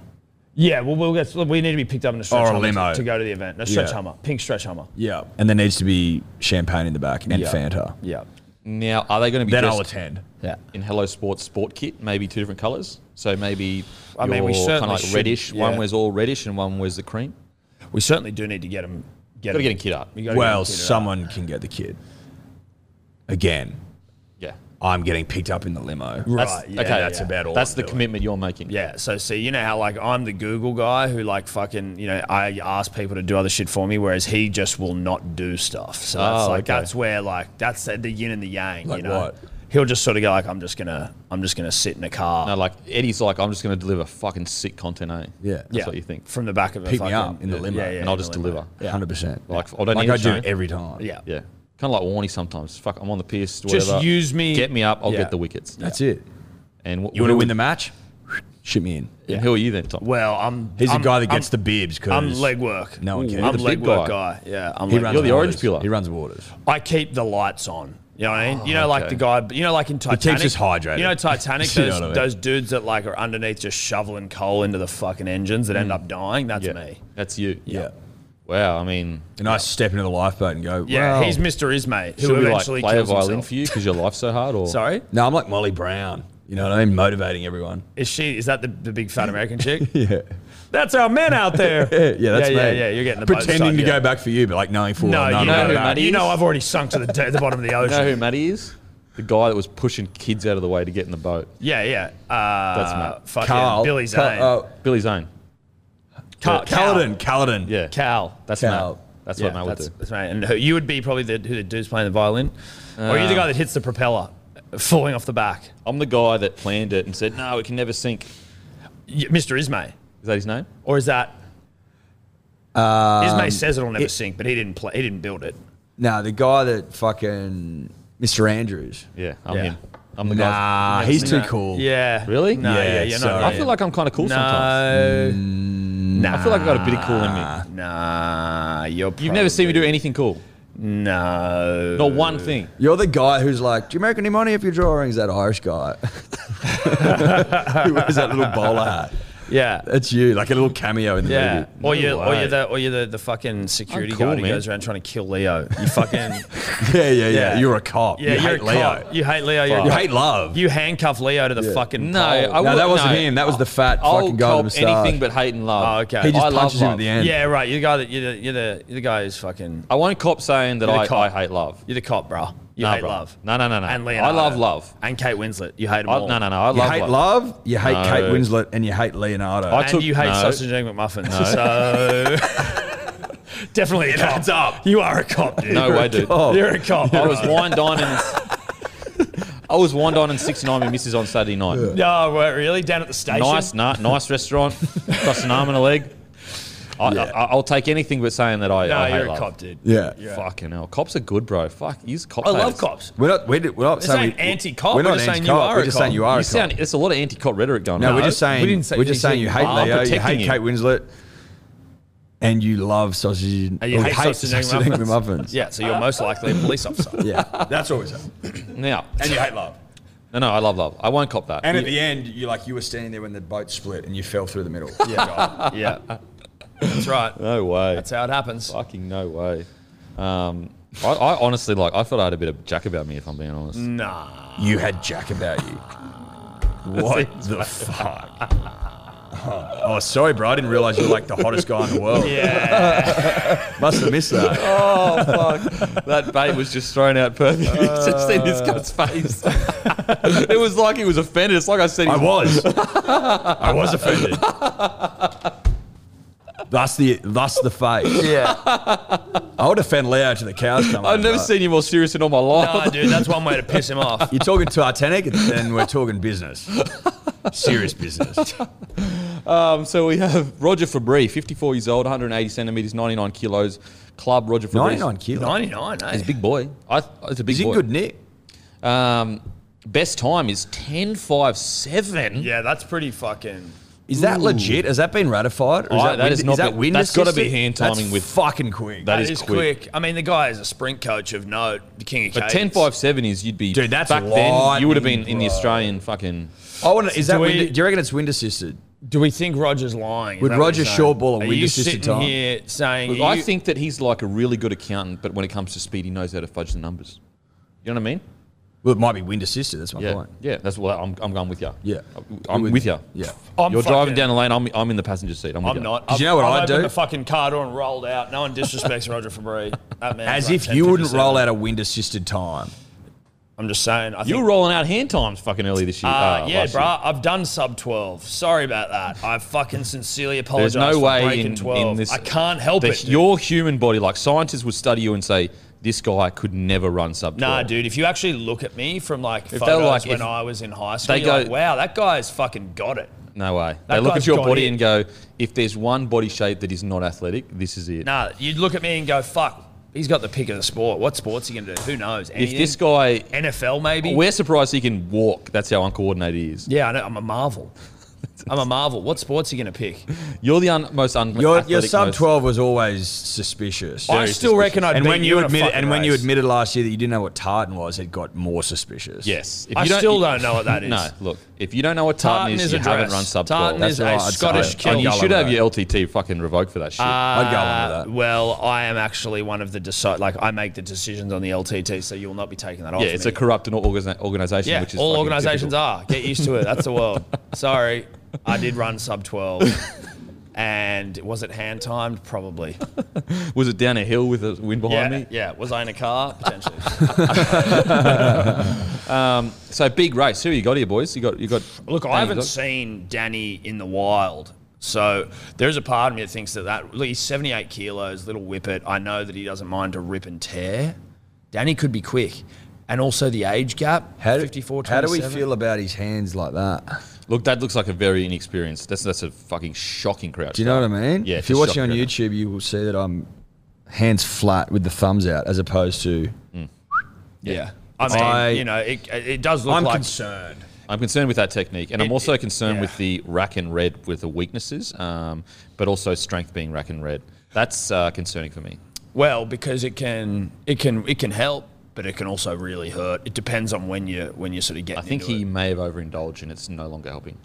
Speaker 4: yeah. Well, we'll get. We need to be picked up in a stretch
Speaker 5: Or a
Speaker 4: hummer
Speaker 5: limo.
Speaker 4: to, to go to the event. A stretch
Speaker 5: Yeah.
Speaker 4: hummer, pink stretch hummer.
Speaker 5: Yeah, and there needs to be champagne in the back and
Speaker 4: Yeah.
Speaker 5: Fanta.
Speaker 4: Yeah,
Speaker 8: Now, are they going to be
Speaker 5: Then
Speaker 8: dressed
Speaker 5: I'll attend.
Speaker 4: yeah.
Speaker 8: in Hello Sport sport kit? Maybe two different colours. So maybe
Speaker 4: I mean, we
Speaker 8: you're kinda
Speaker 4: certainly
Speaker 8: like
Speaker 4: should-
Speaker 8: reddish. One
Speaker 4: yeah.
Speaker 8: wears all reddish and one wears the cream.
Speaker 4: We certainly do need to get them. Get
Speaker 8: Got to
Speaker 4: 'em-
Speaker 8: get a kid up.
Speaker 4: we gotta get 'em
Speaker 5: Well,
Speaker 4: kitted up.
Speaker 5: someone can get the kid. Again,
Speaker 8: Yeah.
Speaker 5: I'm getting picked up in the limo.
Speaker 4: Right.
Speaker 8: That's-
Speaker 4: yeah,
Speaker 8: okay,
Speaker 4: yeah.
Speaker 5: that's about all
Speaker 8: That's
Speaker 5: I'm
Speaker 8: the
Speaker 5: doing.
Speaker 8: commitment you're making.
Speaker 4: Yeah, so see, you know how like I'm the Google guy who like fucking, you know, I ask people to do other shit for me, whereas he just will not do stuff. So that's
Speaker 8: Oh,
Speaker 4: like
Speaker 8: okay.
Speaker 4: that's where like that's the yin and the yang.
Speaker 5: Like
Speaker 4: you know,
Speaker 5: what?
Speaker 6: he'll just sort of go like, I'm just gonna, I'm just gonna sit in a car.
Speaker 8: No, Uh, like Eddie's like, I'm just going to deliver fucking sick content, eh?
Speaker 5: Yeah.
Speaker 8: that's
Speaker 6: yeah,
Speaker 8: what you think.
Speaker 6: from the back of a
Speaker 5: Pick me
Speaker 6: fucking-
Speaker 5: up in the limo,
Speaker 6: yeah, yeah,
Speaker 8: and I'll
Speaker 6: in the
Speaker 8: just
Speaker 6: limo.
Speaker 8: deliver.
Speaker 5: Yeah, hundred percent.
Speaker 8: Like I don't
Speaker 5: like
Speaker 8: need
Speaker 5: I
Speaker 8: a
Speaker 5: do
Speaker 8: chain.
Speaker 5: every time.
Speaker 6: Yeah,
Speaker 8: Yeah, kind of like Warnie sometimes. Fuck, I'm on the piss.
Speaker 6: Just
Speaker 8: whatever.
Speaker 6: use me.
Speaker 8: Get me up. I'll
Speaker 6: Yeah.
Speaker 8: get the wickets.
Speaker 5: that's it.
Speaker 8: And wh-
Speaker 5: You want to
Speaker 8: who-
Speaker 5: win the match? Shoot me in.
Speaker 8: and Who are you then, Tom?
Speaker 6: Well, I'm.
Speaker 5: He's
Speaker 6: I'm,
Speaker 5: the guy that gets
Speaker 6: I'm,
Speaker 5: the bibs because
Speaker 6: I'm legwork.
Speaker 5: No one cares.
Speaker 6: I'm
Speaker 8: You're the big
Speaker 6: legwork guy.
Speaker 8: guy.
Speaker 6: Yeah, I'm
Speaker 5: He
Speaker 6: legwork.
Speaker 5: runs
Speaker 8: You're the
Speaker 5: waters.
Speaker 8: orange peeler.
Speaker 5: He runs waters.
Speaker 6: I keep the lights on. You know what I mean? you know,
Speaker 8: Oh,
Speaker 6: like the guy, you know, like in Titanic.
Speaker 5: us hydrated.
Speaker 6: You know, Titanic,
Speaker 5: You know
Speaker 6: those,
Speaker 5: what I mean?
Speaker 6: those dudes that like are underneath just shoveling coal into the fucking engines that end up dying. That's
Speaker 8: Mm. Yeah,
Speaker 6: me.
Speaker 8: That's you.
Speaker 5: Yeah.
Speaker 8: Wow. I mean,
Speaker 5: And I step into the lifeboat and go.
Speaker 6: Yeah,
Speaker 5: "Well."
Speaker 6: he's Mr. Ismay, who
Speaker 8: should we like
Speaker 6: eventually
Speaker 8: play a
Speaker 6: kills
Speaker 8: violin
Speaker 6: himself.
Speaker 8: for you because your life's so hard? Or
Speaker 6: Sorry?
Speaker 5: No, I'm like Molly Brown. You know what I mean? Motivating everyone.
Speaker 6: Is she, is that the, the big fat American chick?
Speaker 5: Yeah.
Speaker 6: That's our men out there.
Speaker 5: Yeah, that's
Speaker 6: yeah,
Speaker 5: me.
Speaker 6: yeah, yeah, you're getting the boat
Speaker 5: pretending
Speaker 6: side,
Speaker 5: to
Speaker 6: yeah.
Speaker 5: go back for you, but like knowing full
Speaker 6: No,
Speaker 5: well,
Speaker 6: you,
Speaker 5: no,
Speaker 6: know,
Speaker 5: no,
Speaker 8: who
Speaker 5: no,
Speaker 8: Matt
Speaker 6: you
Speaker 8: is?
Speaker 6: know I've already sunk to the, de- the bottom of the
Speaker 8: you know
Speaker 6: ocean.
Speaker 8: who Matty is? The guy that was pushing kids out of the way to get in the boat.
Speaker 6: yeah, yeah. Uh,
Speaker 8: Matt.
Speaker 6: Fucking
Speaker 5: Carl,
Speaker 6: Billy
Speaker 5: Cal-
Speaker 6: Zane.
Speaker 5: oh,
Speaker 8: Billy's own.
Speaker 6: Cal-
Speaker 5: Caledon, Caledon.
Speaker 8: Yeah.
Speaker 6: Cal.
Speaker 8: That's
Speaker 5: Cal.
Speaker 8: Matt. That's
Speaker 6: Yeah,
Speaker 8: what Matt would
Speaker 6: that's,
Speaker 8: do.
Speaker 6: that's right. And who- you would be probably the, who the dude's playing the violin, or are you the guy that hits the propeller, falling off the back?
Speaker 8: Uh. I'm the guy that planned it and said, no, it can never sink.
Speaker 6: Y- Mr. Ismay,
Speaker 8: Is that his name?
Speaker 6: or is that?
Speaker 8: Um,
Speaker 6: Ismay says it'll never sink, but he didn't play. He didn't build it.
Speaker 5: No, the guy that fucking Mr. Andrews.
Speaker 8: Yeah, I'm
Speaker 6: Yeah.
Speaker 8: him. I'm the
Speaker 5: Nah,
Speaker 8: guy.
Speaker 5: he's too cool.
Speaker 6: Yeah.
Speaker 8: Really?
Speaker 6: No. Yeah.
Speaker 5: Yeah,
Speaker 6: you're
Speaker 5: sorry.
Speaker 6: not.
Speaker 8: I feel like I'm kind of cool
Speaker 6: no. Mm,
Speaker 8: sometimes.
Speaker 6: Nah.
Speaker 8: I feel like I've got a bit of cool in me.
Speaker 6: Nah. You're.
Speaker 8: You've never seen me do
Speaker 6: probably-
Speaker 8: anything cool.
Speaker 6: No.
Speaker 8: Not one thing.
Speaker 5: You're the guy who's like, do you make any money if your drawings? That Irish guy who wears that little bowler hat.
Speaker 6: Yeah.
Speaker 5: That's you, like a little cameo in the
Speaker 6: Yeah,
Speaker 5: movie.
Speaker 6: or you, or
Speaker 5: way.
Speaker 6: you the, or you the, the fucking security
Speaker 8: cool,
Speaker 6: guard who
Speaker 8: man.
Speaker 6: goes around trying to kill Leo. You fucking
Speaker 5: Yeah, yeah, yeah,
Speaker 6: Yeah.
Speaker 5: You're a cop.
Speaker 6: yeah,
Speaker 5: you
Speaker 6: you are
Speaker 5: hate
Speaker 6: a
Speaker 5: Leo.
Speaker 6: cop. You hate Leo. You're a
Speaker 5: You
Speaker 6: cop.
Speaker 5: hate love.
Speaker 6: You handcuff Leo to the fucking
Speaker 8: No,
Speaker 6: pole.
Speaker 8: I
Speaker 5: no,
Speaker 8: will-
Speaker 5: that wasn't
Speaker 8: no.
Speaker 5: him. That was the fat
Speaker 8: I'll
Speaker 5: fucking guy
Speaker 8: cop
Speaker 5: with the moustache.
Speaker 8: anything but hate and love.
Speaker 6: Oh, okay.
Speaker 5: he just
Speaker 8: I love
Speaker 5: punches him at
Speaker 8: love.
Speaker 5: the end.
Speaker 6: yeah, right. You're the guy that you're the you're the, you're the guy who's fucking
Speaker 8: I won't cop saying that
Speaker 6: You're the
Speaker 8: I,
Speaker 6: cop.
Speaker 8: I hate love.
Speaker 6: you're the cop, bro. You
Speaker 8: Nah,
Speaker 6: hate
Speaker 8: bro.
Speaker 6: love.
Speaker 8: No, no, no, no.
Speaker 6: And
Speaker 8: I
Speaker 6: Leonardo.
Speaker 8: love love.
Speaker 6: And Kate Winslet. You hate them
Speaker 8: I,
Speaker 6: all.
Speaker 8: no, no, no. I love
Speaker 5: You hate
Speaker 8: love.
Speaker 5: love. You hate Kate
Speaker 8: No.
Speaker 5: Winslet, and you hate Leonardo.
Speaker 8: I
Speaker 6: And
Speaker 8: took-
Speaker 6: you hate
Speaker 8: no.
Speaker 6: sausage and egg McMuffins. So definitely a cop. up. You are a cop, dude.
Speaker 8: No
Speaker 6: You're a
Speaker 8: way, dude.
Speaker 6: cop. You're a cop.
Speaker 8: I was wine dining. I was wine dining six nine with Mrs on Saturday night.
Speaker 6: No, wait, really? Down at the station.
Speaker 8: Nice, nah, nice restaurant. Cost an arm and a leg. I, I, I'll take anything but saying that I,
Speaker 6: No,
Speaker 8: I hate
Speaker 6: you're a
Speaker 8: love.
Speaker 6: cop, dude.
Speaker 5: yeah.
Speaker 8: Fucking hell, cops are good, bro. Fuck, use cop.
Speaker 6: I love
Speaker 8: haters.
Speaker 6: cops.
Speaker 5: We're not. We're, we're not
Speaker 6: This
Speaker 5: saying
Speaker 6: ain't anti-cop,
Speaker 5: We're
Speaker 6: we're
Speaker 5: not
Speaker 6: just saying you
Speaker 5: anti-cop,
Speaker 6: are
Speaker 5: We're
Speaker 6: a
Speaker 5: just
Speaker 6: cop.
Speaker 5: saying you are.
Speaker 8: You
Speaker 5: a
Speaker 8: sound.
Speaker 5: cop.
Speaker 8: There's a lot of anti-cop rhetoric going
Speaker 5: No,
Speaker 8: on.
Speaker 5: we're just saying.
Speaker 6: we
Speaker 5: We
Speaker 6: didn't say
Speaker 5: are just
Speaker 6: anything.
Speaker 5: saying you hate
Speaker 8: I'm
Speaker 5: Leo, you
Speaker 8: protecting
Speaker 5: hate
Speaker 8: you.
Speaker 5: Kate Winslet, and you love sausage.
Speaker 6: And you
Speaker 5: or
Speaker 6: hate sausage and egg
Speaker 5: sausage and egg
Speaker 6: muffins.
Speaker 5: muffins.
Speaker 6: Yeah, so you're most likely a police officer.
Speaker 5: yeah.
Speaker 4: That's always up.
Speaker 8: now.
Speaker 5: And you hate love.
Speaker 8: No, no, I love love. I won't cop that.
Speaker 5: And at the end, you like you were standing there when the boat split, and you fell through the middle.
Speaker 6: Yeah. yeah. That's right.
Speaker 8: no way.
Speaker 6: That's how it happens.
Speaker 8: Fucking no way. Um, I, I honestly like. I thought I had a bit of jack about me, if I'm being honest.
Speaker 6: Nah.
Speaker 5: you had Jack about you. What the fuck? Oh, oh, sorry, bro. I didn't realize you were like the hottest guy in the world.
Speaker 6: Yeah.
Speaker 5: Must have missed that.
Speaker 8: Oh, that bait was just thrown out perfect. It's just in this guy's face. it was like he was offended. It's like I said.
Speaker 5: I
Speaker 8: He's,
Speaker 5: was. I was offended. That's the that's the face. Yeah. I would offend Leo to the cows come.
Speaker 8: I've
Speaker 5: home,
Speaker 8: never
Speaker 5: but
Speaker 8: seen you more serious in all my life.
Speaker 6: nah, dude, that's one way to piss him off.
Speaker 5: You're talking Titanic, and then we're talking business. Serious business.
Speaker 8: Um, so we have Roger Fabri, 54 years old, 180 centimeters, 99 kilos. Club Roger Fabri.
Speaker 5: 99 kilos.
Speaker 6: 99, eh?
Speaker 8: He's a big boy. I, it's a big
Speaker 5: Is he
Speaker 8: boy.
Speaker 5: good nick?
Speaker 8: Um, best time is 10.57.
Speaker 6: Yeah, that's pretty fucking.
Speaker 5: Is that legit? Has that been ratified? Or is
Speaker 8: Oh,
Speaker 5: that,
Speaker 8: that
Speaker 5: wind,
Speaker 8: is not
Speaker 5: that
Speaker 8: been-
Speaker 5: wind
Speaker 8: that's gotta be
Speaker 5: assisted?
Speaker 8: hand
Speaker 5: That's
Speaker 8: timing with-
Speaker 5: fucking quick.
Speaker 8: That
Speaker 6: that
Speaker 8: is
Speaker 6: is quick. I mean, the guy is a sprint coach of note, the king of
Speaker 8: But
Speaker 6: cadets.
Speaker 8: 10.57 is you'd be
Speaker 5: Dude, that's
Speaker 8: back then. You would have been
Speaker 5: lightning,
Speaker 8: in the Australian fucking.
Speaker 5: I want to. Is
Speaker 6: Do
Speaker 5: that?
Speaker 6: we-
Speaker 5: Wind, do you reckon it's wind assisted?
Speaker 6: Do we think Roger's lying? Is
Speaker 5: Would
Speaker 6: that what
Speaker 5: Roger
Speaker 6: you're saying?
Speaker 5: short ball and
Speaker 6: Are
Speaker 5: wind
Speaker 6: you
Speaker 5: assisted
Speaker 6: sitting
Speaker 5: time?
Speaker 6: here saying.
Speaker 8: Look,
Speaker 6: you-
Speaker 8: I think that he's like a really good accountant, but when it comes to speed, he knows how to fudge the numbers. You know what I mean?
Speaker 5: Well, it might be wind assisted. That's my
Speaker 8: Yeah,
Speaker 5: point.
Speaker 8: yeah. That's what I'm. I'm going with you.
Speaker 5: Yeah.
Speaker 8: I'm with you.
Speaker 5: Yeah.
Speaker 6: I'm
Speaker 8: You're
Speaker 6: fucking-
Speaker 8: driving down the lane. I'm. I'm in the passenger seat. I'm, with
Speaker 6: I'm
Speaker 8: ya.
Speaker 6: not.
Speaker 5: you know what
Speaker 6: I've
Speaker 5: I
Speaker 6: opened
Speaker 5: do?
Speaker 6: The fucking car door and rolled out. No one disrespects Roger Fabri. That man.
Speaker 5: As if you wouldn't roll out a wind assisted time.
Speaker 6: I'm just saying. I
Speaker 8: You
Speaker 6: think,
Speaker 8: were rolling out hand times fucking early this year.
Speaker 6: Uh,
Speaker 8: uh,
Speaker 6: yeah,
Speaker 8: last
Speaker 6: bro.
Speaker 8: year.
Speaker 6: I've done sub 12. Sorry about that. I fucking sincerely apologize.
Speaker 8: There's no
Speaker 6: for
Speaker 8: way
Speaker 6: breaking
Speaker 8: in,
Speaker 6: 12.
Speaker 8: in this.
Speaker 6: I can't help
Speaker 8: the-
Speaker 6: it. dude.
Speaker 8: Your human body, like scientists would study you and say this guy could never run sub.
Speaker 6: Nah,
Speaker 8: 12.
Speaker 6: dude. If you actually look at me from like
Speaker 8: If they were
Speaker 6: photos
Speaker 8: like-
Speaker 6: when
Speaker 8: if
Speaker 6: I was in high school,
Speaker 8: they
Speaker 6: you're like,
Speaker 8: go-
Speaker 6: wow, that guy's fucking got it.
Speaker 8: No way.
Speaker 6: That
Speaker 8: they look
Speaker 6: guy's
Speaker 8: at your
Speaker 6: got
Speaker 8: body
Speaker 6: it.
Speaker 8: and go, if there's one body shape that is not athletic, this is it.
Speaker 6: Nah, you'd look at me and go, fuck, he's got the pick of the sport. What sport's he gonna do? Who knows?
Speaker 8: if
Speaker 6: Anything?
Speaker 8: this guy,
Speaker 6: NFL maybe.
Speaker 8: we're surprised he can walk. That's how uncoordinated he is.
Speaker 6: yeah, I know. I'm a marvel. I'm a marvel. What sport's he gonna pick?
Speaker 8: You're the un- most un-
Speaker 5: Your, your
Speaker 8: athletic
Speaker 5: sub
Speaker 8: most-
Speaker 5: twelve was always suspicious.
Speaker 6: I still reckon I'd
Speaker 5: and
Speaker 6: beat
Speaker 5: when you
Speaker 6: in a
Speaker 5: admitted,
Speaker 6: fucking
Speaker 5: and when you
Speaker 6: race.
Speaker 5: admitted last year that you didn't know what tartan was, it got more suspicious.
Speaker 8: Yes. If
Speaker 6: I
Speaker 8: you
Speaker 6: still don't know what that is.
Speaker 8: No, look. If you don't know what tartan,
Speaker 6: Tartan
Speaker 8: is,
Speaker 6: is
Speaker 8: you
Speaker 6: a
Speaker 8: haven't
Speaker 6: dress.
Speaker 8: run sub
Speaker 6: Tartan
Speaker 8: 12.
Speaker 6: is
Speaker 5: That's
Speaker 6: a
Speaker 5: right,
Speaker 6: Scottish Uh,
Speaker 5: so-
Speaker 6: kilt.
Speaker 8: and you
Speaker 5: I'd go
Speaker 8: should
Speaker 5: with
Speaker 8: have
Speaker 5: that.
Speaker 8: your LTT fucking revoked for that shit.
Speaker 5: I'd go on with that.
Speaker 6: Well, I am actually one of the decide. Like, I make the decisions on the LTT, so you will not be taking that off.
Speaker 8: yeah, it's
Speaker 6: me.
Speaker 8: a corrupt and organi- organization,
Speaker 6: Yeah,
Speaker 8: which is
Speaker 6: all
Speaker 8: fucking
Speaker 6: organisations
Speaker 8: typical.
Speaker 6: are. Get used to it. That's the world. Sorry, I did run sub twelve, and was it hand timed? Probably.
Speaker 8: Was it down a hill with a wind behind
Speaker 6: yeah,
Speaker 8: me?
Speaker 6: yeah. Was I in a car? Potentially.
Speaker 8: So big race. Who you got here, boys? You got you got.
Speaker 6: Look,
Speaker 8: Danny
Speaker 6: I haven't
Speaker 8: Doc-
Speaker 6: seen Danny in the wild. So there's a part of me that thinks that that look, he's 78 kilos, little whippet. I know that he doesn't mind to rip and tear. Danny could be quick, and also the age gap.
Speaker 5: How do,
Speaker 6: 54,
Speaker 5: how do we
Speaker 6: 27.
Speaker 5: feel about his hands like that?
Speaker 8: Look, that looks like a very inexperienced. That's that's a fucking shocking crowd.
Speaker 5: Do you know what I mean?
Speaker 8: Yeah.
Speaker 5: If you're
Speaker 8: just
Speaker 5: watching on
Speaker 8: shocking.
Speaker 5: YouTube, you will see that I'm hands flat with the thumbs out, as opposed to
Speaker 6: Yeah. I mean,
Speaker 5: I-
Speaker 6: you know, it, it does look
Speaker 5: I'm
Speaker 6: like
Speaker 5: concerned.
Speaker 8: I'm concerned with that technique, and I'm
Speaker 6: It-
Speaker 8: also
Speaker 6: it-
Speaker 8: concerned
Speaker 6: yeah.
Speaker 8: with the rack and red with the weaknesses, um, but also strength being rack and red. That's uh, concerning for me.
Speaker 6: Well, because it can it can it can help, but it can also really hurt. It depends on when you when you sort of get.
Speaker 8: I think he may have overindulged, and it's no longer helping.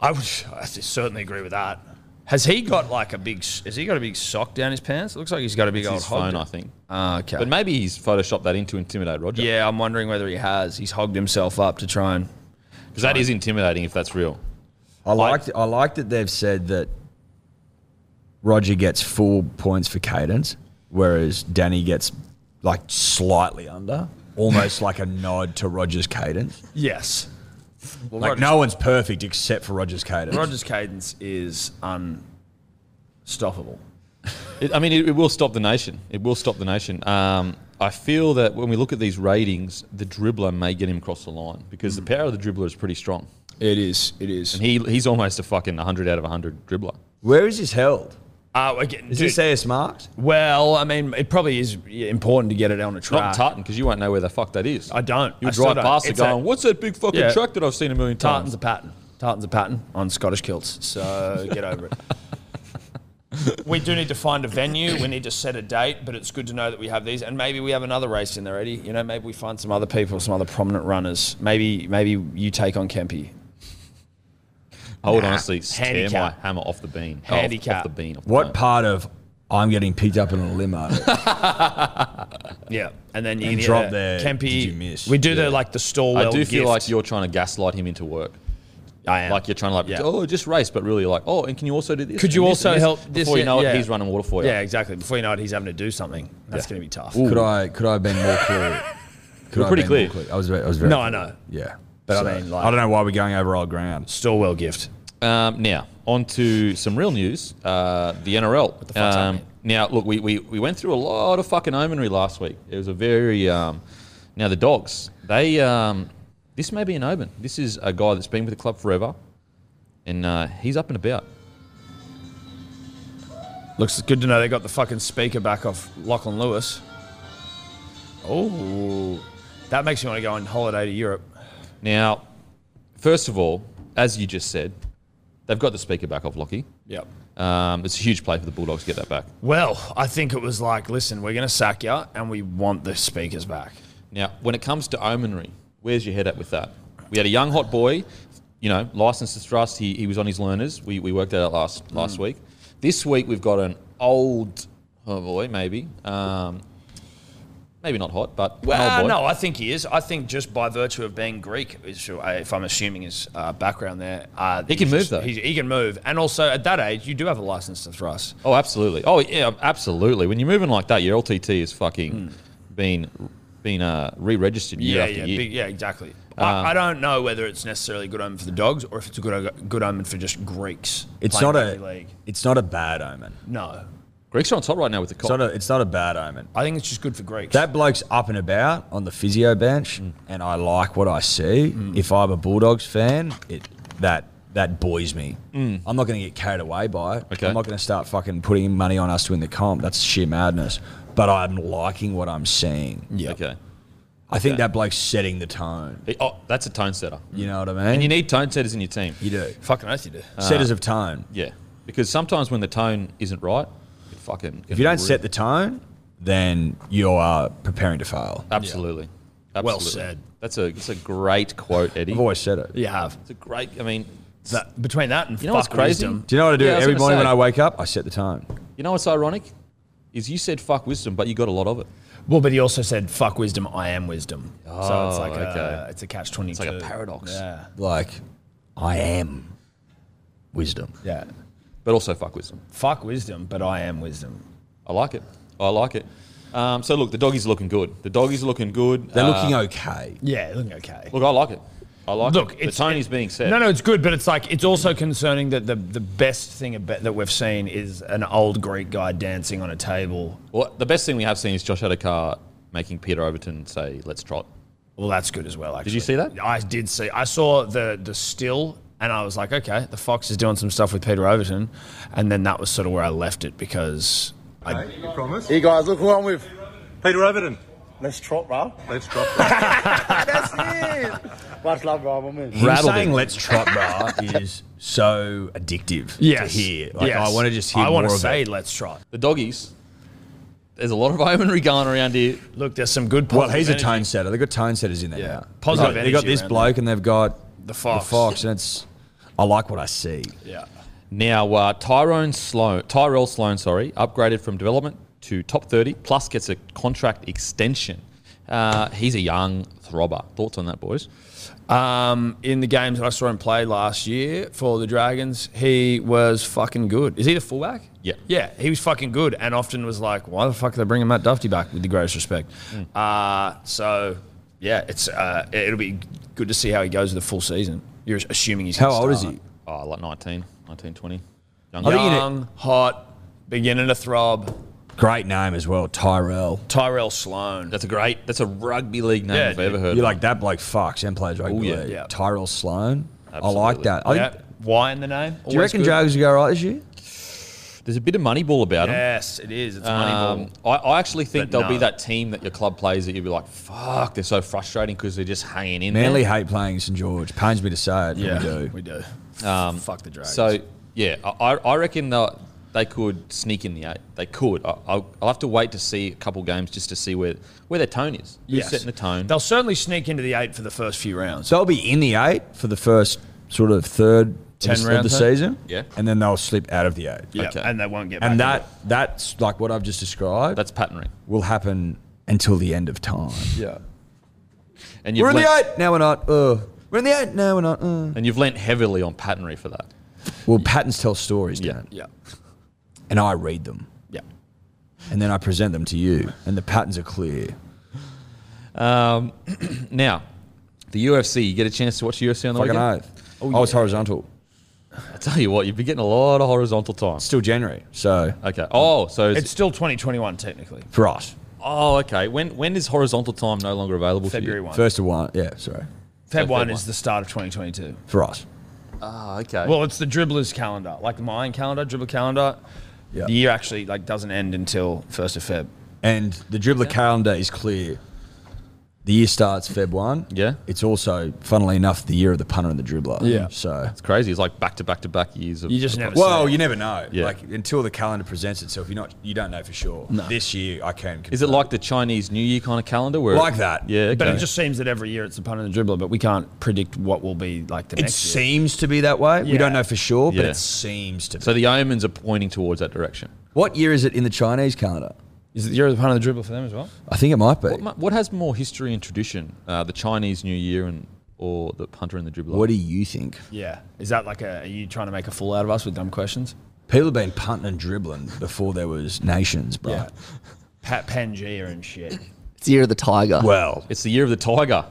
Speaker 6: I would I certainly agree with that. Has he got like a big? s- Has he got a big sock down his pants? It looks like he's got a big
Speaker 8: It's
Speaker 6: old
Speaker 8: his
Speaker 6: hog.
Speaker 8: phone, I think.
Speaker 6: Ah, okay.
Speaker 8: But maybe he's photoshopped that in to intimidate Roger.
Speaker 6: yeah, I'm wondering whether he has. He's hogged himself up to try and.
Speaker 8: because that is intimidating if that's real.
Speaker 5: I liked I liked that they've said that Roger gets full points for cadence, whereas Danny gets like slightly under, almost like a nod to Roger's cadence.
Speaker 6: Yes.
Speaker 5: like no one's perfect except for Roger's cadence.
Speaker 6: Roger's cadence is unstoppable.
Speaker 8: It, I mean, it, it will stop the nation. It will stop the nation. Um, I feel that when we look at these ratings, the dribbler may get him across the line because
Speaker 6: Hmm.
Speaker 8: the power of the dribbler is pretty strong.
Speaker 6: It is. It is.
Speaker 8: He, he's almost a fucking 100 out of 100 dribbler.
Speaker 5: Where is this held?
Speaker 6: Uh, again,
Speaker 5: Is
Speaker 6: dude,
Speaker 5: this AS marked?
Speaker 6: well, I mean, it probably is important to get it on a
Speaker 8: Not
Speaker 6: track.
Speaker 8: in Tartan because you won't know where the fuck that is.
Speaker 6: I don't.
Speaker 8: You
Speaker 6: I still
Speaker 8: drive
Speaker 6: don't.
Speaker 8: past it
Speaker 6: It's a-
Speaker 8: going, what's that big fucking
Speaker 6: Yeah.
Speaker 8: truck that I've seen a million
Speaker 6: Tartan's
Speaker 8: times?
Speaker 6: a pattern. Tartan's a pattern on Scottish kilts. So get over it. we do need to find a venue. We need to set a date, but it's good to know that we have these, and maybe we have another race in there, Eddie. You know, maybe we find some other people, some other prominent runners. Maybe, maybe you take on Kempy.
Speaker 8: I would
Speaker 6: Nah.
Speaker 8: honestly tear my
Speaker 6: Handicap.
Speaker 8: hammer off the bean. Off-
Speaker 6: Handicap.
Speaker 8: Off, the bean. Off the
Speaker 5: What
Speaker 8: bean.
Speaker 5: part of I'm getting picked up in a limo?
Speaker 6: Yeah, and then you
Speaker 5: And
Speaker 6: can
Speaker 5: drop
Speaker 6: get a
Speaker 5: there,
Speaker 6: Kempy.
Speaker 5: did you miss?
Speaker 6: We do
Speaker 5: Yeah.
Speaker 6: the like the Storwell.
Speaker 8: I do feel
Speaker 6: gift.
Speaker 8: like you're trying to gaslight him into work.
Speaker 6: I am.
Speaker 8: Like you're trying to like,
Speaker 6: Yeah.
Speaker 8: oh, just race, but really like, oh, and can you also do this?
Speaker 6: Could you
Speaker 8: and this
Speaker 6: also
Speaker 8: and this?"
Speaker 6: help this
Speaker 8: Before you
Speaker 6: and-
Speaker 8: know
Speaker 6: yeah.
Speaker 8: it, he's running water for you.
Speaker 6: yeah, exactly. Before you know it, he's having to do something. That's going to be tough.
Speaker 5: could I could I have been more clear? Could
Speaker 8: We're
Speaker 5: I have
Speaker 8: pretty
Speaker 5: been more
Speaker 8: clear.
Speaker 5: I was very, I was very
Speaker 6: No, I know.
Speaker 5: Yeah.
Speaker 6: But I
Speaker 5: So,
Speaker 6: mean, like-
Speaker 5: I don't know why we're going over old ground.
Speaker 6: Storwell gift.
Speaker 8: Um, now, on to some real news. Uh, the NRL. What
Speaker 6: the fuck's that mean?
Speaker 8: Now, look, we, we, we went through a lot of fucking omenry last week. It was a very. Um, now, the dogs, they. Um, this may be an omen. This is a guy that's been with the club forever, and uh, he's up and about.
Speaker 6: Looks good to know they got the fucking speaker back off Lachlan Lewis. Oh, that makes me want to go on holiday to Europe.
Speaker 8: Now, first of all, as you just said, they've got the speaker back off Lockie.
Speaker 6: Yep.
Speaker 8: Um, it's a huge play for the Bulldogs to get that back.
Speaker 6: Well, I think it was like, listen, we're going to sack you and we want the speakers back.
Speaker 8: Now, when it comes to omenry, where's your head at with that? We had a young hot boy, you know, licensed to thrust. He, he was on his learners. We, we worked that out last last
Speaker 6: Mm.
Speaker 8: week. This week we've got an old oh boy, maybe, um, maybe not hot, but an
Speaker 6: Well, uh,
Speaker 8: old Oh, boy.
Speaker 6: no, I think he is. I think just by virtue of being Greek, is- if I'm assuming his uh, background there, uh,
Speaker 8: He can
Speaker 6: he's
Speaker 8: move,
Speaker 6: just-
Speaker 8: though.
Speaker 6: He, he can move, and also at that age, you do have a license to thrust.
Speaker 8: Oh, absolutely. Oh, yeah, absolutely. When you're moving like that, your LTT is fucking being being uh, re-registered year after
Speaker 6: Mm. yeah,
Speaker 8: year.
Speaker 6: big- yeah, exactly.
Speaker 8: Um,
Speaker 6: I, I don't know whether it's necessarily a good omen for the dogs or if it's a good o- good omen for just Greeks.
Speaker 5: It's
Speaker 6: playing
Speaker 5: not a
Speaker 6: rugby league.
Speaker 5: it's not a bad omen.
Speaker 6: No,
Speaker 8: Greeks are on top right now with the
Speaker 5: It's
Speaker 8: cop.
Speaker 5: not, a, it's not a bad omen.
Speaker 6: I think it's just good for Greeks.
Speaker 5: That bloke's up and about on the physio bench,
Speaker 6: Mm.
Speaker 5: and I like what I see. If I'm a Bulldogs fan, it that that buoys me.
Speaker 6: Mm.
Speaker 5: I'm not going to get carried away by it.
Speaker 8: Okay.
Speaker 5: I'm not going to start fucking putting money on us to win the comp. That's sheer madness. But I'm liking what I'm seeing.
Speaker 6: yeah.
Speaker 8: Okay.
Speaker 5: I think that bloke's setting the tone.
Speaker 8: He- Oh, that's a tone setter.
Speaker 5: You know what I mean?
Speaker 8: And you need tone setters in your team.
Speaker 5: you do.
Speaker 6: Fucking oath you do.
Speaker 5: Setters of tone.
Speaker 8: Yeah. Because sometimes when the tone isn't right, it fucking.
Speaker 5: If you don't set the tone, then you are preparing to fail.
Speaker 8: Absolutely.
Speaker 6: Well
Speaker 8: Absolutely.
Speaker 6: said.
Speaker 8: That's a, that's a great quote, Eddie.
Speaker 5: I've always said it.
Speaker 6: You have.
Speaker 8: It's a great. I mean,
Speaker 6: That, between that and
Speaker 8: You know what's
Speaker 6: fuck
Speaker 8: crazy?
Speaker 6: wisdom.
Speaker 5: Do you know what I do
Speaker 8: Yeah, I was
Speaker 5: every
Speaker 8: gonna
Speaker 5: morning
Speaker 8: say.
Speaker 5: when I wake up? I set the tone.
Speaker 8: you know what's ironic? Is you said fuck wisdom, but you got a lot of it.
Speaker 6: Well, but he also said, "Fuck wisdom, I am wisdom." so it's
Speaker 8: Oh,
Speaker 6: like a,
Speaker 8: okay.
Speaker 6: it's a catch twenty. It's
Speaker 8: like a paradox.
Speaker 6: Yeah,
Speaker 5: Like, I am wisdom.
Speaker 6: yeah.
Speaker 8: But also fuck wisdom.
Speaker 6: Fuck wisdom, but I am wisdom.
Speaker 8: I like it. I like it. Um, so look, the doggies are looking good. The doggies are looking good.
Speaker 5: They're
Speaker 8: Uh,
Speaker 5: looking okay.
Speaker 6: Yeah, looking okay.
Speaker 8: Look, I like it. I like
Speaker 6: Look,
Speaker 8: it.
Speaker 6: it's-
Speaker 8: the Tony's being said.
Speaker 6: No, no, it's good, but it's like it's also concerning that the the best thing about, that we've seen is an old Greek guy dancing on a table.
Speaker 8: Well, the best thing we have seen is Josh Adokar making Peter Overton say, "Let's trot."
Speaker 6: Well, that's good as well. Actually,
Speaker 8: you see that?
Speaker 6: I did see. I saw the the still, and I was like, okay, the Fox is doing some stuff with Peter Overton, and then that was sort of where I left it because I,
Speaker 10: Hey guys, look who I'm with.
Speaker 11: Peter Overton.
Speaker 10: Let's trot, bro.
Speaker 11: Let's drop
Speaker 10: Much love, bro. I'm in.
Speaker 5: Him
Speaker 8: Rattled
Speaker 5: saying
Speaker 8: it.
Speaker 5: "Let's trot, bruh" is so addictive
Speaker 6: yes,
Speaker 5: to hear. Like,
Speaker 6: yes.
Speaker 5: I want to just hear
Speaker 6: I
Speaker 5: more
Speaker 6: wanna
Speaker 5: of
Speaker 6: say,
Speaker 5: it.
Speaker 6: let's try.
Speaker 8: The doggies. There's a lot of omenry going around here.
Speaker 6: Look, there's some good.
Speaker 5: Well, he's a
Speaker 6: positive
Speaker 5: tone setter. They've got tone setters in there
Speaker 6: Yeah.
Speaker 5: now.
Speaker 6: Positive
Speaker 5: They've got- They've got
Speaker 6: energy
Speaker 5: this
Speaker 6: around
Speaker 5: bloke and they've got
Speaker 6: The Fox.
Speaker 5: The Fox, and it's. I like what I see.
Speaker 6: energy. Yeah.
Speaker 8: Now, uh, Tyrone Sloan, Tyrell Sloan, sorry, upgraded from development to top 30, plus gets a contract extension. Uh, he's a young throbber. Thoughts on that, boys?
Speaker 6: Um, in the games that I saw him play last year for the Dragons, he was fucking good. Is he the fullback?
Speaker 8: Yeah.
Speaker 6: Yeah, he was fucking good and often was like, why the fuck are they bringing Matt Duffy back with the greatest respect?
Speaker 8: Hmm.
Speaker 6: Uh, so, yeah, it's uh, it'll be good to see how he goes with the full season. You're assuming he's
Speaker 5: How
Speaker 6: gonna
Speaker 5: old is
Speaker 6: start.
Speaker 5: he?
Speaker 8: Oh, like 19, 19, 20. Young.
Speaker 5: think you need-
Speaker 6: Young, hot, beginning to throb,
Speaker 5: Great name as well, Tyrell.
Speaker 6: Tyrell Sloan.
Speaker 8: that's a great, that's a rugby league name
Speaker 6: Yeah,
Speaker 8: I've ever heard
Speaker 5: You
Speaker 8: of.
Speaker 5: like that bloke Fox and plays rugby.
Speaker 8: yeah.
Speaker 5: league.
Speaker 6: Oh, Yeah.
Speaker 5: Tyrell Sloan.
Speaker 8: Absolutely.
Speaker 5: I like that. I
Speaker 6: yeah.
Speaker 5: think,
Speaker 6: Why in the name?
Speaker 5: do you
Speaker 6: Always
Speaker 5: reckon
Speaker 6: good.
Speaker 5: Jags will go right this year?
Speaker 8: There's a bit of Moneyball about him.
Speaker 6: Yes, it is. It's Moneyball.
Speaker 8: Um, I, I actually think
Speaker 6: But
Speaker 8: there'll be
Speaker 6: no.
Speaker 8: that team that your club plays that you'll be like, fuck, they're so frustrating because they're just hanging in
Speaker 5: Manly
Speaker 8: there.
Speaker 5: hate playing St George. Pains me to say it, but we do.
Speaker 6: We do. fuck the Dragons.
Speaker 8: Um, So, yeah, I, I reckon that they could sneak in the eight. They could. I, I'll, I'll have to wait to see a couple games just to see where, where their tone is. Who's
Speaker 6: Yes.
Speaker 8: setting the tone?
Speaker 6: They'll certainly sneak into the eight for the first few rounds.
Speaker 5: So they'll be in the eight for the first sort of third
Speaker 6: Ten
Speaker 5: of the,
Speaker 6: rounds, huh?
Speaker 5: season.
Speaker 8: Yeah.
Speaker 5: And then they'll slip out of the eight.
Speaker 6: yeah,
Speaker 8: Okay.
Speaker 6: and they won't get.
Speaker 5: And
Speaker 6: back
Speaker 5: that that's like what I've just described
Speaker 8: That's patternary.
Speaker 5: will happen until the end of time.
Speaker 6: into it.
Speaker 8: And
Speaker 5: We're
Speaker 8: you've,
Speaker 5: in the
Speaker 8: lent,
Speaker 5: eight, now we're not. Uh. We're in the eight, now we're not. Uh.
Speaker 8: and you've lent heavily on patternary for that.
Speaker 5: Well, patterns tell stories,
Speaker 8: Yeah.
Speaker 5: Dan.
Speaker 6: yeah,
Speaker 5: And I read them.
Speaker 6: yeah,
Speaker 5: And then I present them to you. And the patterns are clear.
Speaker 8: Um, now, the UFC, you get a chance to watch the UFC on the
Speaker 5: Fucking
Speaker 8: weekend?
Speaker 5: oath. Oh, it's horizontal.
Speaker 8: I tell you what, you've been getting a lot of horizontal time.
Speaker 5: It's still January. So
Speaker 8: Okay. Oh, so
Speaker 6: It's
Speaker 8: it's,
Speaker 6: still 2021 technically.
Speaker 5: for us,
Speaker 8: oh, okay. When when is horizontal time no longer available? to you?
Speaker 6: February one.
Speaker 5: first of one. Yeah, sorry.
Speaker 6: Feb
Speaker 8: Feb
Speaker 6: one
Speaker 8: one.
Speaker 6: is the start of 2022.
Speaker 5: For us.
Speaker 8: Oh, okay.
Speaker 6: Well, it's the dribblers calendar, like the Mayan calendar, dribbler calendar.
Speaker 5: Yeah.
Speaker 6: The year actually like doesn't end until first of Feb.
Speaker 5: And the dribbler calendar is clear. The year starts Feb 1.
Speaker 8: Yeah.
Speaker 5: It's also, funnily enough, the year of the punter and the dribbler.
Speaker 6: Yeah.
Speaker 5: So.
Speaker 8: it's crazy. It's like back to back to back years of.
Speaker 6: You just never.
Speaker 5: Well, you never know.
Speaker 8: Yeah.
Speaker 5: Like until the calendar presents itself, you're not you don't know for sure. This year I can
Speaker 8: Is it like the Chinese New Year kind of calendar? Where
Speaker 5: Like that.
Speaker 8: Yeah. Okay.
Speaker 6: but it just seems that every year it's the pun and the dribbler, but we can't predict what will be like the
Speaker 5: it
Speaker 6: next year.
Speaker 5: seems to be that way. We don't
Speaker 6: Yeah.
Speaker 5: know for sure, but
Speaker 8: Yeah.
Speaker 5: it seems to be.
Speaker 8: so the omens are pointing towards that direction.
Speaker 5: what year is it in the Chinese calendar?
Speaker 6: Is it the year of the pun and the dribbler for them as well?
Speaker 5: I think it might be.
Speaker 8: What, mu- what has more history and tradition, uh, the Chinese New Year and or the punter and the dribbler?
Speaker 5: what do you think?
Speaker 6: Yeah. Is that like a? Are you trying to make a fool out of us with dumb questions?
Speaker 5: People have been punting and dribbling before there was nations, bro.
Speaker 6: Yeah. Pat Pangaea and shit.
Speaker 9: It's the year of the tiger.
Speaker 5: Well,
Speaker 8: it's the year of the tiger.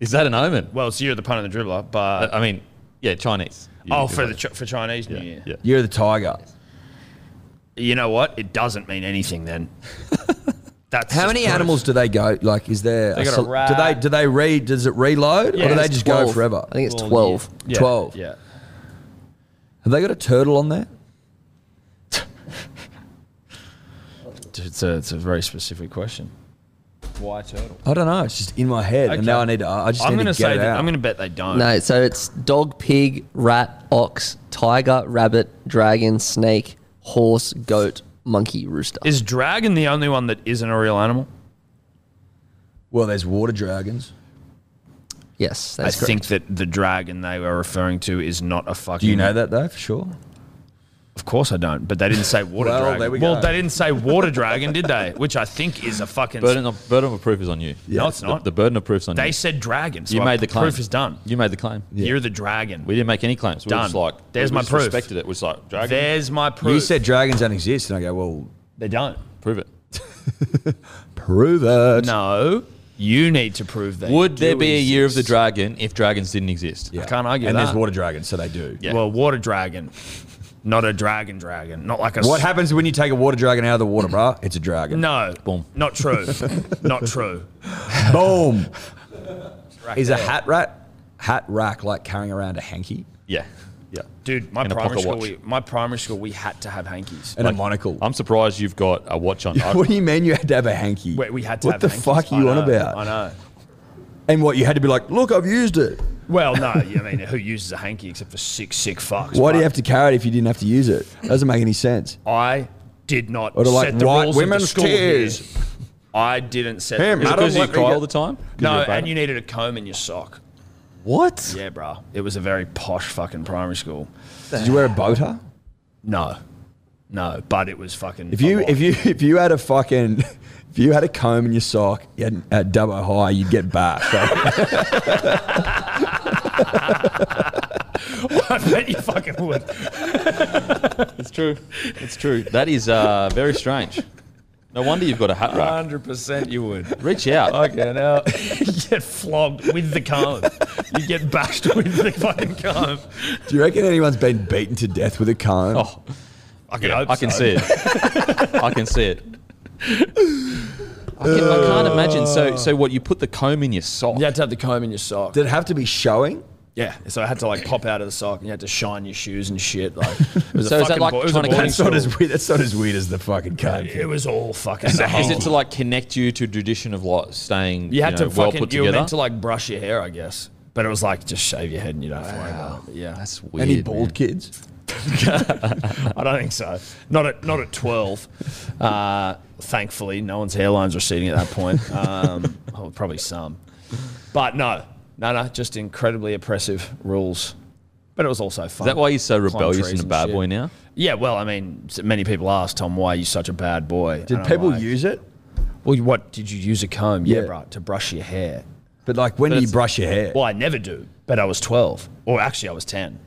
Speaker 8: Is that an omen?
Speaker 6: Well, it's year of the pun and the dribbler, but
Speaker 8: I I mean, yeah, Chinese.
Speaker 6: oh, for the Ch- for Oh, Chinese New Year,
Speaker 8: yeah.
Speaker 5: Year of the Tiger.
Speaker 6: you know what? It doesn't mean anything then. That's
Speaker 5: How
Speaker 6: just
Speaker 5: many
Speaker 6: proof.
Speaker 5: animals do they go? Like, is there?
Speaker 6: They
Speaker 5: a
Speaker 6: got a
Speaker 5: sol- do
Speaker 6: rat.
Speaker 5: they do they read? Does it reload,
Speaker 6: Yeah,
Speaker 5: or do they
Speaker 6: it's
Speaker 5: just go
Speaker 9: 12.
Speaker 5: forever?
Speaker 9: I think it's
Speaker 6: Well,
Speaker 9: 12.
Speaker 6: Yeah,
Speaker 5: 12.
Speaker 6: Yeah.
Speaker 5: Have they got a turtle on there?
Speaker 6: It's a, it's a very specific question. Why turtle?
Speaker 5: I don't know. It's just in my head,
Speaker 6: Okay.
Speaker 5: and now I need to. I just
Speaker 6: I'm
Speaker 5: need
Speaker 6: gonna
Speaker 5: to get
Speaker 6: say
Speaker 5: it
Speaker 6: that,
Speaker 5: out.
Speaker 6: I'm gonna bet they don't.
Speaker 9: No, so it's dog, pig, rat, ox, tiger, rabbit, dragon, snake, horse, goat, monkey, rooster.
Speaker 6: Is dragon the only one that isn't a real animal?
Speaker 5: well, there's water dragons.
Speaker 9: yes,
Speaker 6: I
Speaker 9: that's correct.
Speaker 6: think that the dragon they were referring to is not a fucking.
Speaker 5: Do you know that though for sure?
Speaker 6: Of course I don't. But they didn't say water
Speaker 5: Well,
Speaker 6: dragon.
Speaker 5: there we
Speaker 6: Well,
Speaker 5: go.
Speaker 6: they didn't say water dragon, did they? Which I think is a fucking.
Speaker 8: Burden of, burden of proof is on you.
Speaker 6: No, it's
Speaker 8: The-
Speaker 6: not.
Speaker 8: The, burden of proof's on
Speaker 6: they
Speaker 8: you.
Speaker 6: said dragon. So
Speaker 8: you
Speaker 6: I-
Speaker 8: made the claim.
Speaker 6: Proof is done.
Speaker 8: You made the claim.
Speaker 6: You're the dragon.
Speaker 8: We didn't make any claims. We were
Speaker 6: Done.
Speaker 8: just like,
Speaker 6: There's
Speaker 8: we
Speaker 6: my
Speaker 8: just
Speaker 6: proof.
Speaker 8: respected it. It was like, dragon,
Speaker 6: There's my proof.
Speaker 5: You said dragons don't exist, and I go, well,
Speaker 6: they don't.
Speaker 8: prove it.
Speaker 5: prove it.
Speaker 6: No, you need to prove that.
Speaker 8: Would there be a year of the dragon if dragons didn't exist?
Speaker 5: Yeah.
Speaker 6: can't argue
Speaker 5: And
Speaker 6: that.
Speaker 5: there's water dragons, so they do.
Speaker 8: Yeah.
Speaker 6: Well, water dragon, not a dragon dragon, not like a.
Speaker 5: What
Speaker 6: s-
Speaker 5: happens when you take a water dragon out of the water, bruh? It's a dragon.
Speaker 6: No,
Speaker 8: Boom.
Speaker 6: not true, not true.
Speaker 5: Boom. Is a hat rat hat rack like carrying around a hanky
Speaker 8: Yeah. Yeah.
Speaker 6: Dude, my
Speaker 8: And a
Speaker 6: primary
Speaker 8: pocket
Speaker 6: school,
Speaker 8: watch.
Speaker 6: we, my primary school, we had to have hankies.
Speaker 5: and a monocle?
Speaker 8: I'm surprised you've got a watch on. I-
Speaker 5: what do you mean you had to have a hanky?
Speaker 6: We, we had to.
Speaker 5: What
Speaker 6: have
Speaker 5: the
Speaker 6: hankies.
Speaker 5: fuck
Speaker 6: I
Speaker 5: are you on
Speaker 6: know,
Speaker 5: about?
Speaker 6: I know.
Speaker 5: And what you had to be like? Look, I've used it.
Speaker 6: Well, no, I mean, who uses a hanky except for sick, sick fucks?
Speaker 5: Why
Speaker 6: but
Speaker 5: do you have to carry it if you didn't have to use it? Doesn't make any sense.
Speaker 6: I did not set
Speaker 5: Or do like
Speaker 6: the
Speaker 5: white
Speaker 6: rules of the
Speaker 5: women's
Speaker 6: school here.
Speaker 5: tears?
Speaker 6: I didn't set.
Speaker 5: Hey,
Speaker 6: the rules.
Speaker 5: I don't
Speaker 8: Because you
Speaker 5: let me
Speaker 8: cry
Speaker 5: get-
Speaker 8: all the time? 'Cause
Speaker 6: No,
Speaker 8: you're a beta?
Speaker 6: and you needed a comb in your sock.
Speaker 8: What?
Speaker 6: Yeah, bro. It was a very posh fucking primary school.
Speaker 5: Did you wear a bow tie?
Speaker 6: No, no, but it was fucking.
Speaker 5: If you if you if you had a fucking if you had a comb in your sock at, at double high, you'd get back.
Speaker 6: I bet you fucking would.
Speaker 8: It's true. It's true. That is uh, very strange. No wonder you've got a hat rack.
Speaker 6: Hundred percent, you would.
Speaker 8: Reach out.
Speaker 6: Fucking hell. you get flogged with the comb. You get bashed with the fucking comb.
Speaker 5: Do you reckon anyone's been beaten to death with a comb?
Speaker 8: Oh,
Speaker 6: I can hope
Speaker 8: I can
Speaker 6: so.
Speaker 8: see it. I can see it. I, can, I can't imagine. So, so what? You put the comb in your sock?
Speaker 6: You had to have the comb in your sock.
Speaker 5: Did it have to be showing?
Speaker 6: Yeah, so I had to like pop out of the sock, and you had to shine your shoes and shit. Like, it was
Speaker 8: So
Speaker 6: a
Speaker 8: is that
Speaker 6: fucking
Speaker 8: like
Speaker 6: bo- it was a
Speaker 8: trying to
Speaker 6: boarding
Speaker 8: catch
Speaker 5: It's not
Speaker 6: school.
Speaker 5: as weird. That's not as weird as the fucking comb.
Speaker 6: It was all fucking.
Speaker 8: Is it
Speaker 6: nasty.
Speaker 8: to like connect you to tradition of like staying?
Speaker 6: You had
Speaker 8: know,
Speaker 6: to
Speaker 8: well
Speaker 6: fucking.
Speaker 8: put
Speaker 6: You were
Speaker 8: together.
Speaker 6: meant to like brush your hair, I guess. But it was like just shave your head and you don't have to worry about it. Yeah,
Speaker 8: That's weird.
Speaker 5: Any
Speaker 8: man.
Speaker 5: bald kids?
Speaker 6: I don't think so. Not at not at twelve. Uh, thankfully, no one's hairline's receding at that point. Um, oh, probably some, but no, no, no. Just incredibly oppressive rules. But it was also fun.
Speaker 8: Is that why you're so
Speaker 6: Climb
Speaker 8: rebellious
Speaker 6: trees
Speaker 8: and a bad
Speaker 6: shit.
Speaker 8: boy now?
Speaker 6: Yeah. Well, I mean, s- many people ask Tom, "Why are you such a bad boy?"
Speaker 5: Did
Speaker 6: And I'm
Speaker 5: people
Speaker 6: like,
Speaker 5: use it?
Speaker 6: Well, you- what did you use a comb? Yeah,
Speaker 5: Yeah.
Speaker 6: bro, to brush your hair.
Speaker 5: But like, when do you
Speaker 8: That's-
Speaker 5: brush your hair?
Speaker 6: Well, I never do. But I was twelve, or actually, I was ten.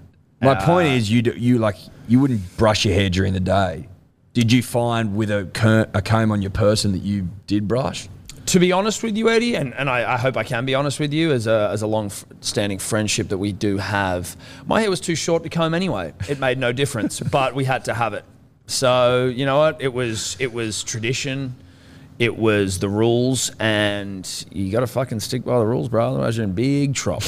Speaker 5: My point is, you do, you like you wouldn't brush your hair during the day. Did you find with a, cur- a comb on your person that you did brush?
Speaker 6: to be honest with you, Eddie, and, and I, I hope I can be honest with you, as a, as a long f- standing friendship that we do have, my hair was too short to comb anyway. It made no difference, but we had to have it. So you know what? It was it was tradition, it was the rules, and you got to fucking stick by the rules, bro. Otherwise, you're in big trouble.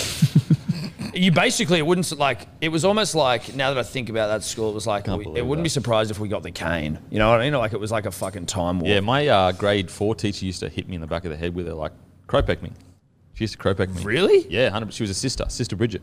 Speaker 6: you basically it wouldn't s- like it was almost like now that I think about that school, it was like we, it
Speaker 8: believe
Speaker 6: wouldn't
Speaker 8: that.
Speaker 6: be surprised if we got the cane. You know what I mean? Like it was like a fucking time warp.
Speaker 8: Yeah, my uh, grade four teacher used to hit me in the back of the head with her, like, Cropec me. She used to Cropec me.
Speaker 6: Really?
Speaker 8: Yeah, 100%. She was a sister, Sister Bridget.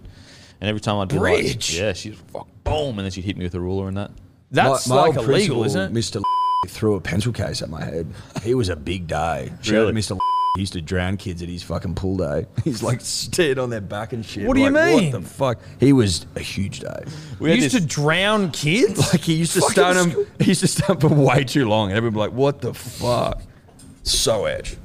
Speaker 8: And every time I'd be
Speaker 6: Bridge?
Speaker 8: like, yeah, she'd fuck, boom, and then she'd hit me with a ruler and that.
Speaker 6: That's
Speaker 5: My- my
Speaker 6: like
Speaker 5: old
Speaker 6: illegal,
Speaker 5: principal,
Speaker 6: isn't it?
Speaker 5: Mr. threw a pencil case at my head. He was a big day. Shout out to Mr. He used to drown kids at his fucking pool day. He's like stared on their back and shit.
Speaker 6: What do you
Speaker 5: like,
Speaker 6: mean?
Speaker 5: What the fuck? He was a huge day.
Speaker 8: We had
Speaker 6: used
Speaker 8: this-
Speaker 6: to drown kids.
Speaker 5: Like he used to stun him. He used to stun for way too long, and everyone would be like, "What the fuck?" So edge.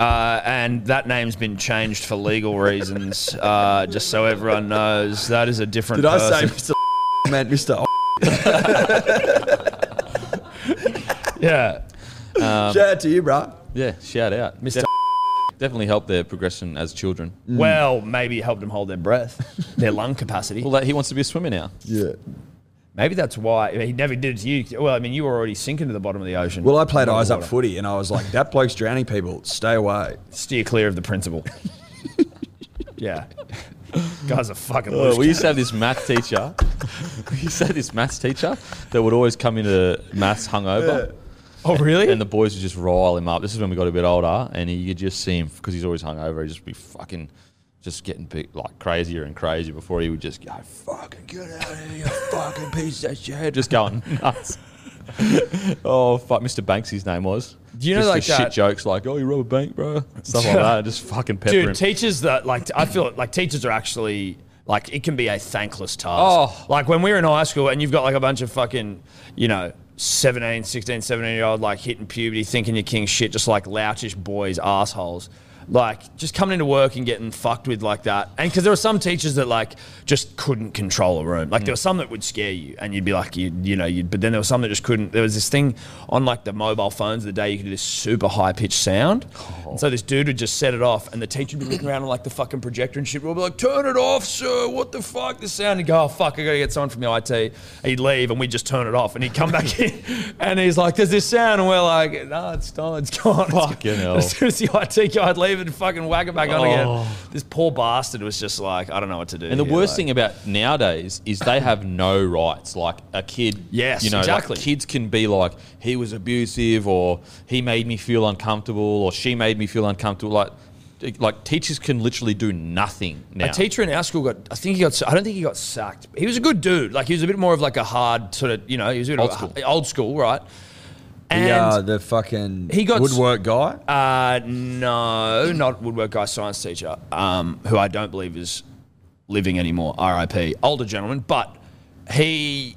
Speaker 6: Uh, and that name's been changed for legal reasons, uh, just so everyone knows. That is a different
Speaker 5: Did I say
Speaker 6: person.
Speaker 5: Mr. I meant Mr.
Speaker 6: yeah.
Speaker 5: Shout out to you, bro.
Speaker 8: yeah, shout out. Mr. definitely helped their progression as children.
Speaker 6: Well, maybe it helped them hold their breath, their lung capacity.
Speaker 8: Well, that, he wants to be a swimmer now.
Speaker 5: Yeah.
Speaker 6: Maybe that's why he never did it to you. Well, I mean, you were already sinking to the bottom of the ocean.
Speaker 5: Well, I played eyes up
Speaker 6: Underwater.
Speaker 5: footy, and I was like, "That bloke's drowning people. Stay away."
Speaker 6: Steer clear of the principal. yeah. Guys are fucking
Speaker 8: Oh, Well,
Speaker 6: loose.
Speaker 8: we used to have this math teacher. we used to have this maths teacher that would always come into maths hungover.
Speaker 6: oh, really?
Speaker 8: And the boys would just rile him up. This is when we got a bit older, and you could just see him because he's always hungover. He'd just be fucking, just getting big, like crazier and crazier. Before he would just go, "Fucking get out of here, you fucking piece of shit!" Just going nuts. oh fuck, Mr. Banks, his name was.
Speaker 6: Do you know,
Speaker 8: Just
Speaker 6: like,
Speaker 8: the
Speaker 6: uh,
Speaker 8: shit jokes like, "Oh, you rob a bank, bro," stuff like that. Just fucking pepper him.
Speaker 6: Dude, teachers that like I feel like teachers are actually like it can be a thankless task.
Speaker 8: Oh.
Speaker 6: Like when we were in high school and you've got like a bunch of fucking, you know, 17, 16, 17 year old like hitting puberty, thinking you're king shit, just like louchish boys, assholes. Like just coming into work and getting fucked with like that. And because there were some teachers that like just couldn't control a room.
Speaker 8: Mm.
Speaker 6: Like there were some that would scare you and you'd be like, you, you know, you'd, but then there was some that just couldn't. There was this thing on like the mobile phones of the day, you could do this super high pitched sound.
Speaker 8: Oh.
Speaker 6: And so this dude would just set it off and the teacher would be looking around on like the fucking projector and shit. We'll be like, turn it off, sir. What the fuck? The sound. He'd go, oh, fuck, I gotta get someone from the IT. And he'd leave and we'd just turn it off. And he'd come back in and he's like, there's this sound. And we're like, no, it's done. It's gone.
Speaker 8: Fucking hell. Oh.
Speaker 6: As soon as the IT guy'd leave and fucking whack it back on again. This poor bastard was just like, I don't know what to do.
Speaker 8: And the
Speaker 6: here,
Speaker 8: worst
Speaker 6: like-
Speaker 8: thing about nowadays is they have no rights. Like a kid,
Speaker 6: Yes,
Speaker 8: you know, like,
Speaker 6: exactly.
Speaker 8: kids can be like, he was abusive, or he made me feel uncomfortable, or she made me feel uncomfortable. Like, like teachers can literally do nothing now.
Speaker 6: A teacher in our school got. I think he got. I don't think he got sacked. He was a good dude. Like he was a bit more of like a hard sort of. You know, he was a bit
Speaker 8: Old
Speaker 6: of a-
Speaker 8: school. uh,
Speaker 6: old school, right? And
Speaker 5: Yeah, the fucking
Speaker 6: He got s-
Speaker 5: woodwork guy.
Speaker 6: uh, no, not woodwork guy, science teacher, um, who I don't believe is living anymore. R.I.P. Older gentleman, but he.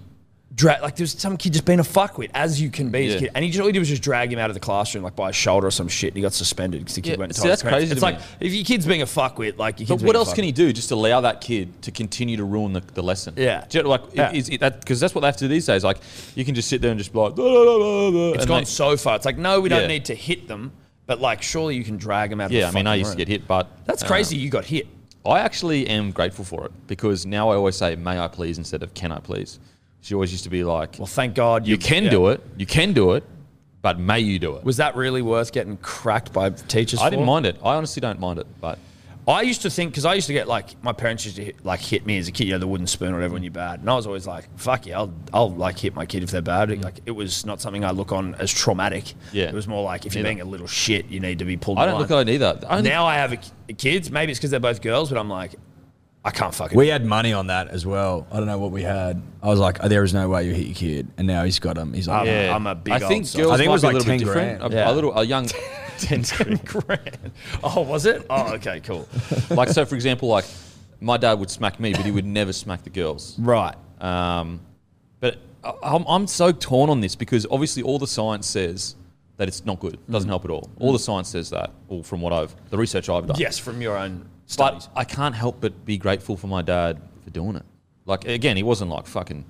Speaker 6: Dra- like there's some kid just being a fuckwit as you can be as a
Speaker 8: Yeah.
Speaker 6: kid, and he just, all he did was just drag him out of the classroom like by his shoulder or some shit, and he got suspended because the kid
Speaker 8: Yeah,
Speaker 6: went. and
Speaker 8: see,
Speaker 6: told his
Speaker 8: that's
Speaker 6: parents.
Speaker 8: crazy
Speaker 6: It's
Speaker 8: to
Speaker 6: like if your kid's being a fuckwit, like your
Speaker 8: but
Speaker 6: kid's
Speaker 8: what
Speaker 6: being a
Speaker 8: else can he do? Just allow that kid to continue to ruin the, the lesson?
Speaker 6: Yeah.
Speaker 8: Do you know, like
Speaker 6: Yeah.
Speaker 8: is it that because that's what they have to do these days. Like you can just sit there and just be like, "Blah, blah, blah, blah, blah,"
Speaker 6: It's
Speaker 8: and
Speaker 6: gone
Speaker 8: they-
Speaker 6: so far. It's like, no, we don't
Speaker 8: Yeah.
Speaker 6: need to hit them, but like, surely you can drag them out.
Speaker 8: yeah, I
Speaker 6: of the
Speaker 8: mean, I
Speaker 6: fucking
Speaker 8: used
Speaker 6: room.
Speaker 8: to get hit, but
Speaker 6: That's
Speaker 8: uh,
Speaker 6: crazy. you got hit.
Speaker 8: I actually am grateful for it because now I always say "may I please" instead of "can I please." She always used to be like,
Speaker 6: Well, thank God
Speaker 8: "You can do it, you can do it, but may you do it."
Speaker 6: Was that really worth getting cracked by teachers?
Speaker 8: I didn't
Speaker 6: for?
Speaker 8: mind it. I honestly don't mind it, but
Speaker 6: I used to think because I used to get like my parents used to hit, like hit me as a kid, you know, the wooden spoon or whatever when you're bad, and I was always like, "Fuck yeah, I'll, I'll like hit my kid if they're bad." Like it was not something I look on as traumatic.
Speaker 8: Mm. Yeah.
Speaker 6: it was more like if you're
Speaker 8: Neither.
Speaker 6: being a little shit, you need to be pulled.
Speaker 8: I don't look
Speaker 6: line.
Speaker 8: at it either. The only-
Speaker 6: now I have a, kids. Maybe it's because they're both girls, but I'm like, I can't fucking.
Speaker 5: We had money on that as well. I don't know what we had. I was like, there is no way you hit your kid, and now he's got him. He's like,
Speaker 6: I'm,
Speaker 5: yeah.
Speaker 6: I'm a big.
Speaker 8: I
Speaker 6: old
Speaker 8: think
Speaker 6: sausage.
Speaker 8: girls
Speaker 5: I think it
Speaker 8: might
Speaker 5: was
Speaker 8: be
Speaker 5: like
Speaker 8: a little bit
Speaker 5: 10
Speaker 8: different.
Speaker 5: grand.
Speaker 8: A-
Speaker 5: Yeah.
Speaker 8: A little, a young, ten grand.
Speaker 6: grand. Oh, was it? Oh, okay, cool.
Speaker 8: like so. For example, like my dad would smack me, but he would never smack the girls.
Speaker 6: Right.
Speaker 8: Um, but I- I'm, I'm so torn on this because obviously all the science says that it's not good. It doesn't
Speaker 6: Mm-hmm.
Speaker 8: help at all. All the science says that, all from what I've, the research I've done.
Speaker 6: Yes, from your own
Speaker 8: But
Speaker 6: studies.
Speaker 8: I can't help but be grateful for my dad for doing it. Like, again, he wasn't like fucking,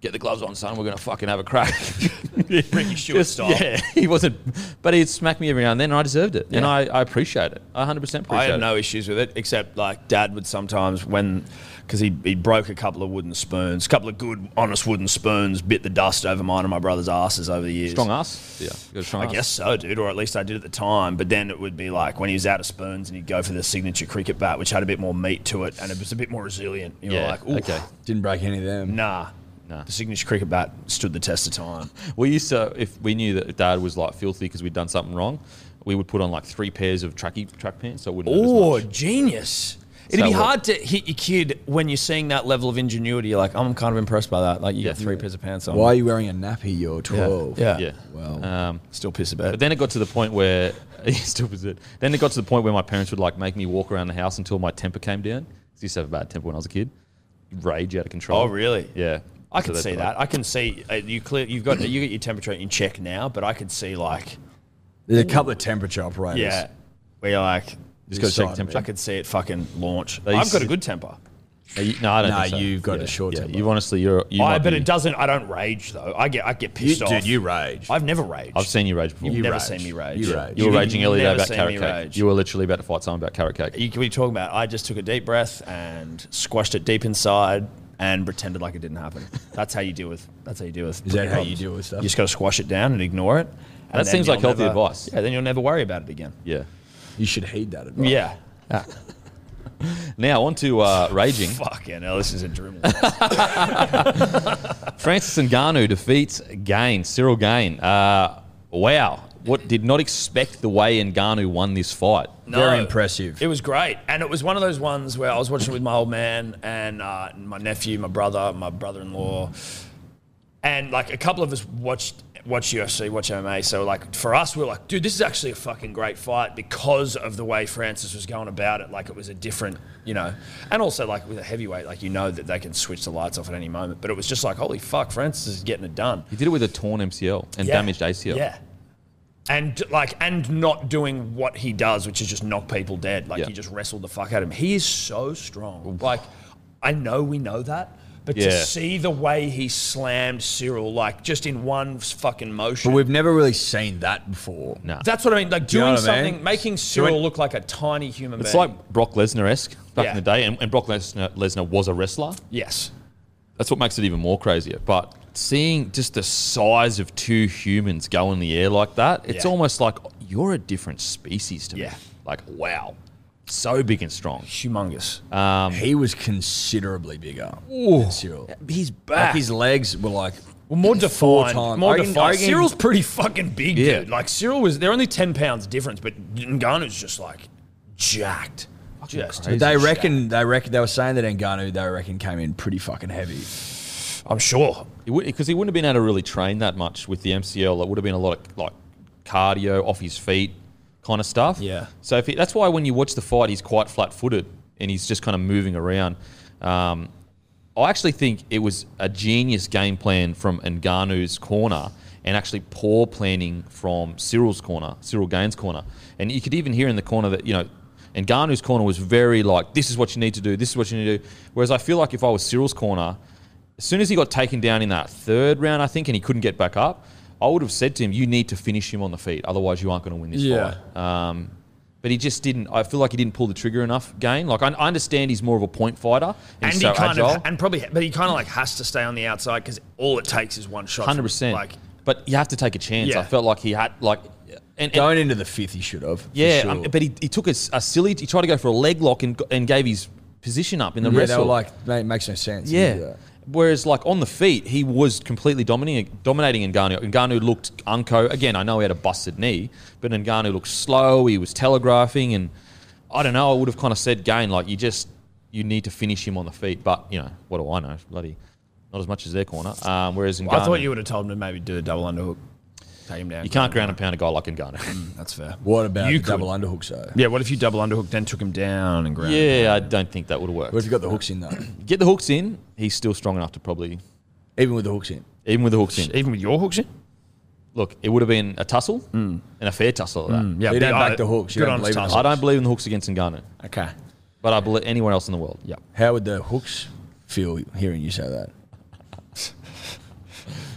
Speaker 8: get the gloves on, son, we're going to fucking have a crack.
Speaker 6: Ricky Stewart style.
Speaker 8: Yeah, he wasn't. But he'd smack me every now and then and I deserved it. And I, I appreciate it. I 100% appreciate
Speaker 6: I
Speaker 8: it.
Speaker 6: had no issues with it, except like dad would sometimes when, because he, he broke a couple of wooden spoons, a couple of good, honest wooden spoons, bit the dust over mine and my brother's asses over the years.
Speaker 8: Strong ass? Yeah. you got a strong
Speaker 6: I
Speaker 8: ass.
Speaker 6: guess so, dude, or at least I did at the time. But then it would be like when he was out of spoons and he'd go for the signature cricket bat, which had a bit more meat to it and it was a bit more resilient. You
Speaker 8: Yeah.
Speaker 6: were like, Ooh,
Speaker 8: okay.
Speaker 5: didn't break any of them.
Speaker 6: nah. The signature cricket bat stood the test of time.
Speaker 8: We used to, if we knew that dad was like filthy because we'd done something wrong, we would put on like three pairs of tracky track pants so it wouldn't. hurt as
Speaker 6: Oh,
Speaker 8: much.
Speaker 6: genius. It'd
Speaker 8: So
Speaker 6: be
Speaker 8: what?
Speaker 6: hard to hit your kid when you're seeing that level of ingenuity. You're like, I'm kind of impressed by that. Like, you got three pairs of pants on.
Speaker 5: Why are you wearing a nappy? You're
Speaker 6: Yeah.
Speaker 5: 12.
Speaker 6: Yeah.
Speaker 8: yeah.
Speaker 5: Wow.
Speaker 8: Um,
Speaker 6: Still piss about
Speaker 8: but
Speaker 6: it.
Speaker 8: then it got to the point where he still was it. Then it got to the point where my parents would like make me walk around the house until my temper came down. 'Cause I used to have a bad temper when I was a kid, rage out of control.
Speaker 6: Oh, really?
Speaker 8: Yeah.
Speaker 6: I
Speaker 8: So
Speaker 6: can
Speaker 8: that's
Speaker 6: see
Speaker 8: like-
Speaker 6: that. I can see uh, you clear. You've got you got your temperature in check now, but I could see like
Speaker 5: There's a couple of temperature operators.
Speaker 6: yeah, where you're like
Speaker 8: Just go check
Speaker 5: Side
Speaker 8: temperature.
Speaker 6: I could see it fucking launch.
Speaker 8: They
Speaker 6: I've
Speaker 8: used
Speaker 6: got a
Speaker 8: to-
Speaker 6: good temper.
Speaker 8: No, you- no, I don't.
Speaker 5: Nah,
Speaker 8: think so.
Speaker 5: you've got a
Speaker 8: Yeah,
Speaker 5: short
Speaker 8: yeah.
Speaker 5: temper.
Speaker 8: You honestly, you're. You
Speaker 6: I
Speaker 8: might
Speaker 6: but
Speaker 8: be-
Speaker 6: it doesn't. I don't rage though. I get I get
Speaker 5: You,
Speaker 6: pissed off.
Speaker 5: dude, you rage.
Speaker 6: I've never raged.
Speaker 8: I've seen you rage before.
Speaker 6: You've
Speaker 8: You,
Speaker 6: never
Speaker 5: rage.
Speaker 6: seen me rage.
Speaker 5: You rage.
Speaker 8: were
Speaker 6: You've
Speaker 8: raging earlier
Speaker 6: never
Speaker 8: today about
Speaker 6: seen me
Speaker 8: carrot cake.
Speaker 6: rage.
Speaker 8: You were literally about to fight someone about carrot cake.
Speaker 6: You, what are you talking about? I just took a deep breath and squashed it deep inside, and pretended like it didn't happen. That's how you deal with. That's how you deal with.
Speaker 5: Is that how you
Speaker 6: problems.
Speaker 5: deal with stuff?
Speaker 6: You just got to squash it down and ignore it. and
Speaker 8: That
Speaker 6: then
Speaker 8: seems like
Speaker 6: you'll
Speaker 8: healthy
Speaker 6: never-
Speaker 8: advice.
Speaker 6: Yeah, then you'll never worry about it again.
Speaker 8: Yeah.
Speaker 5: You should heed that advice.
Speaker 6: Yeah.
Speaker 8: Now on to uh, raging.
Speaker 6: Fucking hell, this is a dream.
Speaker 8: Francis Ngannou defeats Gain, Cyril Gain. Uh, wow. What did not expect the way Ngannou won this fight.
Speaker 5: Very impressive.
Speaker 6: It was great, and it was one of those ones where I was watching it with my old man and uh, my nephew, my brother, my brother-in-law, and like a couple of us watched watch UFC, watch MMA. So like for us, we were like, dude, this is actually a fucking great fight because of the way Francis was going about it. Like it was a different, you know, and also like with a heavyweight, like you know that they can switch the lights off at any moment. But it was just like, holy fuck, Francis is getting it done
Speaker 8: He did it with a torn MCL and
Speaker 6: Yeah.
Speaker 8: damaged ACL.
Speaker 6: Yeah. And like, and not doing what he does, which is just knock people dead. Like
Speaker 8: Yeah.
Speaker 6: he just wrestled the fuck out of him. He is so strong. Like, I know we know that, but
Speaker 8: Yeah.
Speaker 6: to see the way he slammed Cyril, like just in one fucking motion.
Speaker 5: But we've never really seen that before.
Speaker 8: No.
Speaker 6: that's what I mean. Like
Speaker 5: you
Speaker 6: doing
Speaker 5: know what I mean?
Speaker 6: something, making Cyril look like a tiny human
Speaker 8: It's
Speaker 6: being.
Speaker 8: like Brock Lesnar esque back
Speaker 6: Yeah.
Speaker 8: in the day, and, and Brock Lesnar, Lesnar was a wrestler.
Speaker 6: yes.
Speaker 8: That's what makes it even more crazier. But seeing just the size of two humans go in the air like that, it's
Speaker 6: Yeah.
Speaker 8: almost like you're a different species to
Speaker 6: Yeah.
Speaker 8: me. Like, wow. So big and strong.
Speaker 6: Humongous.
Speaker 5: Uh, he was considerably bigger than Cyril.
Speaker 8: He's
Speaker 5: Like his legs were like
Speaker 6: Well, more
Speaker 5: Four
Speaker 6: defined.
Speaker 5: times.
Speaker 6: More
Speaker 5: I reckon- I
Speaker 6: defined.
Speaker 5: reckon-
Speaker 6: Cyril's pretty fucking big,
Speaker 8: Yeah.
Speaker 6: dude. Like Cyril was, they're only ten pounds difference, but Ngannou's just like jacked. Just,
Speaker 5: But they reckon they reckon they were saying that Ngannou they reckon came in pretty fucking heavy.
Speaker 6: I'm sure.
Speaker 8: Because he wouldn't have been able to really train that much with the MCL. It would have been a lot of like cardio off his feet kind of stuff.
Speaker 6: Yeah.
Speaker 8: So if he, that's why when you watch the fight, he's quite flat footed and he's just kind of moving around. Um, I actually think it was a genius game plan from Ngannou's corner and actually poor planning from Cyril's corner, Cyril Gaines' corner. And you could even hear in the corner that, you know, Ngannou's corner was very like, this is what you need to do, this is what you need to do. Whereas I feel like if I was Cyril's corner, as soon as he got taken down in that third round, I think, and he couldn't get back up, I would have said to him, you need to finish him on the feet, otherwise you aren't going to win this
Speaker 5: Yeah.
Speaker 8: fight. Um, but he just didn't. I feel like he didn't pull the trigger enough. Gain. Like I, I understand he's more of a point fighter and,
Speaker 6: And
Speaker 8: he's
Speaker 6: he
Speaker 8: so
Speaker 6: kind
Speaker 8: agile.
Speaker 6: of, and probably, but he kind of like has to stay on the outside because all it takes is one shot. from-
Speaker 8: Hundred percent.
Speaker 6: Like,
Speaker 8: but you have to take a chance.
Speaker 6: Yeah.
Speaker 8: I felt like he had like, and, and
Speaker 5: Going into the fifth, he should have. for
Speaker 8: yeah,
Speaker 5: sure.
Speaker 8: um, but he, he took a, s- a silly. He tried to go for a leg lock and g- and gave his position up in the
Speaker 5: yeah, they
Speaker 8: wrestle.
Speaker 5: were like, mate, it makes no sense. uh, you do
Speaker 8: yeah.
Speaker 5: that."
Speaker 8: Whereas like on the feet, he was completely dominating dominating Ngannou. Ngannou looked unco. Again, I know he had a busted knee, but Ngannou looked slow. He was telegraphing, and I don't know. I would have kind of said Gain like you just you need to finish him on the feet. But you know what do I know? Bloody. Not as much as their corner. Um, whereas Ngannou,
Speaker 6: I thought you would have told him to maybe do a double underhook, take him down.
Speaker 8: you can't ground and pound a guy like Ngannou.
Speaker 6: That's fair.
Speaker 5: What about
Speaker 6: You
Speaker 5: the
Speaker 6: could.
Speaker 5: double underhooks though?
Speaker 6: Yeah. What if you double underhook then took him down and ground?
Speaker 8: Yeah, I don't think that would work.
Speaker 5: What if you got the hooks in though?
Speaker 8: Get the hooks in. He's still strong enough to probably,
Speaker 5: Even with the hooks in.
Speaker 8: even with the hooks in.
Speaker 6: Even with your hooks in.
Speaker 8: Look, it would have been a tussle and a fair tussle at that.
Speaker 6: Mm. Yeah.
Speaker 5: You
Speaker 6: big-
Speaker 5: don't back
Speaker 6: I-
Speaker 5: the hooks, you
Speaker 6: Good
Speaker 5: don't
Speaker 6: on
Speaker 5: believe in
Speaker 6: Tussle.
Speaker 8: I don't believe in the hooks against Ngannou,
Speaker 5: Okay.
Speaker 8: but I believe anywhere else in the world.
Speaker 6: Yep.
Speaker 5: How would the hooks feel hearing you say that?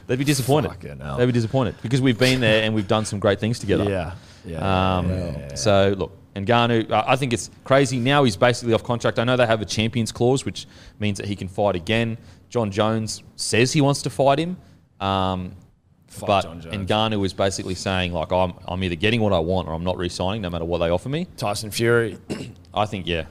Speaker 8: They'd be disappointed.
Speaker 6: Fucking hell.
Speaker 8: They'd be disappointed because we've been there and we've done some great things together.
Speaker 6: Yeah. Yeah.
Speaker 8: Um, So look, Ngannou, I I think it's crazy. Now he's basically off contract. I know they have a champions clause, which means that he can fight again. John Jones says he wants to fight him, um, but
Speaker 6: John Jones.
Speaker 8: Ngannou is basically saying like I'm, I'm either getting what I want or I'm not re-signing, no matter what they offer me.
Speaker 6: Tyson Fury.
Speaker 8: I think yeah.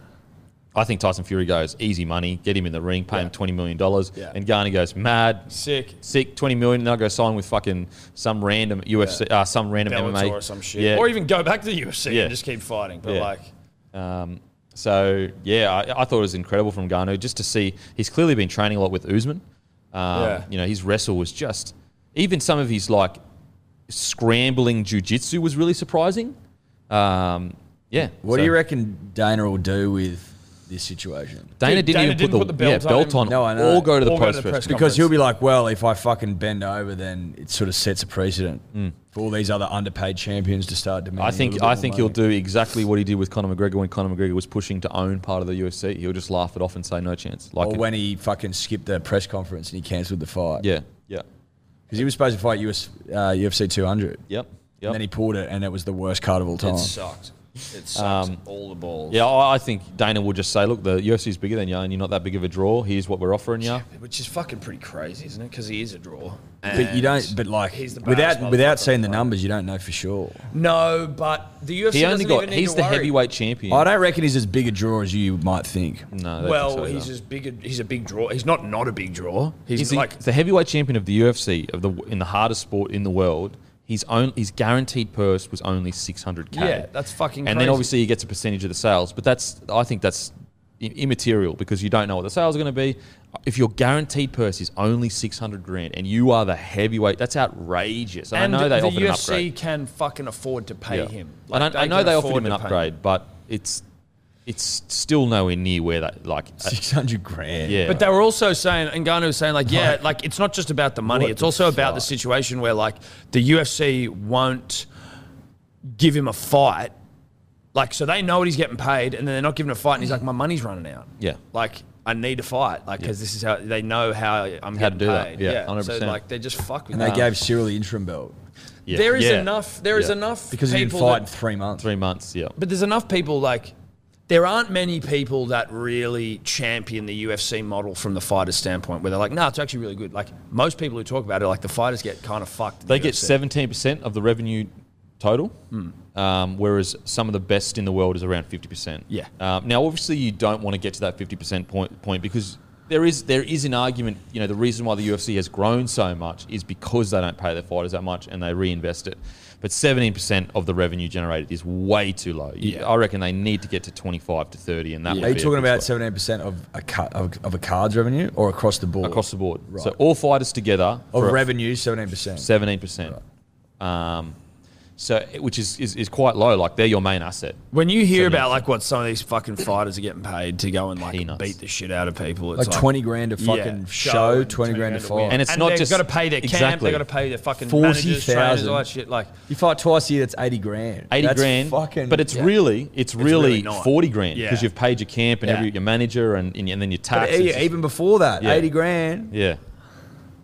Speaker 8: I think Tyson Fury goes easy money, get him in the ring, pay him twenty million dollars,
Speaker 6: Yeah.
Speaker 8: and Garner goes mad,
Speaker 6: Sick.
Speaker 8: sick, twenty million. Then I go sign with fucking some random UFC, uh, some random MMA
Speaker 6: Bellator or some shit.
Speaker 8: Yeah.
Speaker 6: Or even go back to the UFC
Speaker 8: Yeah.
Speaker 6: and just keep fighting. But
Speaker 8: Yeah.
Speaker 6: like,
Speaker 8: Um, so yeah, I, I thought it was incredible from Gano just to see. He's clearly been training a lot with Usman. Um,
Speaker 6: Yeah.
Speaker 8: You know, his wrestle was just even some of his like scrambling jujitsu was really surprising. Um, yeah.
Speaker 5: What
Speaker 8: so
Speaker 5: do you reckon Dana will do with this situation?
Speaker 8: Dana
Speaker 6: Dude,
Speaker 8: didn't
Speaker 6: Dana
Speaker 8: even
Speaker 6: didn't
Speaker 8: put the,
Speaker 6: put the belt
Speaker 8: yeah,
Speaker 6: on
Speaker 8: belt
Speaker 6: him.
Speaker 8: on,
Speaker 5: No, I know.
Speaker 8: or go to the
Speaker 6: Or go to
Speaker 8: post
Speaker 6: the
Speaker 8: press.
Speaker 6: press
Speaker 5: Because
Speaker 6: Conference.
Speaker 5: he'll be like, well, if I fucking bend over, then it sort of sets a precedent for all these other underpaid champions to start demanding.
Speaker 8: Mm. I
Speaker 5: a
Speaker 8: think
Speaker 5: little
Speaker 8: I
Speaker 5: bit
Speaker 8: think
Speaker 5: more
Speaker 8: he'll
Speaker 5: money.
Speaker 8: do exactly what he did with Conor McGregor when Conor McGregor was pushing to own part of the UFC. He'll just laugh it off and say no chance. Like
Speaker 5: Or
Speaker 8: it-
Speaker 5: when he fucking skipped the press conference and he cancelled the fight.
Speaker 8: yeah, yeah,
Speaker 5: Because he was supposed to fight US, uh, UFC 200.
Speaker 8: yep,
Speaker 5: And
Speaker 8: yep.
Speaker 5: then he pulled it, and it was the worst card of all time.
Speaker 6: it sucked. It sucks all the balls.
Speaker 8: Yeah, I I think Dana will just say, look, the UFC's bigger than you, and you're not that big of a draw. Here's what we're offering you.
Speaker 6: Which is fucking pretty crazy, isn't it? Because he is a draw.
Speaker 5: But you don't. But like
Speaker 6: He's the baddest
Speaker 5: without without
Speaker 6: motherfucker
Speaker 5: seeing the
Speaker 6: on
Speaker 5: numbers, you don't know for sure.
Speaker 6: No, but the UFC
Speaker 8: He only
Speaker 6: doesn't
Speaker 8: got.
Speaker 6: even need
Speaker 8: He's
Speaker 6: to
Speaker 8: the
Speaker 6: worry.
Speaker 8: heavyweight champion.
Speaker 5: I don't reckon he's as big a draw as you might think.
Speaker 8: No. I don't think
Speaker 6: Well,
Speaker 8: so either.
Speaker 6: he's as big. A, he's a big draw. He's not not a big draw. He's,
Speaker 8: He's the,
Speaker 6: like
Speaker 8: the heavyweight champion of the UFC of the in the hardest sport in the world. His own his guaranteed purse was only six hundred k.
Speaker 6: Yeah, that's fucking
Speaker 8: And
Speaker 6: crazy.
Speaker 8: then obviously he gets a percentage of the sales, but that's I think that's i- immaterial because you don't know what the sales are going to be. If your guaranteed purse is only six hundred grand and you are the heavyweight, that's outrageous. And,
Speaker 6: and
Speaker 8: I know they
Speaker 6: the
Speaker 8: offered
Speaker 6: UFC
Speaker 8: an upgrade.
Speaker 6: can fucking afford to pay
Speaker 8: Yeah.
Speaker 6: him.
Speaker 8: I, don't, I
Speaker 6: they
Speaker 8: know
Speaker 6: can
Speaker 8: they
Speaker 6: afford
Speaker 8: offered him an
Speaker 6: to pay
Speaker 8: upgrade, but it's it's still nowhere near where that like uh,
Speaker 5: Six hundred grand.
Speaker 8: yeah.
Speaker 6: But they were also saying, and Ghana was saying, like, yeah, like it's not just about the money;
Speaker 5: What
Speaker 6: it's
Speaker 5: the
Speaker 6: also about the
Speaker 5: fuck?
Speaker 6: situation where like the UFC won't give him a fight. Like, so they know what he's getting paid, and then they're not giving a fight, and he's like, my money's running out.
Speaker 8: Yeah.
Speaker 6: like I need a fight, like, because this is how they know how I'm
Speaker 8: How to
Speaker 6: getting
Speaker 8: do that.
Speaker 6: paid.
Speaker 8: Yeah,
Speaker 6: so
Speaker 8: 100%.
Speaker 6: like they just fuck with.
Speaker 5: And
Speaker 6: that.
Speaker 5: they gave Cyril the interim belt
Speaker 8: yeah.
Speaker 6: There is
Speaker 8: Yeah.
Speaker 6: enough. There is
Speaker 8: Yeah.
Speaker 6: enough
Speaker 5: because he didn't
Speaker 6: people
Speaker 5: fight
Speaker 6: that-
Speaker 5: in three months.
Speaker 8: three months. Yeah.
Speaker 6: but there's enough people like there aren't many people that really champion the UFC model from the fighter's standpoint, where they're like, "No, it's actually really good." Like most people who talk about it, like the fighters get kind of fucked. in
Speaker 8: They
Speaker 6: the
Speaker 8: get
Speaker 6: UFC.
Speaker 8: seventeen percent of the revenue total,
Speaker 5: Hmm.
Speaker 8: um, whereas some of the best in the world is around fifty percent.
Speaker 6: Yeah.
Speaker 8: Um, now, obviously, you don't want to get to that fifty percent point point because there is there is an argument. You know, the reason why the UFC has grown so much is because they don't pay their fighters that much and they reinvest it. But seventeen percent of the revenue generated is way too low. You- I reckon they need to get to twenty five to thirty, and that.
Speaker 5: Are
Speaker 8: would
Speaker 5: you
Speaker 8: be a
Speaker 5: talking
Speaker 8: good
Speaker 5: about
Speaker 8: spot.
Speaker 5: seventeen percent of a cut of, of a card's revenue or across the board?
Speaker 8: across the board? So all fighters together
Speaker 5: of
Speaker 8: for a-
Speaker 5: revenue, seventeen percent.
Speaker 8: Seventeen percent. Um, so which is, is is quite low. Like they're your main asset.
Speaker 6: When you hear about like what some of these fucking fighters are getting paid to go and like
Speaker 8: Peanuts.
Speaker 6: beat the shit out of people, it's
Speaker 5: Like
Speaker 6: like,
Speaker 5: twenty grand to
Speaker 6: yeah,
Speaker 5: fucking show,
Speaker 6: and
Speaker 5: twenty grand to
Speaker 6: win.
Speaker 5: fight.
Speaker 8: And it's not
Speaker 6: they've
Speaker 8: just-
Speaker 6: got to pay their camp,
Speaker 8: Exactly.
Speaker 6: they've got to pay their fucking
Speaker 5: 40,000.
Speaker 6: managers, trainers, all that shit. Like
Speaker 5: you fight twice a year, that's eighty grand.
Speaker 8: Eighty
Speaker 5: That's
Speaker 8: grand,
Speaker 5: fucking.
Speaker 8: but it's really it's really,
Speaker 6: really not.
Speaker 8: forty grand
Speaker 6: Yeah.
Speaker 8: because you've paid your camp and
Speaker 6: Yeah.
Speaker 8: every, your manager and, and then your
Speaker 5: But
Speaker 8: tax.
Speaker 5: e-
Speaker 8: It's just-
Speaker 5: even before that,
Speaker 8: Yeah.
Speaker 5: eighty grand,
Speaker 8: yeah,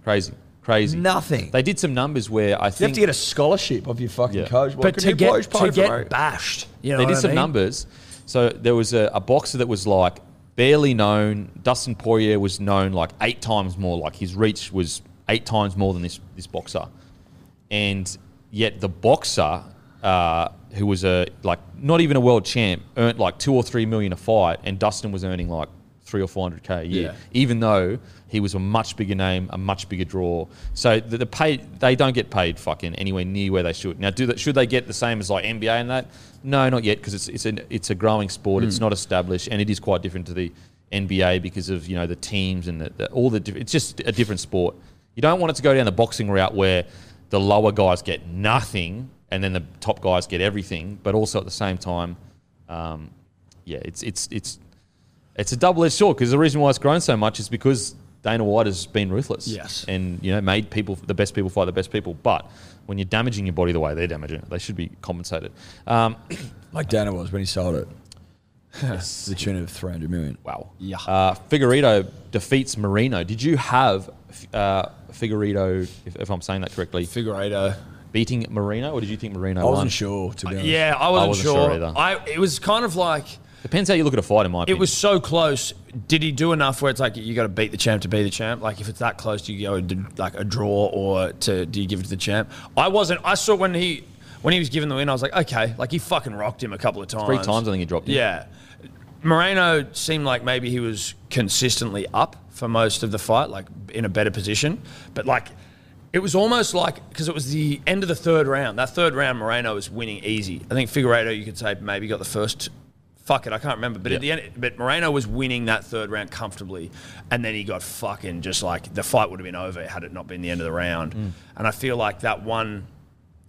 Speaker 8: crazy, crazy.
Speaker 5: nothing.
Speaker 8: They did some numbers where I
Speaker 5: you
Speaker 8: think
Speaker 5: have to get a scholarship of your fucking
Speaker 8: Yeah.
Speaker 5: coach. Why
Speaker 6: but
Speaker 5: couldn't
Speaker 6: to
Speaker 5: you
Speaker 6: get
Speaker 5: bloke pay
Speaker 6: to
Speaker 5: for it?
Speaker 6: get bashed, you know
Speaker 8: they
Speaker 6: what
Speaker 8: did
Speaker 6: I
Speaker 8: some
Speaker 6: mean?
Speaker 8: numbers. So there was a, a boxer that was like barely known. Dustin Poirier was known like eight times more. Like his reach was eight times more than this this boxer, and yet the boxer uh, who was a like not even a world champ earned like two or three million a fight, and Dustin was earning like three or four hundred k a year,
Speaker 6: Yeah.
Speaker 8: even though he was a much bigger name, a much bigger draw. So the, the pay they don't get paid fucking anywhere near where they should. Now, do that should they get the same as like NBA and that? No, not yet because it's it's an, it's a growing sport. It's not established, and it is quite different to the NBA because of you know the teams and the, the, all the. diff- It's just a different sport. You don't want it to go down the boxing route where the lower guys get nothing and then the top guys get everything, but also at the same time, um, yeah, it's it's it's it's a double-edged sword because the reason why it's grown so much is because Dana White has been ruthless.
Speaker 6: Yes.
Speaker 8: and you know made people the best people fight the best people. But when you're damaging your body the way they're damaging it, they should be compensated. Um,
Speaker 5: like Dana was when he sold it. to the tune of three hundred million.
Speaker 8: wow.
Speaker 6: Yeah.
Speaker 8: Uh, Figueredo defeats Marino. Did you have uh, Figueredo, if, if I'm saying that correctly,
Speaker 6: Figueredo.
Speaker 8: beating Marino, or did you think Marino
Speaker 5: I
Speaker 8: won?
Speaker 5: wasn't sure to be honest.
Speaker 6: Yeah, I wasn't,
Speaker 8: wasn't
Speaker 6: sure.
Speaker 8: sure either.
Speaker 6: I it was kind of like.
Speaker 8: Depends how you look at a fight, in my
Speaker 6: It
Speaker 8: opinion.
Speaker 6: was so close. Did he do enough where it's like you got to beat the champ to be the champ? Like if it's that close, do you go to like a draw or to do you give it to the champ? I wasn't. I saw when he when he was given the win, I was like, okay, like he fucking rocked him a couple of times.
Speaker 8: three times. I think he dropped. him.
Speaker 6: Yeah. Moreno seemed like maybe he was consistently up for most of the fight, like in a better position. But like, it was almost like because it was the end of the third round. That third round, Moreno was winning easy. I think Figueredo, you could say maybe got the first. Fuck it, I can't remember. But at the
Speaker 8: Yeah.
Speaker 6: end, but Moreno was winning that third round comfortably, and then he got fucking just like the fight would have been over had it not been the end of the round.
Speaker 8: Mm.
Speaker 6: And I feel like that one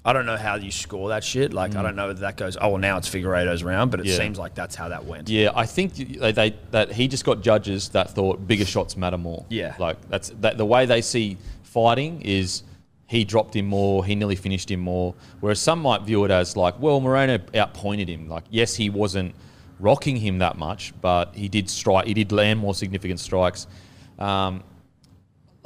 Speaker 6: I don't know how you score that shit. Like, I don't know whether that goes, oh, well, now it's Figueredo's round, but it
Speaker 8: Mm. Yeah.
Speaker 6: seems like that's how that went.
Speaker 8: Yeah, I think they, they, that he just got judges that thought bigger shots matter more.
Speaker 6: Yeah.
Speaker 8: like that's that, the way they see fighting is he dropped him more, he nearly finished him more. Whereas some might view it as like, well, Moreno outpointed him. Like, yes, he wasn't rocking him that much, but he did strike, he did land more significant strikes. Um,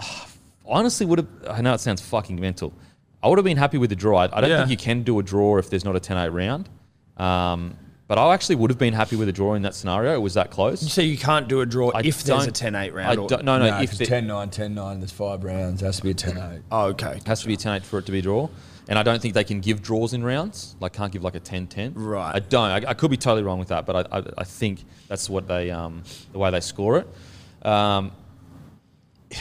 Speaker 8: honestly, would have. I know it sounds fucking mental. I would have been happy with the draw. I I don't
Speaker 6: Yeah.
Speaker 8: think you can do a draw if there's not a 10-8 round. Um, But I actually would have been happy with a draw in that scenario. It was that close.
Speaker 6: So you can't do a draw
Speaker 8: I
Speaker 6: if there's a
Speaker 8: don't-
Speaker 6: 10-8 round.
Speaker 8: I
Speaker 6: or-
Speaker 8: don't, no, no,
Speaker 5: No,
Speaker 8: if
Speaker 5: if
Speaker 8: the-
Speaker 5: 10 9, 10 9, there's five rounds. has to be a 10 8.
Speaker 6: Oh, okay.
Speaker 8: It has to be a 10 8 for it to be a draw. And I don't think they can give draws in rounds. Like, can't give like a 10 10.
Speaker 6: Right.
Speaker 8: I don't. I, I could be totally wrong with that, but I, I, I think that's what they, um, the way they score it. Um,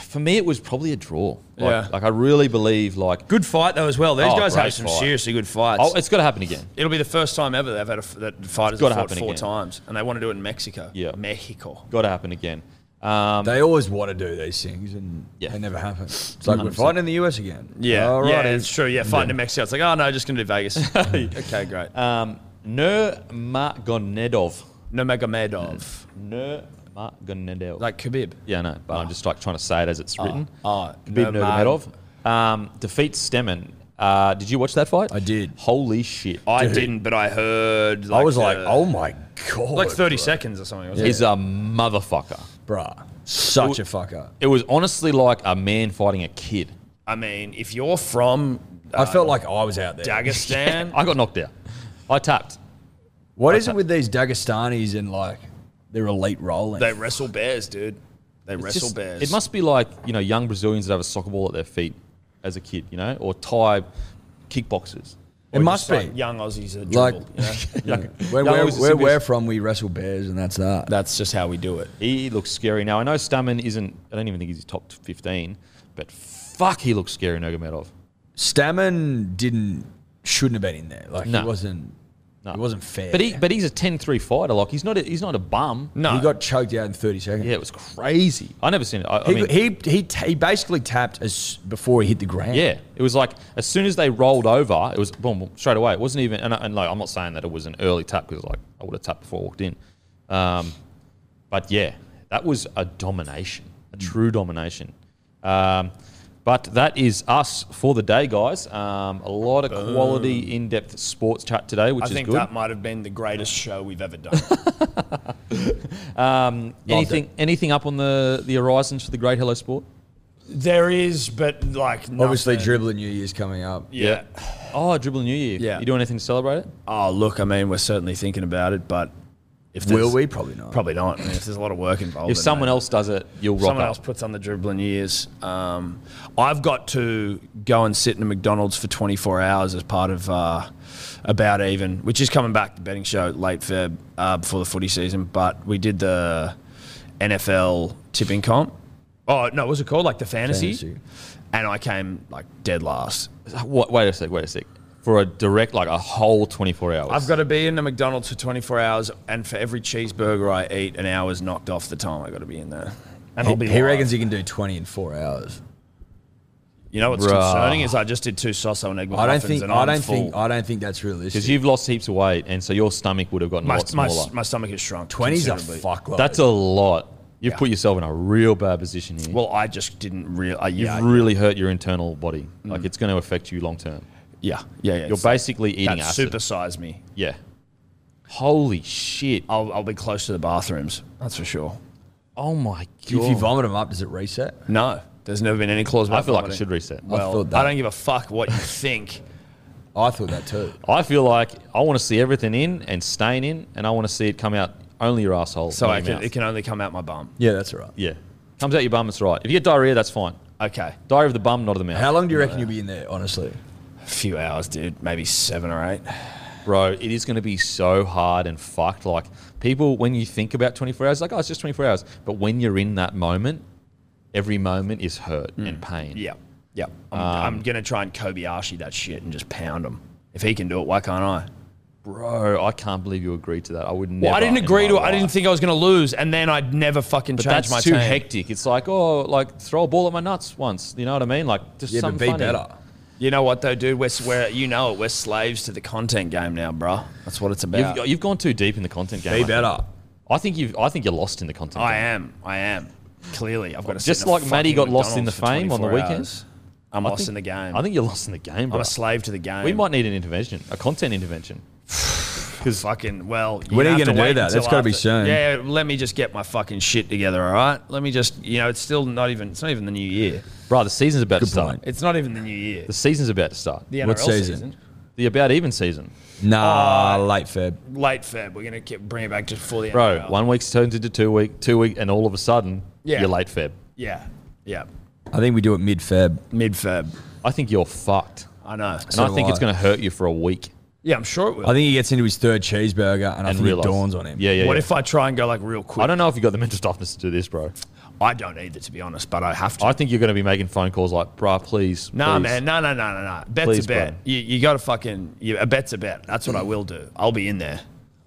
Speaker 8: for me, it was probably a draw. Like,
Speaker 6: Yeah.
Speaker 8: like I really believe, like,
Speaker 6: Good fight, though, as well. These
Speaker 8: Oh,
Speaker 6: guys
Speaker 8: great
Speaker 6: have some
Speaker 8: fight.
Speaker 6: seriously good fights.
Speaker 8: oh, it's got to happen again.
Speaker 6: It'll be the first time ever they've had a, that fighters
Speaker 8: gotta
Speaker 6: have fought
Speaker 8: happen
Speaker 6: four
Speaker 8: again.
Speaker 6: times, and they want to do it in Mexico.
Speaker 8: Yeah.
Speaker 6: Mexico.
Speaker 8: Got to happen again. Um,
Speaker 5: They always want to do these things and
Speaker 8: Yeah.
Speaker 5: they never happen. It's like we're fighting in the US again.
Speaker 6: Yeah,
Speaker 5: All
Speaker 6: yeah,
Speaker 5: right.
Speaker 6: it's true. Yeah, fighting in Mexico. It's like, oh no, just gonna do Vegas. okay, great.
Speaker 8: um, Nurmagomedov.
Speaker 6: Nomagomedov,
Speaker 8: Nurmagomedov.
Speaker 6: like Khabib.
Speaker 8: yeah, no, but I'm just like trying to say it as it's written.
Speaker 6: Oh,
Speaker 8: Khabib
Speaker 6: Nurmag-
Speaker 8: Nurmagomedov um, defeats Stemmen. Uh, did you watch that fight?
Speaker 5: I did.
Speaker 8: Holy shit!
Speaker 6: I didn't, but I heard. Like,
Speaker 5: I was like,
Speaker 6: uh,
Speaker 5: oh my God.
Speaker 6: like thirty seconds or something. Wasn't
Speaker 8: He's a motherfucker.
Speaker 5: Bruh. Such a fucker.
Speaker 8: It was honestly like a man fighting a kid.
Speaker 6: it? I mean, if you're from
Speaker 5: I felt like I was out there.
Speaker 6: Dagestan,
Speaker 8: I got knocked out. I tapped.
Speaker 5: What is it with these Dagestanis and like their elite rolling?
Speaker 6: they wrestle bears, dude. They
Speaker 8: It's
Speaker 6: wrestle
Speaker 8: just-
Speaker 6: bears.
Speaker 8: It must be like you know young Brazilians that have a soccer ball at their feet as a kid, you know, or Thai kickboxers.
Speaker 5: it
Speaker 6: Or
Speaker 5: must
Speaker 6: just,
Speaker 5: be.
Speaker 6: like, young Aussies that
Speaker 5: Like-
Speaker 6: dribble. you know?
Speaker 5: Where,
Speaker 8: No, it
Speaker 5: where,
Speaker 8: was the
Speaker 5: where
Speaker 8: simplest-
Speaker 5: we're from, we wrestle bears and that's that.
Speaker 6: That's just how we do it.
Speaker 8: He looks scary. Now I know Stammen isn't. I don't even think he's top fifteen, but fuck, he looks scary. Nurmagomedov.
Speaker 5: Stammen didn't, shouldn't have been in there. Like
Speaker 8: No.
Speaker 5: he wasn't,
Speaker 8: No.
Speaker 5: it wasn't fair.
Speaker 8: But he, but he's a 10-3 fighter. Like he's not. A, he's not a bum.
Speaker 6: No,
Speaker 5: He got choked out in 30 seconds.
Speaker 8: Yeah, it was crazy. I never seen it. I, I
Speaker 5: He,
Speaker 8: mean,
Speaker 5: he, he, t- he basically tapped as before he hit the ground.
Speaker 8: yeah, it was like as soon as they rolled over, it was boom, boom straight away. It wasn't even. And, I- and like, I'm not saying that it was an early tap because like I would have tapped before I walked in. Um, but yeah, that was a domination,
Speaker 6: Mm.
Speaker 8: a true domination. Um, but that is us for the day, guys. Um, a lot of quality, in-depth sports chat today, which
Speaker 6: I
Speaker 8: is
Speaker 6: think
Speaker 8: good.
Speaker 6: that might have been the greatest show we've ever done.
Speaker 8: anything, anything up on the the horizons for the great Hello Sport?
Speaker 6: there is, but like nothing.
Speaker 5: Obviously, dribbling New Year's coming up.
Speaker 6: Yeah.
Speaker 8: Oh, Dribble New Year.
Speaker 6: Yeah.
Speaker 8: You doing anything to celebrate it?
Speaker 6: Oh, look, I mean, we're certainly thinking about it, but if there's-
Speaker 5: Will we? Probably not.
Speaker 6: Probably not. I mean, if there's a lot of work involved,
Speaker 8: If
Speaker 6: in
Speaker 8: someone
Speaker 6: that.
Speaker 8: else does it, you'll rock
Speaker 6: someone
Speaker 8: up.
Speaker 6: else puts on the dribbling years, um, I've got to go and sit in a McDonald's for 24 hours as part of uh, About Even, which is coming back the betting show late Feb uh, before the footy season. But we did the NFL tipping comp. Oh no, what was it called like the fantasy?
Speaker 5: Fantasy.
Speaker 6: And I came like dead last.
Speaker 8: What, wait a sec. Wait a sec. For a direct, like a whole twenty-four hours.
Speaker 6: I've got to be in a McDonald's for 24 hours, and for every cheeseburger I eat, an hour's knocked off the time I got to be in there. And I'll be.
Speaker 5: He, he
Speaker 6: live.
Speaker 5: reckons he can do 20 in four hours.
Speaker 6: You know what's
Speaker 8: Bruh.
Speaker 6: concerning is I just did two sausage and egg McMuffins,
Speaker 5: I don't think.
Speaker 6: and
Speaker 5: I
Speaker 6: I'm
Speaker 5: don't
Speaker 6: full.
Speaker 5: think. I don't think that's realistic.
Speaker 8: because you've lost heaps of weight, and so your stomach would have gotten a
Speaker 6: my,
Speaker 8: lot
Speaker 6: my,
Speaker 8: smaller.
Speaker 6: my stomach has shrunk.
Speaker 5: 20s are
Speaker 6: considerably.
Speaker 5: fuckload.
Speaker 8: That's a lot. You've put yourself in a real bad position here.
Speaker 6: Well, I just didn't real. Uh,
Speaker 8: you've
Speaker 6: yeah,
Speaker 8: really hurt your internal body. Like it's going to affect you long term.
Speaker 6: yeah, yeah, yeah.
Speaker 8: You're
Speaker 6: it's like-
Speaker 8: basically eating
Speaker 6: that
Speaker 8: acid.
Speaker 6: supersize me.
Speaker 8: yeah. Holy shit!
Speaker 6: I'll, I'll be close to the bathrooms. That's for sure.
Speaker 8: Oh my
Speaker 5: if you
Speaker 8: god!
Speaker 5: vomit them up, does it reset?
Speaker 6: No, there's never been any clause.
Speaker 8: I
Speaker 6: about
Speaker 8: feel like I
Speaker 6: vomiting.
Speaker 8: should reset.
Speaker 5: I
Speaker 6: Well,
Speaker 5: thought
Speaker 6: I,
Speaker 5: that.
Speaker 6: don't give a fuck what you think.
Speaker 5: I thought that too.
Speaker 8: I feel like I want to see everything in and staying in, and I want to see it come out only your asshole.
Speaker 6: So
Speaker 8: not
Speaker 6: I
Speaker 8: your
Speaker 6: can,
Speaker 8: mouth.
Speaker 6: it can only come out my bum.
Speaker 5: Yeah, that's all right.
Speaker 8: yeah, comes out your bum. It's right. If you get diarrhea, that's fine.
Speaker 6: Okay,
Speaker 8: Diarrhea of the bum, not of the mouth.
Speaker 5: How long do you reckon you'll be in there? Honestly,
Speaker 6: a few hours, dude. Maybe seven or eight.
Speaker 8: Bro, it is going to be so hard and fucked. Like, people, when you think about 24 hours, like, oh, it's just 24 hours. But when you're in that moment, every moment is hurt and pain.
Speaker 6: Hmm. Yeah, yeah. I'm,
Speaker 8: Um,
Speaker 6: I'm gonna try and Kobayashi that shit and just pound him. If he can do it, why can't I?
Speaker 8: Bro, I can't believe you agreed to that. I would never.
Speaker 6: Well, I didn't
Speaker 8: in
Speaker 6: agree
Speaker 8: my
Speaker 6: to it. I
Speaker 8: life.
Speaker 6: didn't think I was going to lose, and then I'd never fucking
Speaker 8: But
Speaker 6: change
Speaker 8: that's
Speaker 6: my
Speaker 8: too
Speaker 6: team.
Speaker 8: hectic. It's like, oh, like, throw a ball at my nuts once. You know what I mean? Like, just
Speaker 5: yeah, but
Speaker 8: something
Speaker 5: be
Speaker 8: funny.
Speaker 5: better.
Speaker 6: You know what though, dude? We're, we're you know it. We're slaves to the content game now, bruh. That's what it's about.
Speaker 8: You've, you've gone too deep in the content game. I
Speaker 5: Be
Speaker 8: think.
Speaker 5: better.
Speaker 8: I think you've. I think you're lost in the content.
Speaker 6: I
Speaker 8: game.
Speaker 6: am. I am. Clearly, I've got to. sit
Speaker 8: Just
Speaker 6: in a
Speaker 8: like
Speaker 6: fucking
Speaker 8: Matty got lost in the
Speaker 6: McDonald's
Speaker 8: fame
Speaker 6: for
Speaker 8: on the
Speaker 6: 24
Speaker 8: weekend.
Speaker 6: hours. I'm
Speaker 8: I
Speaker 6: lost
Speaker 8: think-
Speaker 6: in the game.
Speaker 8: I think you're lost in the game, bro.
Speaker 6: I'm a slave to the game.
Speaker 8: We might need an intervention, a content intervention.
Speaker 6: because fucking well.
Speaker 5: When are you
Speaker 6: going to
Speaker 5: gonna do
Speaker 6: wait
Speaker 5: that?
Speaker 6: until
Speaker 5: That's gotta be
Speaker 6: after-
Speaker 5: soon.
Speaker 6: Yeah, let me just get my fucking shit together. All right, let me just. You know, it's still not even. It's not even the new year.
Speaker 8: Bro, the season's about to start.
Speaker 5: point.
Speaker 6: It's not even the new year.
Speaker 8: The season's about to start.
Speaker 6: The NRL
Speaker 5: What season?
Speaker 6: season.
Speaker 8: the about even season,
Speaker 5: Nah, late Feb.
Speaker 6: Late Feb, we're gonna keep, bring it back just before the
Speaker 8: bro.
Speaker 6: NRL.
Speaker 8: One week's turns into two week, two week, and all of a sudden,
Speaker 6: Yeah.
Speaker 8: you're late Feb.
Speaker 6: Yeah, yeah,
Speaker 5: I think we do it mid Feb.
Speaker 6: mid Feb.
Speaker 8: I think you're fucked,
Speaker 6: I know.
Speaker 8: and
Speaker 5: So
Speaker 8: I think
Speaker 5: do
Speaker 8: it's
Speaker 5: I.
Speaker 8: going to hurt you for a week.
Speaker 6: Yeah, I'm sure it will.
Speaker 5: I think he gets into his third cheeseburger, and, I
Speaker 8: And
Speaker 5: think
Speaker 8: realize
Speaker 5: it dawns on him.
Speaker 8: Yeah, yeah.
Speaker 6: what
Speaker 8: yeah.
Speaker 6: if I try and go like real quick?
Speaker 8: I don't know if you got the mental toughness to do this, bro.
Speaker 6: I don't either, to be honest, but I have to.
Speaker 8: I think you're going to be making phone calls like, bruh, please.
Speaker 6: Nah,
Speaker 8: please."
Speaker 6: man. No, no, no, no, no. Bet's
Speaker 8: Please,
Speaker 6: a bet.
Speaker 8: bro.
Speaker 6: You, you got to fucking. You, a bet's a bet. That's what I will do. I'll be in there.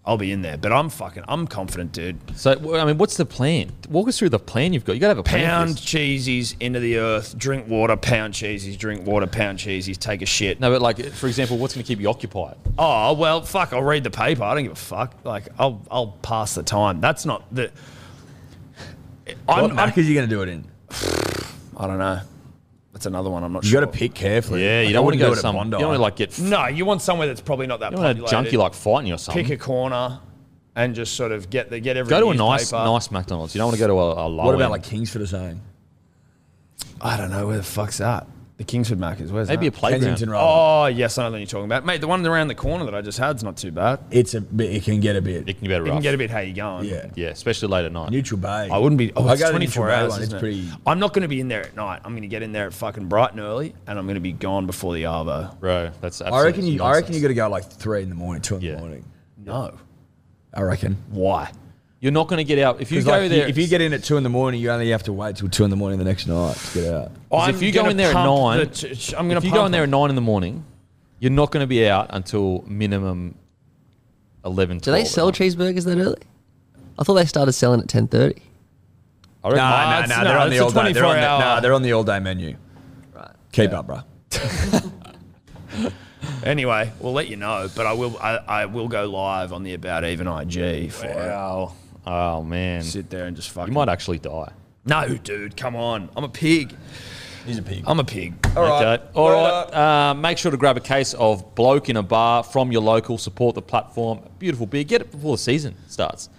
Speaker 6: I'll be in there. But I'm fucking. I'm confident, dude.
Speaker 8: So, w- I mean, what's the plan? Walk us through the plan you've got. You got to have a plan. for
Speaker 6: Pound
Speaker 8: this.
Speaker 6: cheesies into the earth. Drink water. Pound cheesies. Drink water. Pound cheesies. Take a shit.
Speaker 8: No, but like, for example, what's going to keep you occupied?
Speaker 6: Oh well, fuck. I'll read the paper. I don't give a fuck. Like I'll I'll pass the time. That's not the.
Speaker 5: What
Speaker 6: I'm, I'm,
Speaker 5: markers you going to do it in?
Speaker 6: I don't know. That's another one. I'm not
Speaker 5: You
Speaker 6: sure.
Speaker 5: got to pick carefully.
Speaker 8: Yeah,
Speaker 5: Like,
Speaker 8: you
Speaker 5: I
Speaker 8: don't want to
Speaker 5: wouldn't
Speaker 8: go
Speaker 5: do
Speaker 8: to
Speaker 5: it at
Speaker 8: some. You
Speaker 5: Bondi.
Speaker 8: don't want to like get.
Speaker 6: No, you want somewhere that's probably not that.
Speaker 8: You want a
Speaker 6: populated.
Speaker 8: junkie like fighting or something.
Speaker 6: pick a corner and just sort of get the get every
Speaker 8: go to a nice,
Speaker 6: newspaper.
Speaker 8: nice McDonald's. You don't want to go to a, a low.
Speaker 5: What about
Speaker 8: end.
Speaker 5: like Kingsford or something?
Speaker 6: I don't know where the fuck's that. The Kingsford Maccas. Where's
Speaker 8: maybe a
Speaker 6: that?
Speaker 5: Kensington
Speaker 8: playground?
Speaker 5: rather.
Speaker 6: Oh yes, I know what you're talking about, mate. The one around the corner that I just had's not too bad.
Speaker 5: It's a bit. It can get a bit.
Speaker 8: It can be better
Speaker 6: You can
Speaker 8: rough.
Speaker 6: get a bit how you going.
Speaker 5: yeah.
Speaker 8: yeah, especially late at night.
Speaker 5: Neutral Bay.
Speaker 6: I wouldn't be. Oh,
Speaker 5: I
Speaker 6: it's
Speaker 5: go to
Speaker 6: 24
Speaker 5: the Neutral Bay
Speaker 6: hours.
Speaker 5: one,
Speaker 6: isn't
Speaker 5: it's
Speaker 6: it?
Speaker 5: pretty-
Speaker 6: I'm not going to be in there at night. I'm going to get in there at fucking bright and early, and I'm going to be gone before the arvo.
Speaker 8: bro, that's. Absolutely
Speaker 5: I reckon you. I reckon
Speaker 8: nonsense.
Speaker 5: you got to go like three in the morning, two in
Speaker 8: Yeah.
Speaker 5: the morning.
Speaker 6: No,
Speaker 5: I reckon.
Speaker 6: why?
Speaker 8: You're not going to get out if you
Speaker 5: 'Cause,
Speaker 8: go
Speaker 5: like,
Speaker 8: there.
Speaker 5: if you get in at two in the morning, you only have to wait till two in the morning the next night to get out.
Speaker 8: 'Cause if
Speaker 6: I'm
Speaker 8: you go
Speaker 6: gonna
Speaker 8: in there at
Speaker 6: pump
Speaker 8: nine-
Speaker 6: the t- I'm going
Speaker 8: if
Speaker 6: to
Speaker 8: you go in there at nine in the morning, you're not going to be out until minimum eleven.
Speaker 9: Do they sell cheeseburgers that early? I thought they started selling at ten thirty.
Speaker 8: I reckon
Speaker 6: no, it's- no, they're on it's the a all day- they're on
Speaker 5: They're on
Speaker 6: the- 24 hour-
Speaker 5: nah,
Speaker 6: nah,
Speaker 5: they're
Speaker 6: they're
Speaker 5: on the all day menu. Keep up, bro.
Speaker 6: Anyway, we'll let you know, but I will. I, I will go live on the about even IG for
Speaker 8: Wow. Oh man,
Speaker 6: it. Sit there and just
Speaker 8: you
Speaker 6: fucking.
Speaker 8: might actually die.
Speaker 6: No, dude, come on. I'm a pig.
Speaker 5: He's a pig.
Speaker 6: I'm a pig.
Speaker 8: Okay. All right. Uh, make sure to grab a case of Bloke in a Bar from your local. Support the platform. Beautiful beer. Get it before the season starts.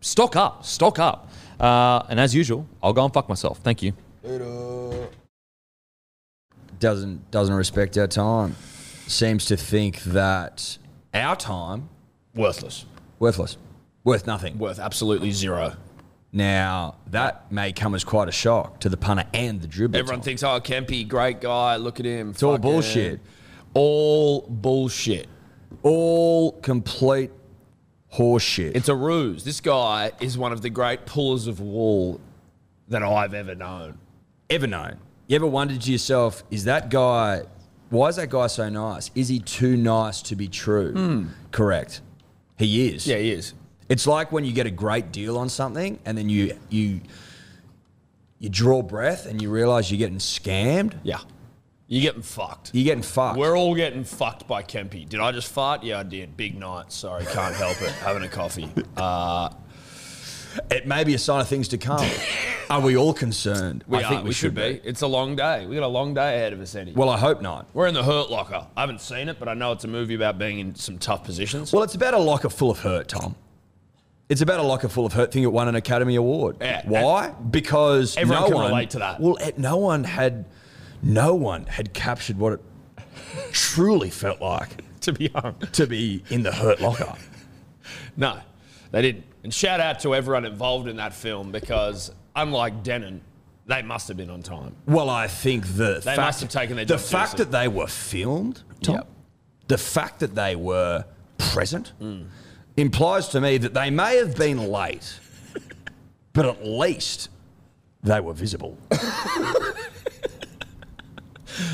Speaker 8: Stock up. Stock up. Uh, and as usual, I'll go and fuck myself. Thank you.
Speaker 5: Doesn't doesn't respect our time. Seems to think that our time
Speaker 6: Worthless.
Speaker 5: worthless, worth nothing.
Speaker 6: Worth absolutely zero.
Speaker 5: Now that may come as quite a shock to the punter and the dribbler.
Speaker 6: Everyone
Speaker 5: Tom.
Speaker 6: thinks, oh, Kempy, great guy. Look at him.
Speaker 5: it's all bullshit,
Speaker 6: All bullshit.
Speaker 5: all complete horseshit.
Speaker 6: It's a ruse. This guy is one of the great pullers of wool that I've ever known.
Speaker 5: ever known. You ever wondered to yourself, is that guy, why is that guy so nice? Is he too nice to be true? Correct. He is.
Speaker 6: Hmm. he is.
Speaker 5: It's like when you get a great deal on something and then you, you, you draw breath and you realize you're getting scammed.
Speaker 6: Yeah. You're getting fucked.
Speaker 5: You're getting fucked.
Speaker 6: We're all getting fucked by Kempy. Did I just fart? Yeah, I did. Big night. Sorry, can't help it. Having a coffee. Uh,
Speaker 5: it may be a sign of things to come. are we all concerned?
Speaker 6: we are. we, should, be. It's a long day. We got a long day ahead of us, Eddie.
Speaker 5: Well, I hope not.
Speaker 6: We're in the Hurt Locker. I haven't seen it, but I know it's a movie about being in some tough positions.
Speaker 5: Well, it's about a locker full of hurt, Tom. It's about a locker full of hurt thing that won an Academy Award.
Speaker 6: Yeah,
Speaker 5: Why? Because
Speaker 6: everyone
Speaker 5: no
Speaker 6: can
Speaker 5: one,
Speaker 6: relate to that.
Speaker 5: Well, eh, no one had, no one had captured what it truly felt like
Speaker 6: to be hung.
Speaker 5: to be in the hurt locker.
Speaker 6: No, they didn't. And shout out to everyone involved in that film because, unlike Denon, they must have been on time.
Speaker 5: Well, I think the
Speaker 6: They
Speaker 5: fact,
Speaker 6: must have taken their
Speaker 5: the
Speaker 6: job
Speaker 5: fact
Speaker 6: seriously.
Speaker 5: that they were filmed, Tom,
Speaker 6: Yep.
Speaker 5: the fact that they were present
Speaker 6: Hmm.
Speaker 5: implies to me that they may have been late, but at least they were visible.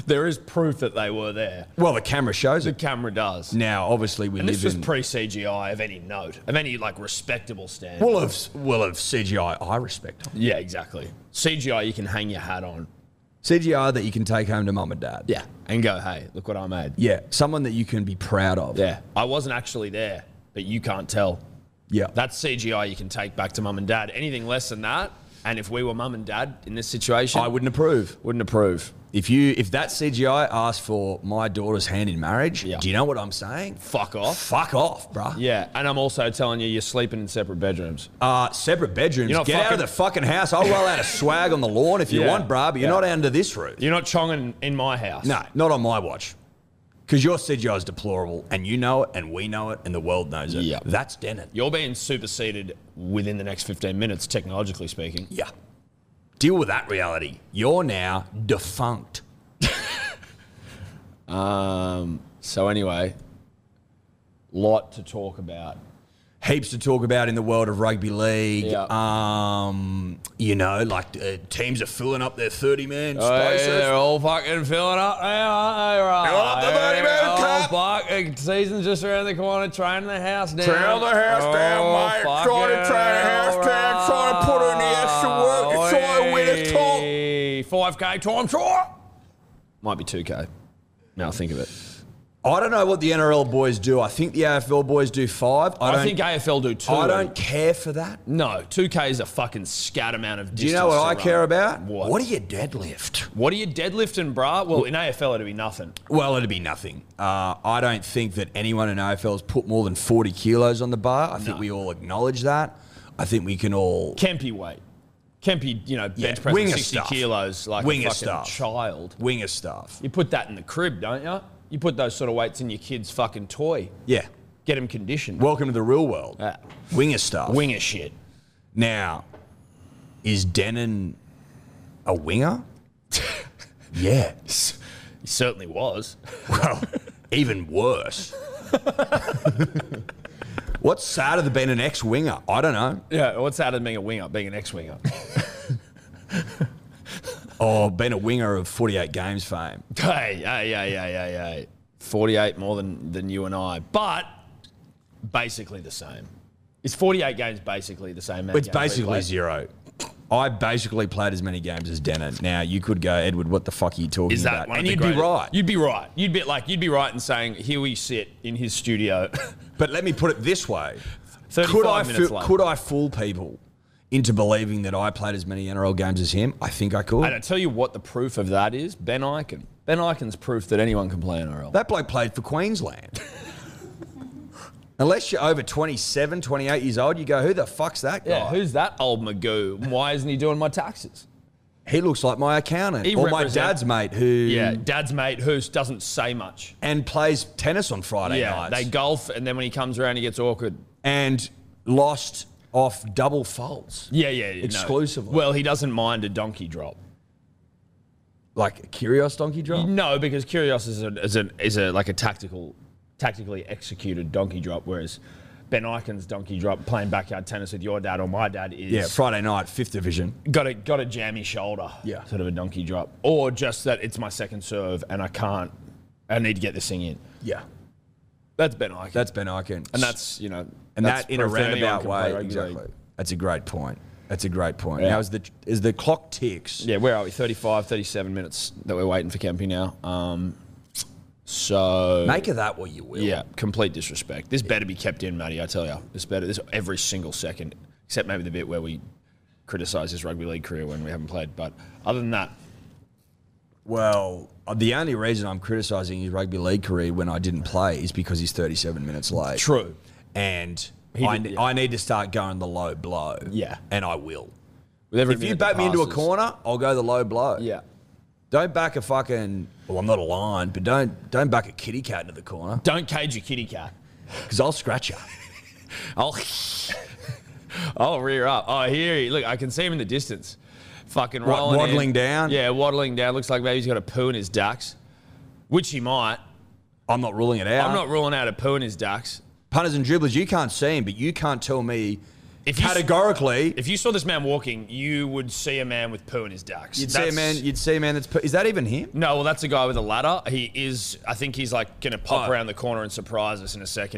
Speaker 6: There is proof that they were there.
Speaker 5: Well, the camera shows
Speaker 6: The
Speaker 5: it.
Speaker 6: camera does.
Speaker 5: Now, obviously, we
Speaker 6: and
Speaker 5: live
Speaker 6: this was
Speaker 5: in
Speaker 6: pre CGI of any note, of any like respectable standard.
Speaker 5: well of well of CGI. I respect
Speaker 6: yeah, exactly. CGI you can hang your hat on.
Speaker 5: CGI that you can take home to mum and dad.
Speaker 6: Yeah. And go, hey, look what I made.
Speaker 5: yeah, someone that you can be proud of.
Speaker 6: Yeah. I wasn't actually there, but you can't tell.
Speaker 5: yeah.
Speaker 6: That's CGI you can take back to mum and dad. Anything less than that, and if we were mum and dad in this situation,
Speaker 5: I wouldn't approve.
Speaker 6: wouldn't approve.
Speaker 5: If you if that CGI asked for my daughter's hand in marriage,
Speaker 6: Yeah.
Speaker 5: do you know what I'm saying?
Speaker 6: Fuck off.
Speaker 5: Fuck off, bruh.
Speaker 6: Yeah, and I'm also telling you, you're sleeping in separate bedrooms.
Speaker 5: Uh, separate bedrooms.
Speaker 6: You're
Speaker 5: Get
Speaker 6: not
Speaker 5: out of
Speaker 6: fucking-
Speaker 5: the fucking house. I'll roll out a swag on the lawn if you
Speaker 6: Yeah.
Speaker 5: want, bruh, but you're
Speaker 6: Yeah.
Speaker 5: not under this roof.
Speaker 6: You're not chonging in my house.
Speaker 5: No, not on my watch. Because your CGI is deplorable, and you know it, and we know it, and the world knows it.
Speaker 6: Yeah.
Speaker 5: That's Dennett.
Speaker 6: You're being superseded within the next 15 minutes, technologically speaking.
Speaker 5: Yeah. Deal with that reality. You're now defunct.
Speaker 6: Um, so anyway, lot to talk about.
Speaker 5: Heaps to talk about in the world of rugby league.
Speaker 6: Yeah.
Speaker 5: Um, you know, like uh, teams are filling up their 30 man
Speaker 6: Oh,
Speaker 5: spaces.
Speaker 6: they're all fucking filling up now, aren't they? Right?
Speaker 5: Fill up the bloody man
Speaker 6: Oh,
Speaker 5: cup.
Speaker 6: fuck, season's just around the corner, training the house down. Oh,
Speaker 5: Trail the house down, mate.
Speaker 6: fucking
Speaker 5: Trying to train the house down, trying to put in the extra work. It's trying to win a top.
Speaker 6: Oi. 5K time trial. Might be 2K. Now I think of it.
Speaker 5: I don't know what the NRL boys do. I think the AFL boys do five. I,
Speaker 6: I,
Speaker 5: don't,
Speaker 6: think AFL do two.
Speaker 5: I don't care for that.
Speaker 6: No, 2K is a fucking scat amount of distance.
Speaker 5: Do you know what
Speaker 6: to
Speaker 5: I
Speaker 6: run.
Speaker 5: care about?
Speaker 6: What?
Speaker 5: What do you deadlift?
Speaker 6: What are you deadlifting, brah? Well, in AFL, it'd be nothing.
Speaker 5: Well, it'd be nothing. Uh, I don't think that anyone in AFL has put more than 40 kilos on the bar. I think we all acknowledge that. I think we can all.
Speaker 6: Kempy weight. Kempy, you know, bench
Speaker 5: Yeah,
Speaker 6: pressing
Speaker 5: winger
Speaker 6: 60
Speaker 5: stuff.
Speaker 6: kilos like
Speaker 5: Winger
Speaker 6: a fucking
Speaker 5: stuff.
Speaker 6: child.
Speaker 5: Winger staff.
Speaker 6: You put that in the crib, don't you? You put those sort of weights in your kid's fucking toy.
Speaker 5: Yeah.
Speaker 6: Get him conditioned.
Speaker 5: Welcome to the real world.
Speaker 6: Yeah.
Speaker 5: Winger staff.
Speaker 6: Winger shit.
Speaker 5: Now, is Denon a winger? yeah.
Speaker 6: He certainly was.
Speaker 5: Well, even worse. What's sadder than being an ex winger? I don't know.
Speaker 6: Yeah, what's out of being a winger? Being an ex-winger.
Speaker 5: Oh, being a winger of 48 games fame.
Speaker 6: hey, hey, hey, hey, hey, hey. 48 more than, than you and I, but basically the same. Is 48 games basically the same? amount of
Speaker 5: It's
Speaker 6: games we
Speaker 5: basically
Speaker 6: played?
Speaker 5: zero. I basically played as many games as Denon. Now, you could go, Edward, what the fuck are you talking
Speaker 6: Is that
Speaker 5: about?
Speaker 6: one of
Speaker 5: and
Speaker 6: the
Speaker 5: you'd be
Speaker 6: greatest-
Speaker 5: right.
Speaker 6: You'd be right. You'd be like you'd be right in saying here we sit in his studio.
Speaker 5: but let me put it this way.
Speaker 6: 35
Speaker 5: Could I,
Speaker 6: minutes
Speaker 5: fool,
Speaker 6: late.
Speaker 5: could I fool people into believing that I played as many NRL games as him? I think I could.
Speaker 6: And I tell you what the proof of that is, Ben Iken. Ben Iken's proof that anyone can play NRL.
Speaker 5: That bloke played for Queensland. Unless you're over 27, 28 years old, you go, who the fuck's that guy?
Speaker 6: yeah, who's that old Magoo? And Why isn't he doing my taxes?
Speaker 5: he looks like my accountant
Speaker 6: He
Speaker 5: or my
Speaker 6: represent-
Speaker 5: dad's mate who
Speaker 6: Yeah, dad's mate who doesn't say much.
Speaker 5: and plays tennis on Friday
Speaker 6: Yeah,
Speaker 5: nights
Speaker 6: they golf and then when he comes around he gets awkward.
Speaker 5: and lost off double faults.
Speaker 6: Yeah, yeah, yeah. no.
Speaker 5: Exclusively.
Speaker 6: Well, he doesn't mind a donkey drop.
Speaker 5: Like Curios Donkey Drop?
Speaker 6: No, because Curios is a, is a, is a like a tactical, tactically executed donkey drop, whereas Ben Iken's donkey drop playing backyard tennis with your dad or my dad is
Speaker 5: Yeah, Friday night, fifth division.
Speaker 6: got a got a jammy shoulder,
Speaker 5: Yeah.
Speaker 6: sort of a donkey drop, or just that it's my second serve and I can't, I need to get this thing in.
Speaker 5: Yeah.
Speaker 6: That's Ben Iken,
Speaker 5: That's Ben Iken.
Speaker 6: and that's you know,
Speaker 5: and
Speaker 6: that's
Speaker 5: that in a
Speaker 6: proof that anyone
Speaker 5: roundabout
Speaker 6: can play
Speaker 5: way.
Speaker 6: rugby
Speaker 5: Exactly.
Speaker 6: league.
Speaker 5: That's a great point. That's a great point.
Speaker 6: Yeah.
Speaker 5: Now is the is the clock ticks.
Speaker 6: Yeah, where are we? 35, 37 minutes that we're waiting for Kempy now. Um, so
Speaker 5: Make of that what you will.
Speaker 6: Yeah, complete disrespect. This better be kept in, Matty. I tell you, this better. This every single second, except maybe the bit where we criticise his rugby league career when we haven't played. But other than that,
Speaker 5: Well, uh, the only reason I'm criticising his rugby league career when I didn't play is because he's 37 minutes late.
Speaker 6: true.
Speaker 5: And
Speaker 6: He
Speaker 5: I,
Speaker 6: did- yeah.
Speaker 5: I need to start going the low blow.
Speaker 6: Yeah.
Speaker 5: And I will.
Speaker 6: With every
Speaker 5: If you
Speaker 6: minute that
Speaker 5: back me into a
Speaker 6: passes-
Speaker 5: corner, I'll go the low blow.
Speaker 6: yeah,
Speaker 5: Don't back a fucking. Well, I'm not a lion, but don't don't back a kitty cat into the corner
Speaker 6: don't cage your kitty cat.
Speaker 5: because I'll scratch you.
Speaker 6: I'll, I'll rear up. Oh, here he. Look, I can see him in the distance. Fucking
Speaker 5: What,
Speaker 6: rolling in.
Speaker 5: waddling down?
Speaker 6: Yeah, waddling down. Looks like maybe he's got a poo in his ducks, which he might.
Speaker 5: I'm not ruling it out.
Speaker 6: I'm not ruling out a poo in his ducks.
Speaker 5: Punters and dribblers, you can't see him, but you can't tell me
Speaker 6: If you-
Speaker 5: categorically.
Speaker 6: If you saw this man walking, you would see a man with poo in his ducks.
Speaker 5: you'd see a man. You'd see a man that's. Is that even him?
Speaker 6: No, well, that's a guy with a ladder. He is. I think he's like going to pop
Speaker 5: Oh.
Speaker 6: around the corner and surprise us in a second.